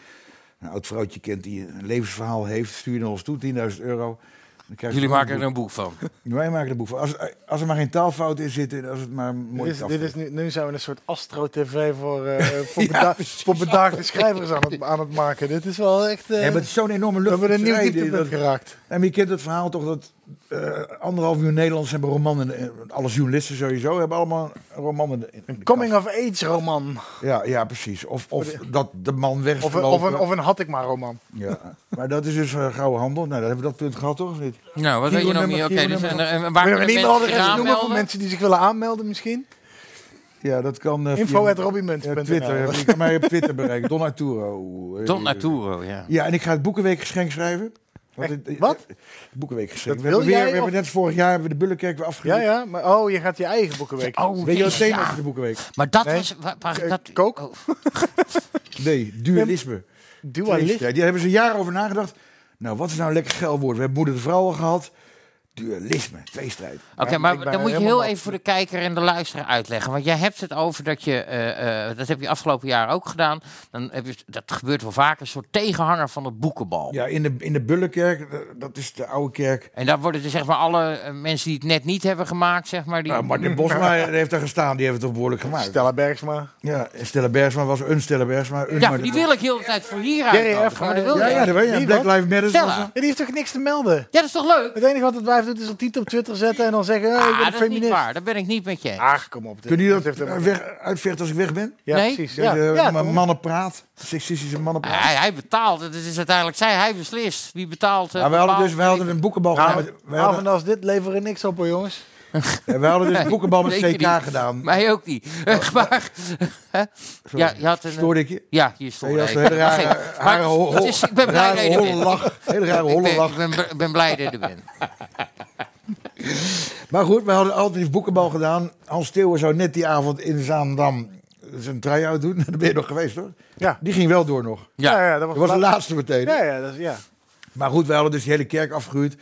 een oud vrouwtje kent die een levensverhaal heeft, stuur je naar ons toe, 10.000 euro. Dan krijg je Jullie gewoon maken er een boek van. Wij maken er een boek van. Als, als er maar geen taalfout in zitten, en als het maar Dit mooi is, is. dit is nu, nu zijn we een soort astro-tv voor, eh voor, beda- voor bedaagde schrijvers aan het, aan het maken. Dit is wel echt... eh, Ja, maar het is zo'n enorme we lucht. hebben een nieuw vrij die- dieptepunt dat- geraakt. En je kent het verhaal toch dat eh, anderhalf miljoen Nederlanders hebben romannen. eh, Alle journalisten sowieso hebben allemaal romannen. in- in de kast. Coming-of-age roman. Ja, ja precies. Of, of dat de man weg is Of, een- gelopen. of, een, of een had ik maar roman. Ja. Maar dat is dus eh gouden handel. Nou, dan hebben we dat punt gehad, toch? Of niet? Nou, wat weet je nog Kilo-nummer, meer? Oké, kilo-nummer. dus, en, en waar Wil je nog een kunnen mensen zich e-mailadres noemen voor aanmelden? mensen die zich willen aanmelden misschien? Ja, dat kan... eh, Info via- at robbymunt.nl. ja, Twitter. Ja, je kan mij op Twitter bereiken. Don Arturo. Eh, Don Naturo, ja. Ja, en ik ga het Boekenweekgeschenk schrijven. Want Echt? het- Wat? het Boekenweekgeschenk. Dat We, hebben, wil weer, jij, we hebben net vorig jaar hebben we de Bullenkerk weer Ja, afgerond. ja. Maar, oh, je gaat je eigen boekenweek. Oh, Weet je wat jezus, het thema is ja. van de Boekenweek? Maar dat Nee. was... wa- wa- Eh, dat, kook? oh, Nee, dualisme. Dualist. Ja, die hebben ze jaren over nagedacht. Nou, wat is nou een lekker geil woord? We hebben moeder de vrouw al gehad. Dualisme, tweestrijd. Oké, Ja, maar ik ben dan moet je helemaal heel nat. even voor de kijker en de luisteraar uitleggen. Want jij hebt het over dat je, eh, eh, dat heb je afgelopen jaar ook gedaan. Dan heb je, dat gebeurt wel vaak, een soort tegenhanger van de boekenbal. Ja, in de, in de Bullenkerk, eh, dat is de oude kerk. En daar worden dus zeg maar alle eh, mensen die het net niet hebben gemaakt, zeg maar. Die... Nou, Martin Bosma heeft daar gestaan, die heeft het toch behoorlijk gemaakt. Stella Bergsma. Ja, en Stella Bergsma was een Stella Bergsma. Een ja, Martin die Bosma. wil ik heel de tijd voor hier Jerry uit. Erfgoed. Maar dat wil Ja, ik. ja, dat weet je. Die Black wat? Lives Matter. Stella. was- Ja, die heeft toch niks te melden? Ja, dat is toch leuk? Het enige wat het wijf doet is een titel op Twitter zetten en dan zeggen... eh, ik Ah, ben dat is niet feminist. waar. Daar ben ik niet met je. eens. Ah. Ach, kom op. dit- Kunnen jullie dit dat heeft eh, helemaal- weg, uitvechten als ik weg ben? Ja, Nee. precies. Ja, Ja, ja, maar toch? mannen praat, seksistische mannen praat. Hij, hij betaalt. Het is uiteindelijk zij. Hij beslist. Wie betaalt. eh, Maar we hadden bepaalt dus we hadden een boekenbal. Nou, gedaan met- we avond hadden- als dit leveren niks op hoor, jongens. En we hadden dus een boekenbal met Weet je CK niet. gedaan. Oh. Mij ook niet. maar, hè? Sorry. ja, je had een, eh, Stoorde ik je? Ja, je stoorde Ja, je had ik. een hele rare- Maar geen- maar rare ho- het is- Ik ben blij rare dat je er holle bent. lach. Hele rare Ik ben- holle lach. Ik ben, ben blij dat je er bent. Maar goed, we hadden altijd die boekenbal gedaan. Hans Steeuwen zou net die avond in Zaandam zijn try-out doen. Daar ben je nog geweest hoor. Ja. Die ging wel door nog. Ja, ja, Dat was de laatste meteen. Ja, ja, dat is, ja. Maar goed, wij hadden dus die hele kerk afgehuurd.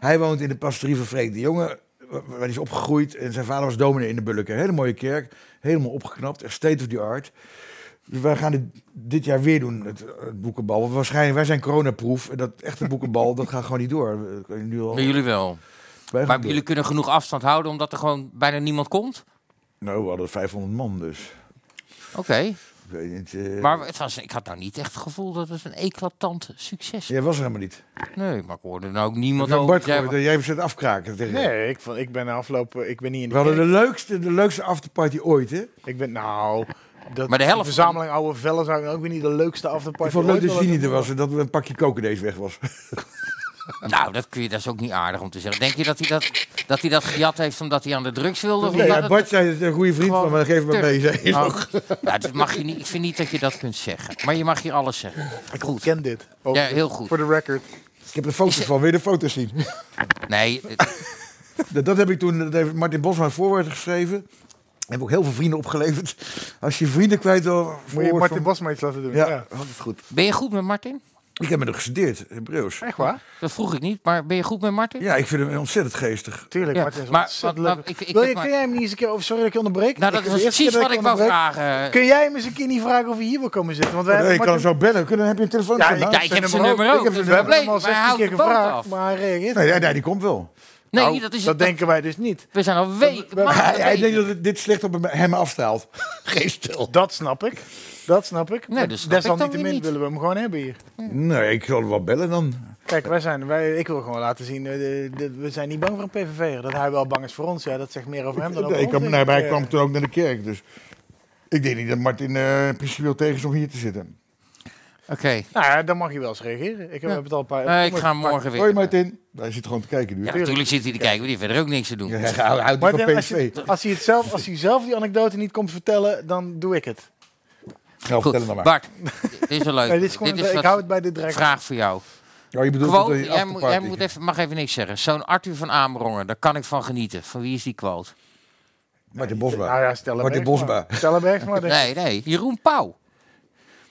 Hij woont in de pastorie van Freek de Jonge. waar- Waar hij is opgegroeid. En zijn vader was dominee in de Bulken. Hele mooie kerk. Helemaal opgeknapt. Echt state of the art. Dus wij gaan dit, dit jaar weer doen, het, het boekenbal. Want waarschijnlijk, wij zijn coronaproof. En dat echte boekenbal, dat gaat gewoon niet door. We kunnen Nu al, Maar jullie wel. wij gaan Maar door. jullie kunnen genoeg afstand houden omdat er gewoon bijna niemand komt? Nou, we hadden 500 man dus. Oké. Ik weet niet. eh, Maar het was, ik had nou niet echt het gevoel dat het een eclatant succes was. Jij was er helemaal niet. Nee, maar ik hoorde nou ook niemand Heb je over. Bart gehoord? Jij hebt ze het afkraken tegen Nee, ik, vond- ik ben afgelopen. Ik ben niet in We de hadden kerk. de leukste, de leukste afterparty ooit, hè? Ik ben, nou... Dat, Maar de helft die verzameling oude vellen zou ik ook weer niet de leukste afterparty Ik vond het leuk ooit dat willen Gini er doen. was en dat we een pakje kokendees weg was. Nou, dat, kun je, dat is ook niet aardig om te zeggen. Denk je dat hij dat, dat, hij dat gejat heeft omdat hij aan de drugs wilde? Of Nee, omdat ja, het- Bart zei dat het een goede vriend van me, geef me Tuurlijk. mee. Zei hij Oh. nog. Nou, dat mag je niet, ik vind niet dat je dat kunt zeggen. Maar je mag hier alles zeggen. Ik ontken dit. Ja, heel goed. Voor de record. Ik heb de foto's van, weer de foto's zien. Nee, eh, het- dat, dat heb ik toen, dat heeft Martin Bosma een voorwoord geschreven. Heb ook heel veel vrienden opgeleverd. Als je vrienden kwijt wil, Moet je voorwoord Martin van- Bosma iets laten doen? Ja, Ja. altijd goed. ben je goed met Martin? Ik heb met hem gestudeerd, Hebreeuws. Echt waar? Dat vroeg ik niet, maar ben je goed met Martin? Ja, ik vind hem ontzettend geestig. Tuurlijk, Ja, Martin is maar- ontzettend maar- leuk. maar ik- ik Wil heb je, maar- kun jij hem niet eens een keer... Oh, sorry dat ik je onderbreek. Nou, dat is de was eerste keer precies dat wat ik wou onderbreek. vragen. Kun jij hem eens een keer niet vragen of hij hier wil komen zitten? Want wij Nee, ik hebben kan hem Eh, Martin- zo bellen. Kunnen, heb je een telefoon? Ja, ik- Ja, ik heb zijn nummer Ik ook. heb zijn dat is We het hebben hem probleem. al Maar hij 16 houdt keer de boot gevraagd, af. maar hij reageert Nee, niet. nee, nee, die komt wel. Nee, Nou, dat is dat dat- denken wij dus niet. We zijn al weken. Maar hij, maanden hij denkt weken. dat het- dit slecht op hem- hem afstraalt. Geen stil. Dat snap ik. Dat snap ik. dat snap ik dan weer Desalniettemin niet. willen we hem gewoon hebben hier. Nee, ik zal hem wel bellen dan. Kijk, wij zijn, wij, ik wil gewoon laten zien, eh, de- de- we zijn niet bang voor een PVV'er. Dat hij wel bang is voor ons, ja, dat zegt meer over hem dan over Nee, ik ons. kwam, denk nee, ik. maar hij Eh, kwam toen ook naar de kerk. Dus ik denk niet dat Martin eh principieel tegen is om hier te zitten. Oké, Nou ja, dan mag je wel eens reageren. Ik heb, heb het al een paar... eh, ik ga hem morgen Hoi weer. Martin. Hij zit gewoon te kijken nu. Ja, natuurlijk zit hij te kijken, maar die heeft verder ook niks te doen. Ja, hij houdt- houdt Martin, niet van als, je, PSV. als, hij het zelf, als hij zelf die anekdote niet komt vertellen, dan doe ik het. Nou, vertel hem dan Goed, maar. Bart, dit is wel leuk. Nee, dit is gewoon, ik wat- hou het bij dit direct. vraag voor jou. Oh, je bedoelt dat Quote, hij jij, moet, jij afterparty- moet even, mag even niks zeggen. Zo'n Arthur van Amerongen, daar kan ik van genieten. Van wie is die quote? Martin Nou Bosma. ja, stel hem Martin echt maar. Bosma. Stel hem echt maar. denk ik. Nee, nee, Jeroen Pauw.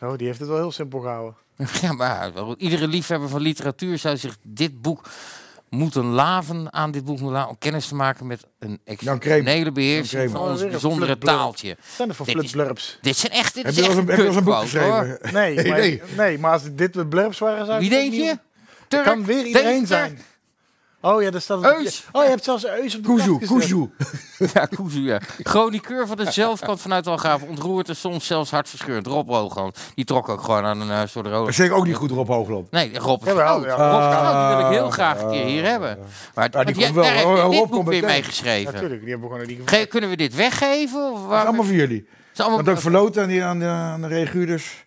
Oh, die heeft het wel heel simpel gehouden. Ja, maar iedere liefhebber van literatuur zou zich dit boek moeten laven aan dit boek moeten laven om kennis te maken met een exceptionele Jan beheersing van Kremer. ons Oh, weer een bijzondere flip-blurp. taaltje. Zijn er voor Dit is- flipblurps? Dit zijn echt, dit Heb is je wel echt eens een- heb je wel eens een boek kutquote, hoor. geschreven? Nee, Nee, maar, nee. nee. maar als dit weer blurps waren, zou Nou, ik Wie het denk opnieuw- je? Het Turk, kan weer iedereen Deventer? zijn. Oh ja, daar staat een- Eus. Oh, je hebt zelfs Eus op de Kuzu, kaart gezet. Kuzu. Ja, Kuzu, ja. Chroniqueur van de zelfkant vanuit Algarve ontroerd en soms zelfs hartverscheurend. Rob Hoogland, die trok ook gewoon aan een eh, soort Dat rood. zeg ik ook niet goed, Rob Hoogland. Nee, Rob het Jawel, Groot. ja. Rob het Groot, die wil ik heel Ah, graag een keer hier hebben. Maar, die want komt jij- wel. daar heb Oh, je Rob dit boek komt weer meteen. mee geschreven. Natuurlijk, die hebben we gewoon niet gevraagd. Ge- kunnen we dit weggeven? Of Dat is waarom- allemaal voor jullie. Het is allemaal- Want ook verloot aan, die, aan, de, aan de reguurders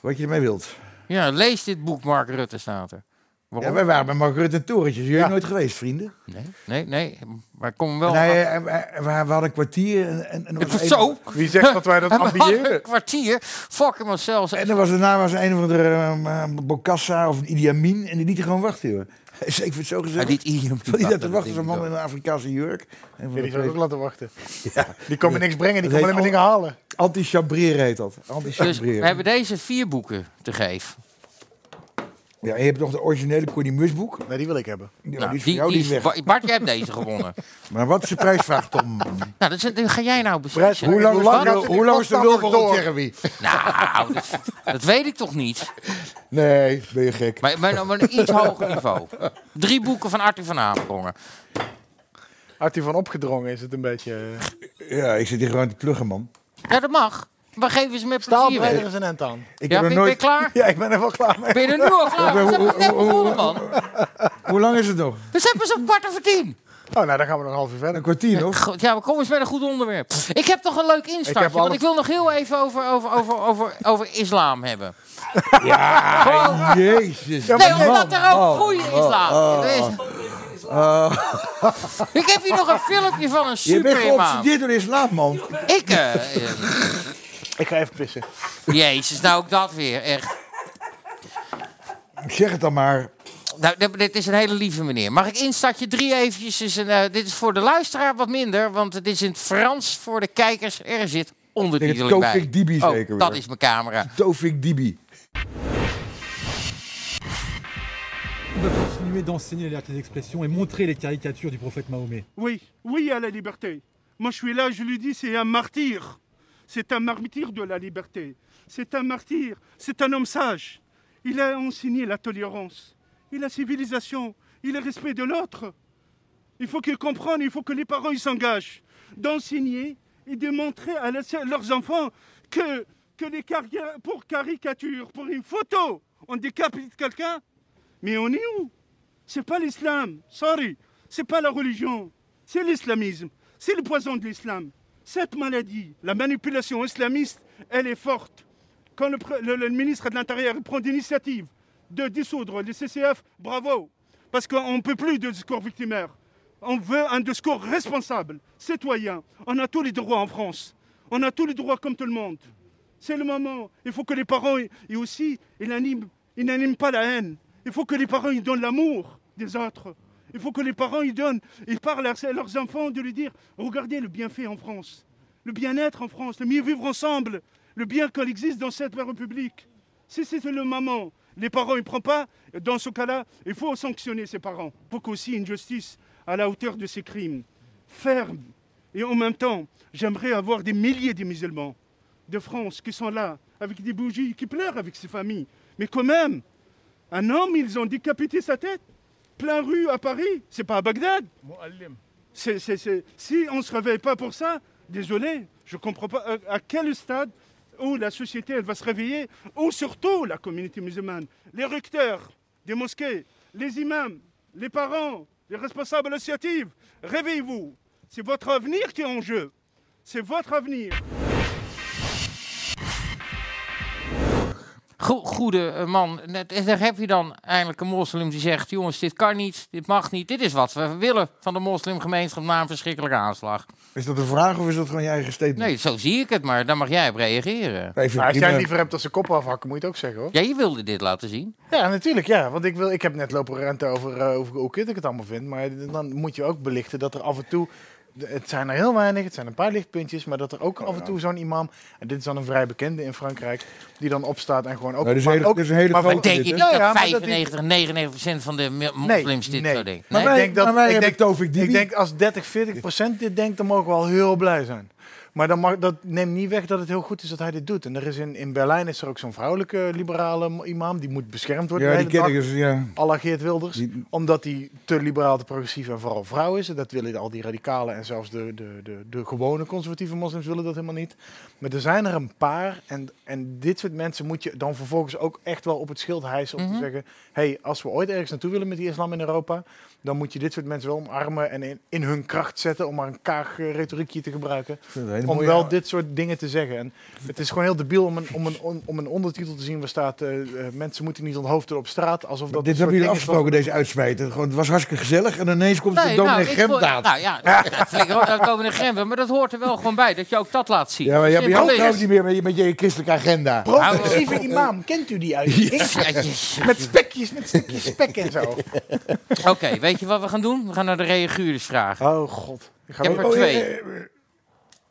wat je ermee wilt. Ja, lees dit boek, Mark Rutte staat er. Ja, Waarom? wij waren bij Mark Rutte en Torentjes. Jullie Ja. nooit geweest, vrienden. Nee, nee, nee. Maar kom wel. Ah, En hij, eh, eh, we, we hadden een kwartier. En, en, en er was oh. Zo! Een, Wie zegt dat wij dat En we hadden ambiëren? een kwartier. Fuck hem zelfs. en er was daarna was een of andere ehm, eh, Bokassa of een Idi Amin. En die liet hij gewoon wachten, joh. Hij zei, ik vind het zo Hij gezegd. liet iedereen. Die dat te wachten, zo'n man in een Afrikaanse jurk. Een van Ja, de die zou ik ook twee- laten wachten. Ja. Die komen niks brengen, die Dat komen alleen maar dingen heet halen. Anti-chabreren heet dat. Dus we Anti-chabreren. hebben deze vier boeken te geven. Ja, en je hebt nog de originele Connie Musboek. Nee, die wil ik hebben. Ja, Nou, die is voor jou, die is weg. Ba- Bart, jij hebt deze gewonnen. Maar wat is de prijsvraag, Tom? nou, dat is, dat ga jij nou Prijs- beslissen. hoe lang, Hoe lang is de- gaat het- hoe lang is de wat lul gaat van het Rod door? Jeremy? Nou, dat, dat weet ik toch niet. Nee, ben je gek. Maar, maar, maar een iets hoger niveau. Drie boeken van Arthur van Amerongen. Had hij van opgedrongen is het een beetje... eh, Ja, ik zit hier gewoon te pluggen, man. Ja, dat mag. Maar geven ze met plezier Staalbreider weg. is een end aan. Ik Ja, heb ben, nog ben nooit... je klaar? Ja, ik ben er wel klaar mee. Ben je er nu al klaar? We zijn pas net begonnen, man. Hoe lang is het nog? We zijn pas op kwart over tien. Oh, nou, dan gaan we nog een half uur verder. Een kwartier nog? Goed, Ja, we komen eens met een goed onderwerp. Ik heb toch een leuk instart. alles- Want ik wil nog heel even over, over, over, over, over islam hebben. Ja, jezus. Nee, man, omdat er ook man, goede man. islam Oh, er is. Ik heb hier nog een filmpje van een Je bent superimam. geobsedeerd door de islam, man. Ik, eh, eh, Ik ga even pissen. jezus, nou ook dat weer, echt. Zeg het dan maar. Nou, dit- dit is een hele lieve meneer. Mag ik instantje drie eventjes? Is een, eh, dit is voor de luisteraar wat minder, want het is in het Frans voor de kijkers. Er zit ondertiteling bij. Tofik Dibi oh, zeker dat weer. is mijn camera. Tofik Dibi. On doit continuer d'enseigner la liberté d'expression et montrer les caricatures du prophète Mahomet. Oui, oui à la liberté. Moi, je suis là, je lui dis, c'est un martyr. C'est un martyr de la liberté. C'est un martyr. C'est un homme sage. Il a enseigné la tolérance. Il la civilisation. Il le respect de l'autre. Il faut qu'ils comprennent, il faut que les parents ils s'engagent d'enseigner et de montrer à la- leurs enfants que, que les carrières, pour caricature, pour une photo, on décapite quelqu'un. Mais on est où C'est pas l'islam, sorry. C'est pas la religion, c'est l'islamisme. C'est le poison de l'islam. Cette maladie, la manipulation islamiste, elle est forte. Quand le, pre- le- le ministre de l'Intérieur prend l'initiative de dissoudre les CCF, bravo. Parce qu'on ne peut plus de discours victimaire. On veut un discours responsable, citoyen. On a tous les droits en France. On a tous les droits comme tout le monde. C'est le moment. Il faut que les parents, et aussi, ils n'animent, ils n'animent pas la haine. Il faut que les parents, ils donnent l'amour des autres. Il faut que les parents, ils donnent, ils parlent à à leurs enfants de lui dire, regardez le bienfait en France, le bien-être en France, le mieux vivre ensemble, le bien qu'on existe dans cette République. Si c'est le moment, les parents ne prennent pas, dans ce cas-là, il faut sanctionner ces parents pour qu'aussi une justice à la hauteur de ces crimes. Ferme. Et en même temps, j'aimerais avoir des milliers de musulmans de France qui sont là, avec des bougies, qui pleurent avec ses familles. Mais quand même, un homme, ils ont décapité sa tête, plein rue à Paris, c'est pas à Bagdad. C'est- c'est- c'est- Si on ne se réveille pas pour ça, désolé, je ne comprends pas euh, à- à quel stade où la société elle va se réveiller, ou surtout la communauté musulmane, les recteurs des mosquées, les imams, les parents, les responsables associatifs, réveillez-vous. C'est votre avenir qui est en jeu. C'est votre avenir. Go- goede eh, man. Net- En daar heb je dan eindelijk een moslim die zegt: jongens, dit kan niet, dit mag niet, dit is wat we willen van de moslimgemeenschap na een verschrikkelijke aanslag. Is dat een vraag of is dat gewoon je eigen statement? Nee, zo zie ik het, maar daar mag jij op reageren. Nee, ik vind Maar Nou, als jij liever hebt dat ze kop afhakken, moet je het ook zeggen hoor. Ja, je wilde dit laten zien. Ja, natuurlijk, ja. Want ik, wil, ik heb net lopen renten over, eh, over hoe kut ik het allemaal vind. Maar dan moet je ook belichten dat er af en toe... Het zijn er heel weinig, het zijn een paar lichtpuntjes... maar dat er Oh, ook af en toe zo'n imam... en dit is dan een vrij bekende in Frankrijk... die dan opstaat en gewoon ook... Nou, dit is maar een hele- ook, dit is een hele maar- grote Maar denk je Ja, niet ja, maar dat dat 95, 99 procent van de mi- Nee, moslims dit nee. zo denkt? Maar Nee? ik denk dat, maar wij ik hebben denk, Tovik Dibi. ik denk als 30, 40 procent dit denkt, dan mogen we al heel blij zijn. Maar dan mag, dat neemt niet weg dat het heel goed is dat hij dit doet. En er is in, in Berlijn is er ook zo'n vrouwelijke liberale mo- imam. Die moet beschermd worden. Ja, de die hele ken dag. ik eens, ja. à la Geert Wilders. Omdat hij te liberaal, te progressief en vooral vrouw is. En dat willen al die radicalen en zelfs de, de, de, de gewone conservatieve moslims willen dat helemaal niet. Maar er zijn er een paar. En, en dit soort mensen moet je dan vervolgens ook echt wel op het schild hijsen. Om te zeggen, hé, hey, als we ooit ergens naartoe willen met die islam in Europa... dan moet je dit soort mensen wel omarmen en in, in hun kracht zetten... om maar een kaag eh, retoriekje te gebruiken. vind het een hele Om mooie- wel dit soort dingen te zeggen. En het is gewoon heel debiel om een, om een, on- om een ondertitel te zien waar staat... eh, eh, mensen moeten niet onthoofd op straat. Alsof dat Dit een soort hebben jullie ding is wat- afgesproken, deze uitsmijter. Gewoon, het was hartstikke gezellig en ineens komt de dominee ik Gemdaad. vond- nou ja, flikker op, daar komen de Gempen. Maar dat hoort er wel gewoon bij, dat je ook dat laat zien. Ja, maar jij bent Simpel ook is. trouwens niet meer met je, met je christelijke agenda. Progressieve Nou, imam, kent u die uitdrukking? Ja, jezus. Met spekjes, met stukjes spek en zo. Oké, weet je wat we gaan doen? We gaan naar de reaguurders vragen. Oh god. Ik heb er Oh, ja, twee. eh, eh,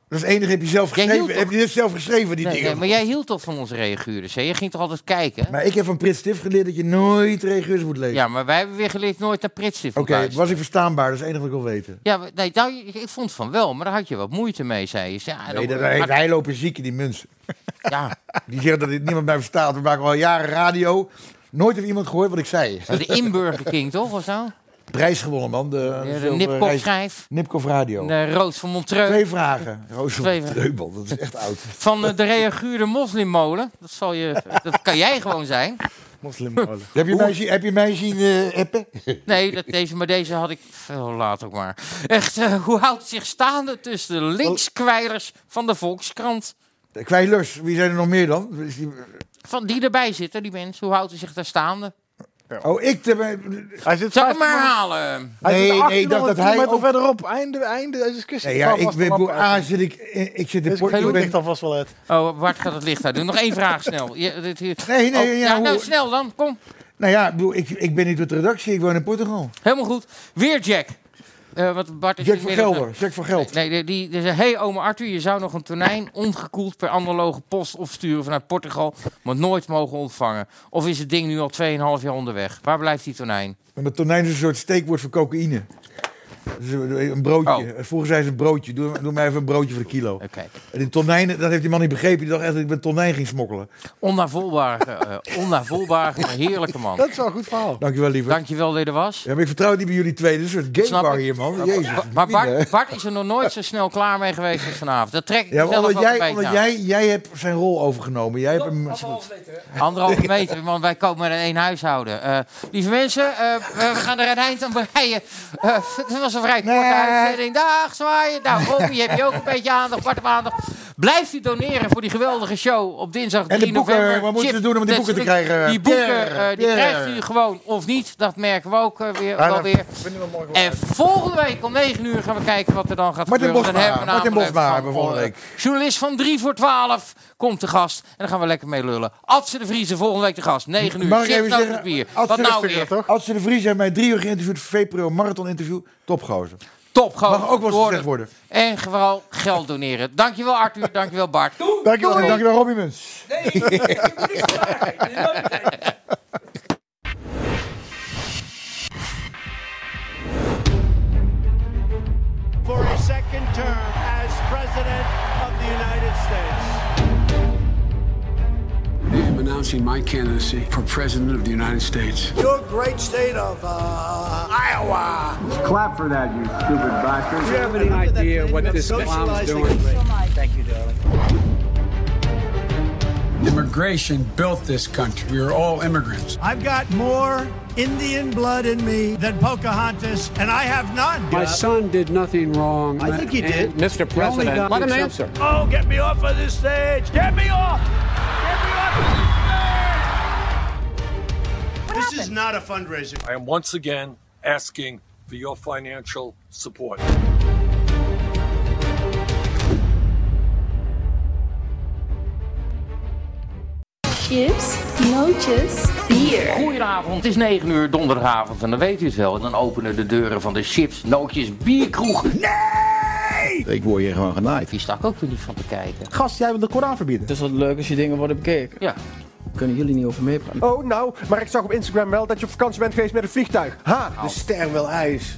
Dat is het enige heb je zelf Jij hield geschreven. toch- Heb je dit zelf geschreven, die Nee, nee, dingen? maar jij hield toch van onze reaguurders, hè? Jij ging toch altijd kijken? Maar ik heb van Prit Stift geleerd dat je nooit reageers moet lezen. Ja, maar wij hebben weer geleerd nooit naar Pritstift te Oké, luisteren. was ik verstaanbaar? Dat is het enige wat ik wil weten. Ja, maar- nee, nou, ik- ik vond van wel, maar daar had je wat moeite mee, zei je. Ja, Nee, dan- dat, nee, maar- wij lopen ziek in die mensen. Ja. Die zeggen dat dit niemand mij verstaat. We maken al jaren radio. Nooit heeft iemand gehoord wat ik zei. de Inburgerking, toch, of zo? Prijs gewonnen, man. De, de zilveren Nipkoff reis- schijf. Nipkoff Radio. De Roos eh, van Montreux. Twee vragen. Roos van Twee- Treubel, dat is echt oud. Van eh, de reaguurde moslimmolen. Dat, zal je, dat kan jij gewoon zijn. Moslimmolen. heb, je mij, zien- heb je mij zien eh, appen? Nee, dat, deze, maar deze had ik veel later ook maar. Echt, eh, hoe houdt het zich staande tussen de linkskwijlers van de Volkskrant? De Kwijlers, wie zijn er nog meer dan? Is die- Van die erbij zitten, die mensen. Hoe houdt hij zich daar staande? Oh, ik... Hij zit Zal ik 15 hem minuten- herhalen? Hij zit Nee, 1800 nee, dat- dat hij- kilometer verderop, einde, einde de discussie. Nee, ja, Kom, ik vast weet hem hoe op. A zit ik... eh, Ik zit de Dit doe ik alvast wel uit. Oh, Bart gaat het licht uit doen. Nog één vraag snel. Ja, dit hier. Nee, nee, Oh, ja, nou, hoe- snel dan, kom. Nou ja, ik bedoel, ik, ik ben niet op de redactie, ik woon in Portugal. Helemaal goed. Weer Jack. Eh, wat Bart is Jack dus van weer op de- Gelder, Jack van Geld. Nee, nee, die, die zei, hey oma Arthur, je zou nog een tonijn ongekoeld per analoge post opsturen vanuit Portugal, maar nooit mogen ontvangen. Of is het ding nu al 2,5 jaar onderweg? Waar blijft die tonijn? Maar tonijn is een soort steekwoord voor cocaïne. Dus een een broodje. Oh. Vroeger zei ze een broodje. Doe, doe mij even een broodje voor de kilo. En die tonijn, dat heeft die man niet begrepen. Die dacht echt dat ik met tonijn ging smokkelen. Onnavolbaar, eh onnavolbaar, maar heerlijke man. Dat is wel een goed verhaal. Dankjewel, lieve. Dankjewel dat je er was. Ja, maar ik vertrouw het niet bij jullie twee. Dit is een soort Snap gamebar ik. hier, man. Maar- Jezus. Maar Bart, Mina. Bart is er nog nooit zo snel klaar mee geweest als vanavond. Dat trek ik Ja, mezelf maar ook omdat een jij, beetje omdat aan. jij, jij hebt zijn rol overgenomen. Jij hebt hem... Anderhalve meter, want wij komen in één huishouden. Eh, lieve mensen, eh, eh, we gaan er een eind aan breien. Eh, het was een vrij korte uitzending. Dag, zwaaien. Nou, Robbie, heb je ook een beetje aandacht, Bart op aandacht. Blijf u doneren voor die geweldige show op dinsdag En de 3 boeken, november. wat moeten we Chip, doen om die boeken te krijgen? Die boeken, Pierre, eh, die Pierre. krijgt u gewoon of niet. Dat merken we ook eh, weer, Ah, wel dat weer. vinden we mooi geworden. En volgende week om 9 uur gaan we kijken wat er dan gaat Martin Bosma, gebeuren. Dan hebben we Martin namelijk Bosma van eh, hebben we volgende Olle. Journalist van 3 voor 12 komt te gast. En dan gaan we lekker mee lullen. Adse de Vriezen volgende week te gast. 9 uur. Mag ik Chips, even noten, zeggen, bier. Adse Wat de- nou weer? Adse de Vries heeft mij drie uur geïnterviewd. VPRO Marathon interview. Topgozer. Topgozer. Mag ook wel eens gezegd worden. En vooral geld doneren. Dankjewel Arthur, dankjewel Bart. Dankjewel, Doei. dankjewel Robbie Muns. for a second term as President of the United States. I am announcing my candidacy for President of the United States. Your great state of uh, Iowa. Clap for that, you stupid bastard. Do you have any idea what this clown's doing? Thank you, darling. Immigration built this country. We are all immigrants. I've got more Indian blood in me than Pocahontas, and I have none. My son did nothing wrong. I think he did. And the only God- Oh, get me off of this stage! Get me off! Get me off of this stage! This is not a fundraiser. I am once again asking for your financial support. Chips, nootjes, bier. Goedenavond, het is 9 uur donderdagavond en dan weet u het wel. Dan openen de deuren van de chips, nootjes, bierkroeg. Nee! Ik word hier gewoon genaaid. Die stak ook weer niet van te kijken. Gast, jij wil de Koran verbieden. Het is wat leuk als je dingen worden bekeken. Ja. Kunnen jullie niet over meepraten? Oh, nou, maar ik zag op Instagram wel dat je op vakantie bent geweest met een vliegtuig. Ha, de ster wil ijs.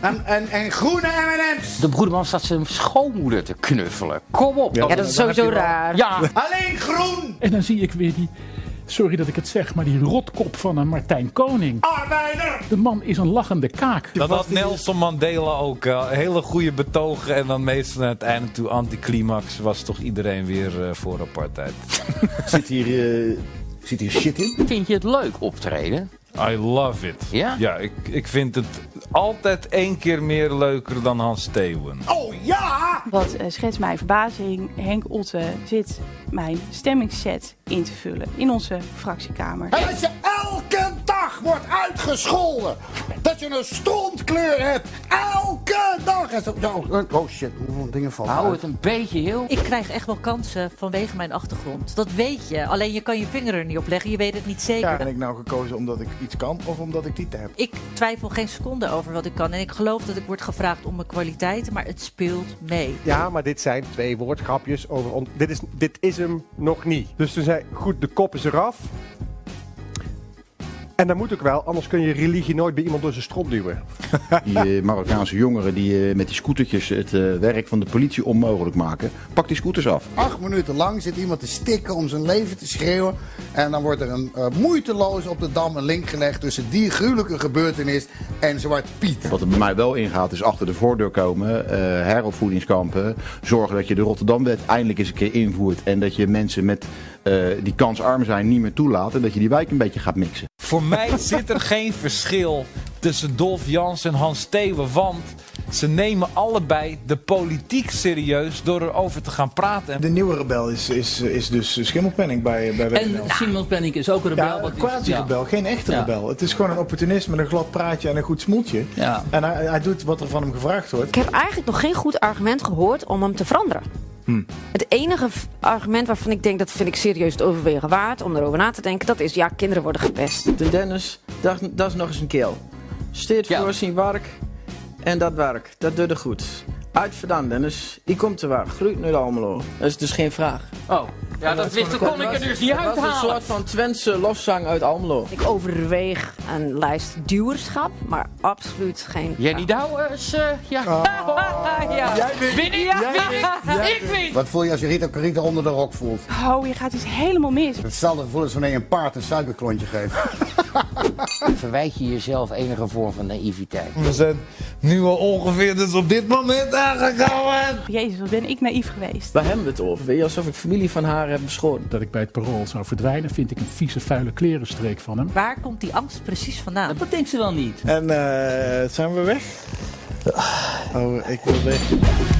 en, en, en groene M&M's. De broederman staat zijn schoonmoeder te knuffelen. Kom op. Ja, dat is sowieso raar. Ja. Alleen groen. En dan zie ik weer die, sorry dat ik het zeg, maar die rotkop van een Martijn Koning. Oh, Arbeider! De man is een lachende kaak. Dat had Nelson Mandela ook. eh, hele goede betogen. En dan meestal naar het einde toe anticlimax was toch iedereen weer eh, voor apartheid. Zit hier, eh, zit hier shit in? Vind je het leuk optreden? I love it. Ja? Ja, ik, ik vind het altijd één keer meer leuker dan Hans Steeuwen. Ja! Wat eh, schetst mijn verbazing, Henk Otte zit mijn stemmingsset in te vullen in onze fractiekamer. En dat je elke dag wordt uitgescholden. Dat je een strontkleur hebt. Elke dag. En zo, oh, oh shit, hoeveel dingen vallen uit. een beetje heel. Ik krijg echt wel kansen vanwege mijn achtergrond. Dat weet je. Alleen je kan je vinger er niet op leggen. Je weet het niet zeker. Ben ik nou gekozen omdat ik iets kan of omdat ik titel heb? Ik twijfel geen seconde over wat ik kan. En ik geloof dat ik word gevraagd om mijn kwaliteiten. Maar het speelt mee. Ja, maar dit zijn twee woordgrapjes over... On- dit, is, dit is hem nog niet. Dus toen zei goed, de kop is eraf. En dat moet ook wel, anders kun je religie nooit bij iemand door zijn strop duwen. Die eh, Marokkaanse jongeren die eh, met die scootertjes het eh, werk van de politie onmogelijk maken. Pak die scooters af. Acht minuten lang zit iemand te stikken om zijn leven te schreeuwen. En dan wordt er een, eh, moeiteloos op de dam een link gelegd tussen die gruwelijke gebeurtenis en Zwart Piet. Wat er bij mij wel ingaat is achter de voordeur komen, eh, heropvoedingskampen, zorgen dat je de Rotterdamwet eindelijk eens een keer invoert en dat je mensen met, eh, die kansarm zijn niet meer toelaat en dat je die wijk een beetje gaat mixen. Voor mij zit er geen verschil tussen Dolf Jans en Hans Steeuwen. Want Ze nemen allebei de politiek serieus door erover te gaan praten. De nieuwe rebel is, is, is dus schimmelpenning bij, bij En WNL. Nou, Simon Penning is ook een rebel. Ja, wat een is- quasi-rebel, ja. geen echte Ja. rebel. Het is gewoon een opportunist met een glad praatje en een goed smoeltje. Ja. En hij, hij doet wat er van hem gevraagd wordt. Ik heb eigenlijk nog geen goed argument gehoord om hem te veranderen. Het enige v- argument waarvan ik denk dat vind ik serieus het overwegen waard om erover na te denken, dat is ja, kinderen worden gepest. De Dennis, dat, dat is nog eens een keel. Steed voor zijn werk en dat werk, dat doet er goed. Uit vandaan, Dennis. Ik kom te waar. Groet nu allemaal. Dat is dus geen vraag. Oh, ja, dat wist, dat kon ik er dus niet Dat was een uithalen. soort van Twentse lofzang uit Almelo. Ik overweeg een lijst duwerschap, maar absoluut geen. Ah, Jenny Douwers, eh, ja. ja. Jij wint. Win ik? Ja, Win win ik? Jij Ik wint. win! Wat voel je als je Rita Corita onder de rok voelt? Oh, je gaat iets helemaal mis. Hetzelfde gevoel als wanneer je een paard een suikerklontje geeft. Verwijt je jezelf enige vorm van naïviteit? We zijn nu al ongeveer dus op dit moment aangekomen. Jezus, wat ben ik naïef geweest. Waar hebben we het over? Weet je, alsof ik familie van haar heb beschoten. Dat ik bij het parool zou verdwijnen, vind ik een vieze, vuile klerenstreek van hem. Waar komt die angst precies vandaan? Dat denkt ze wel niet. En eh, zijn we weg? Oh, ik wil weg.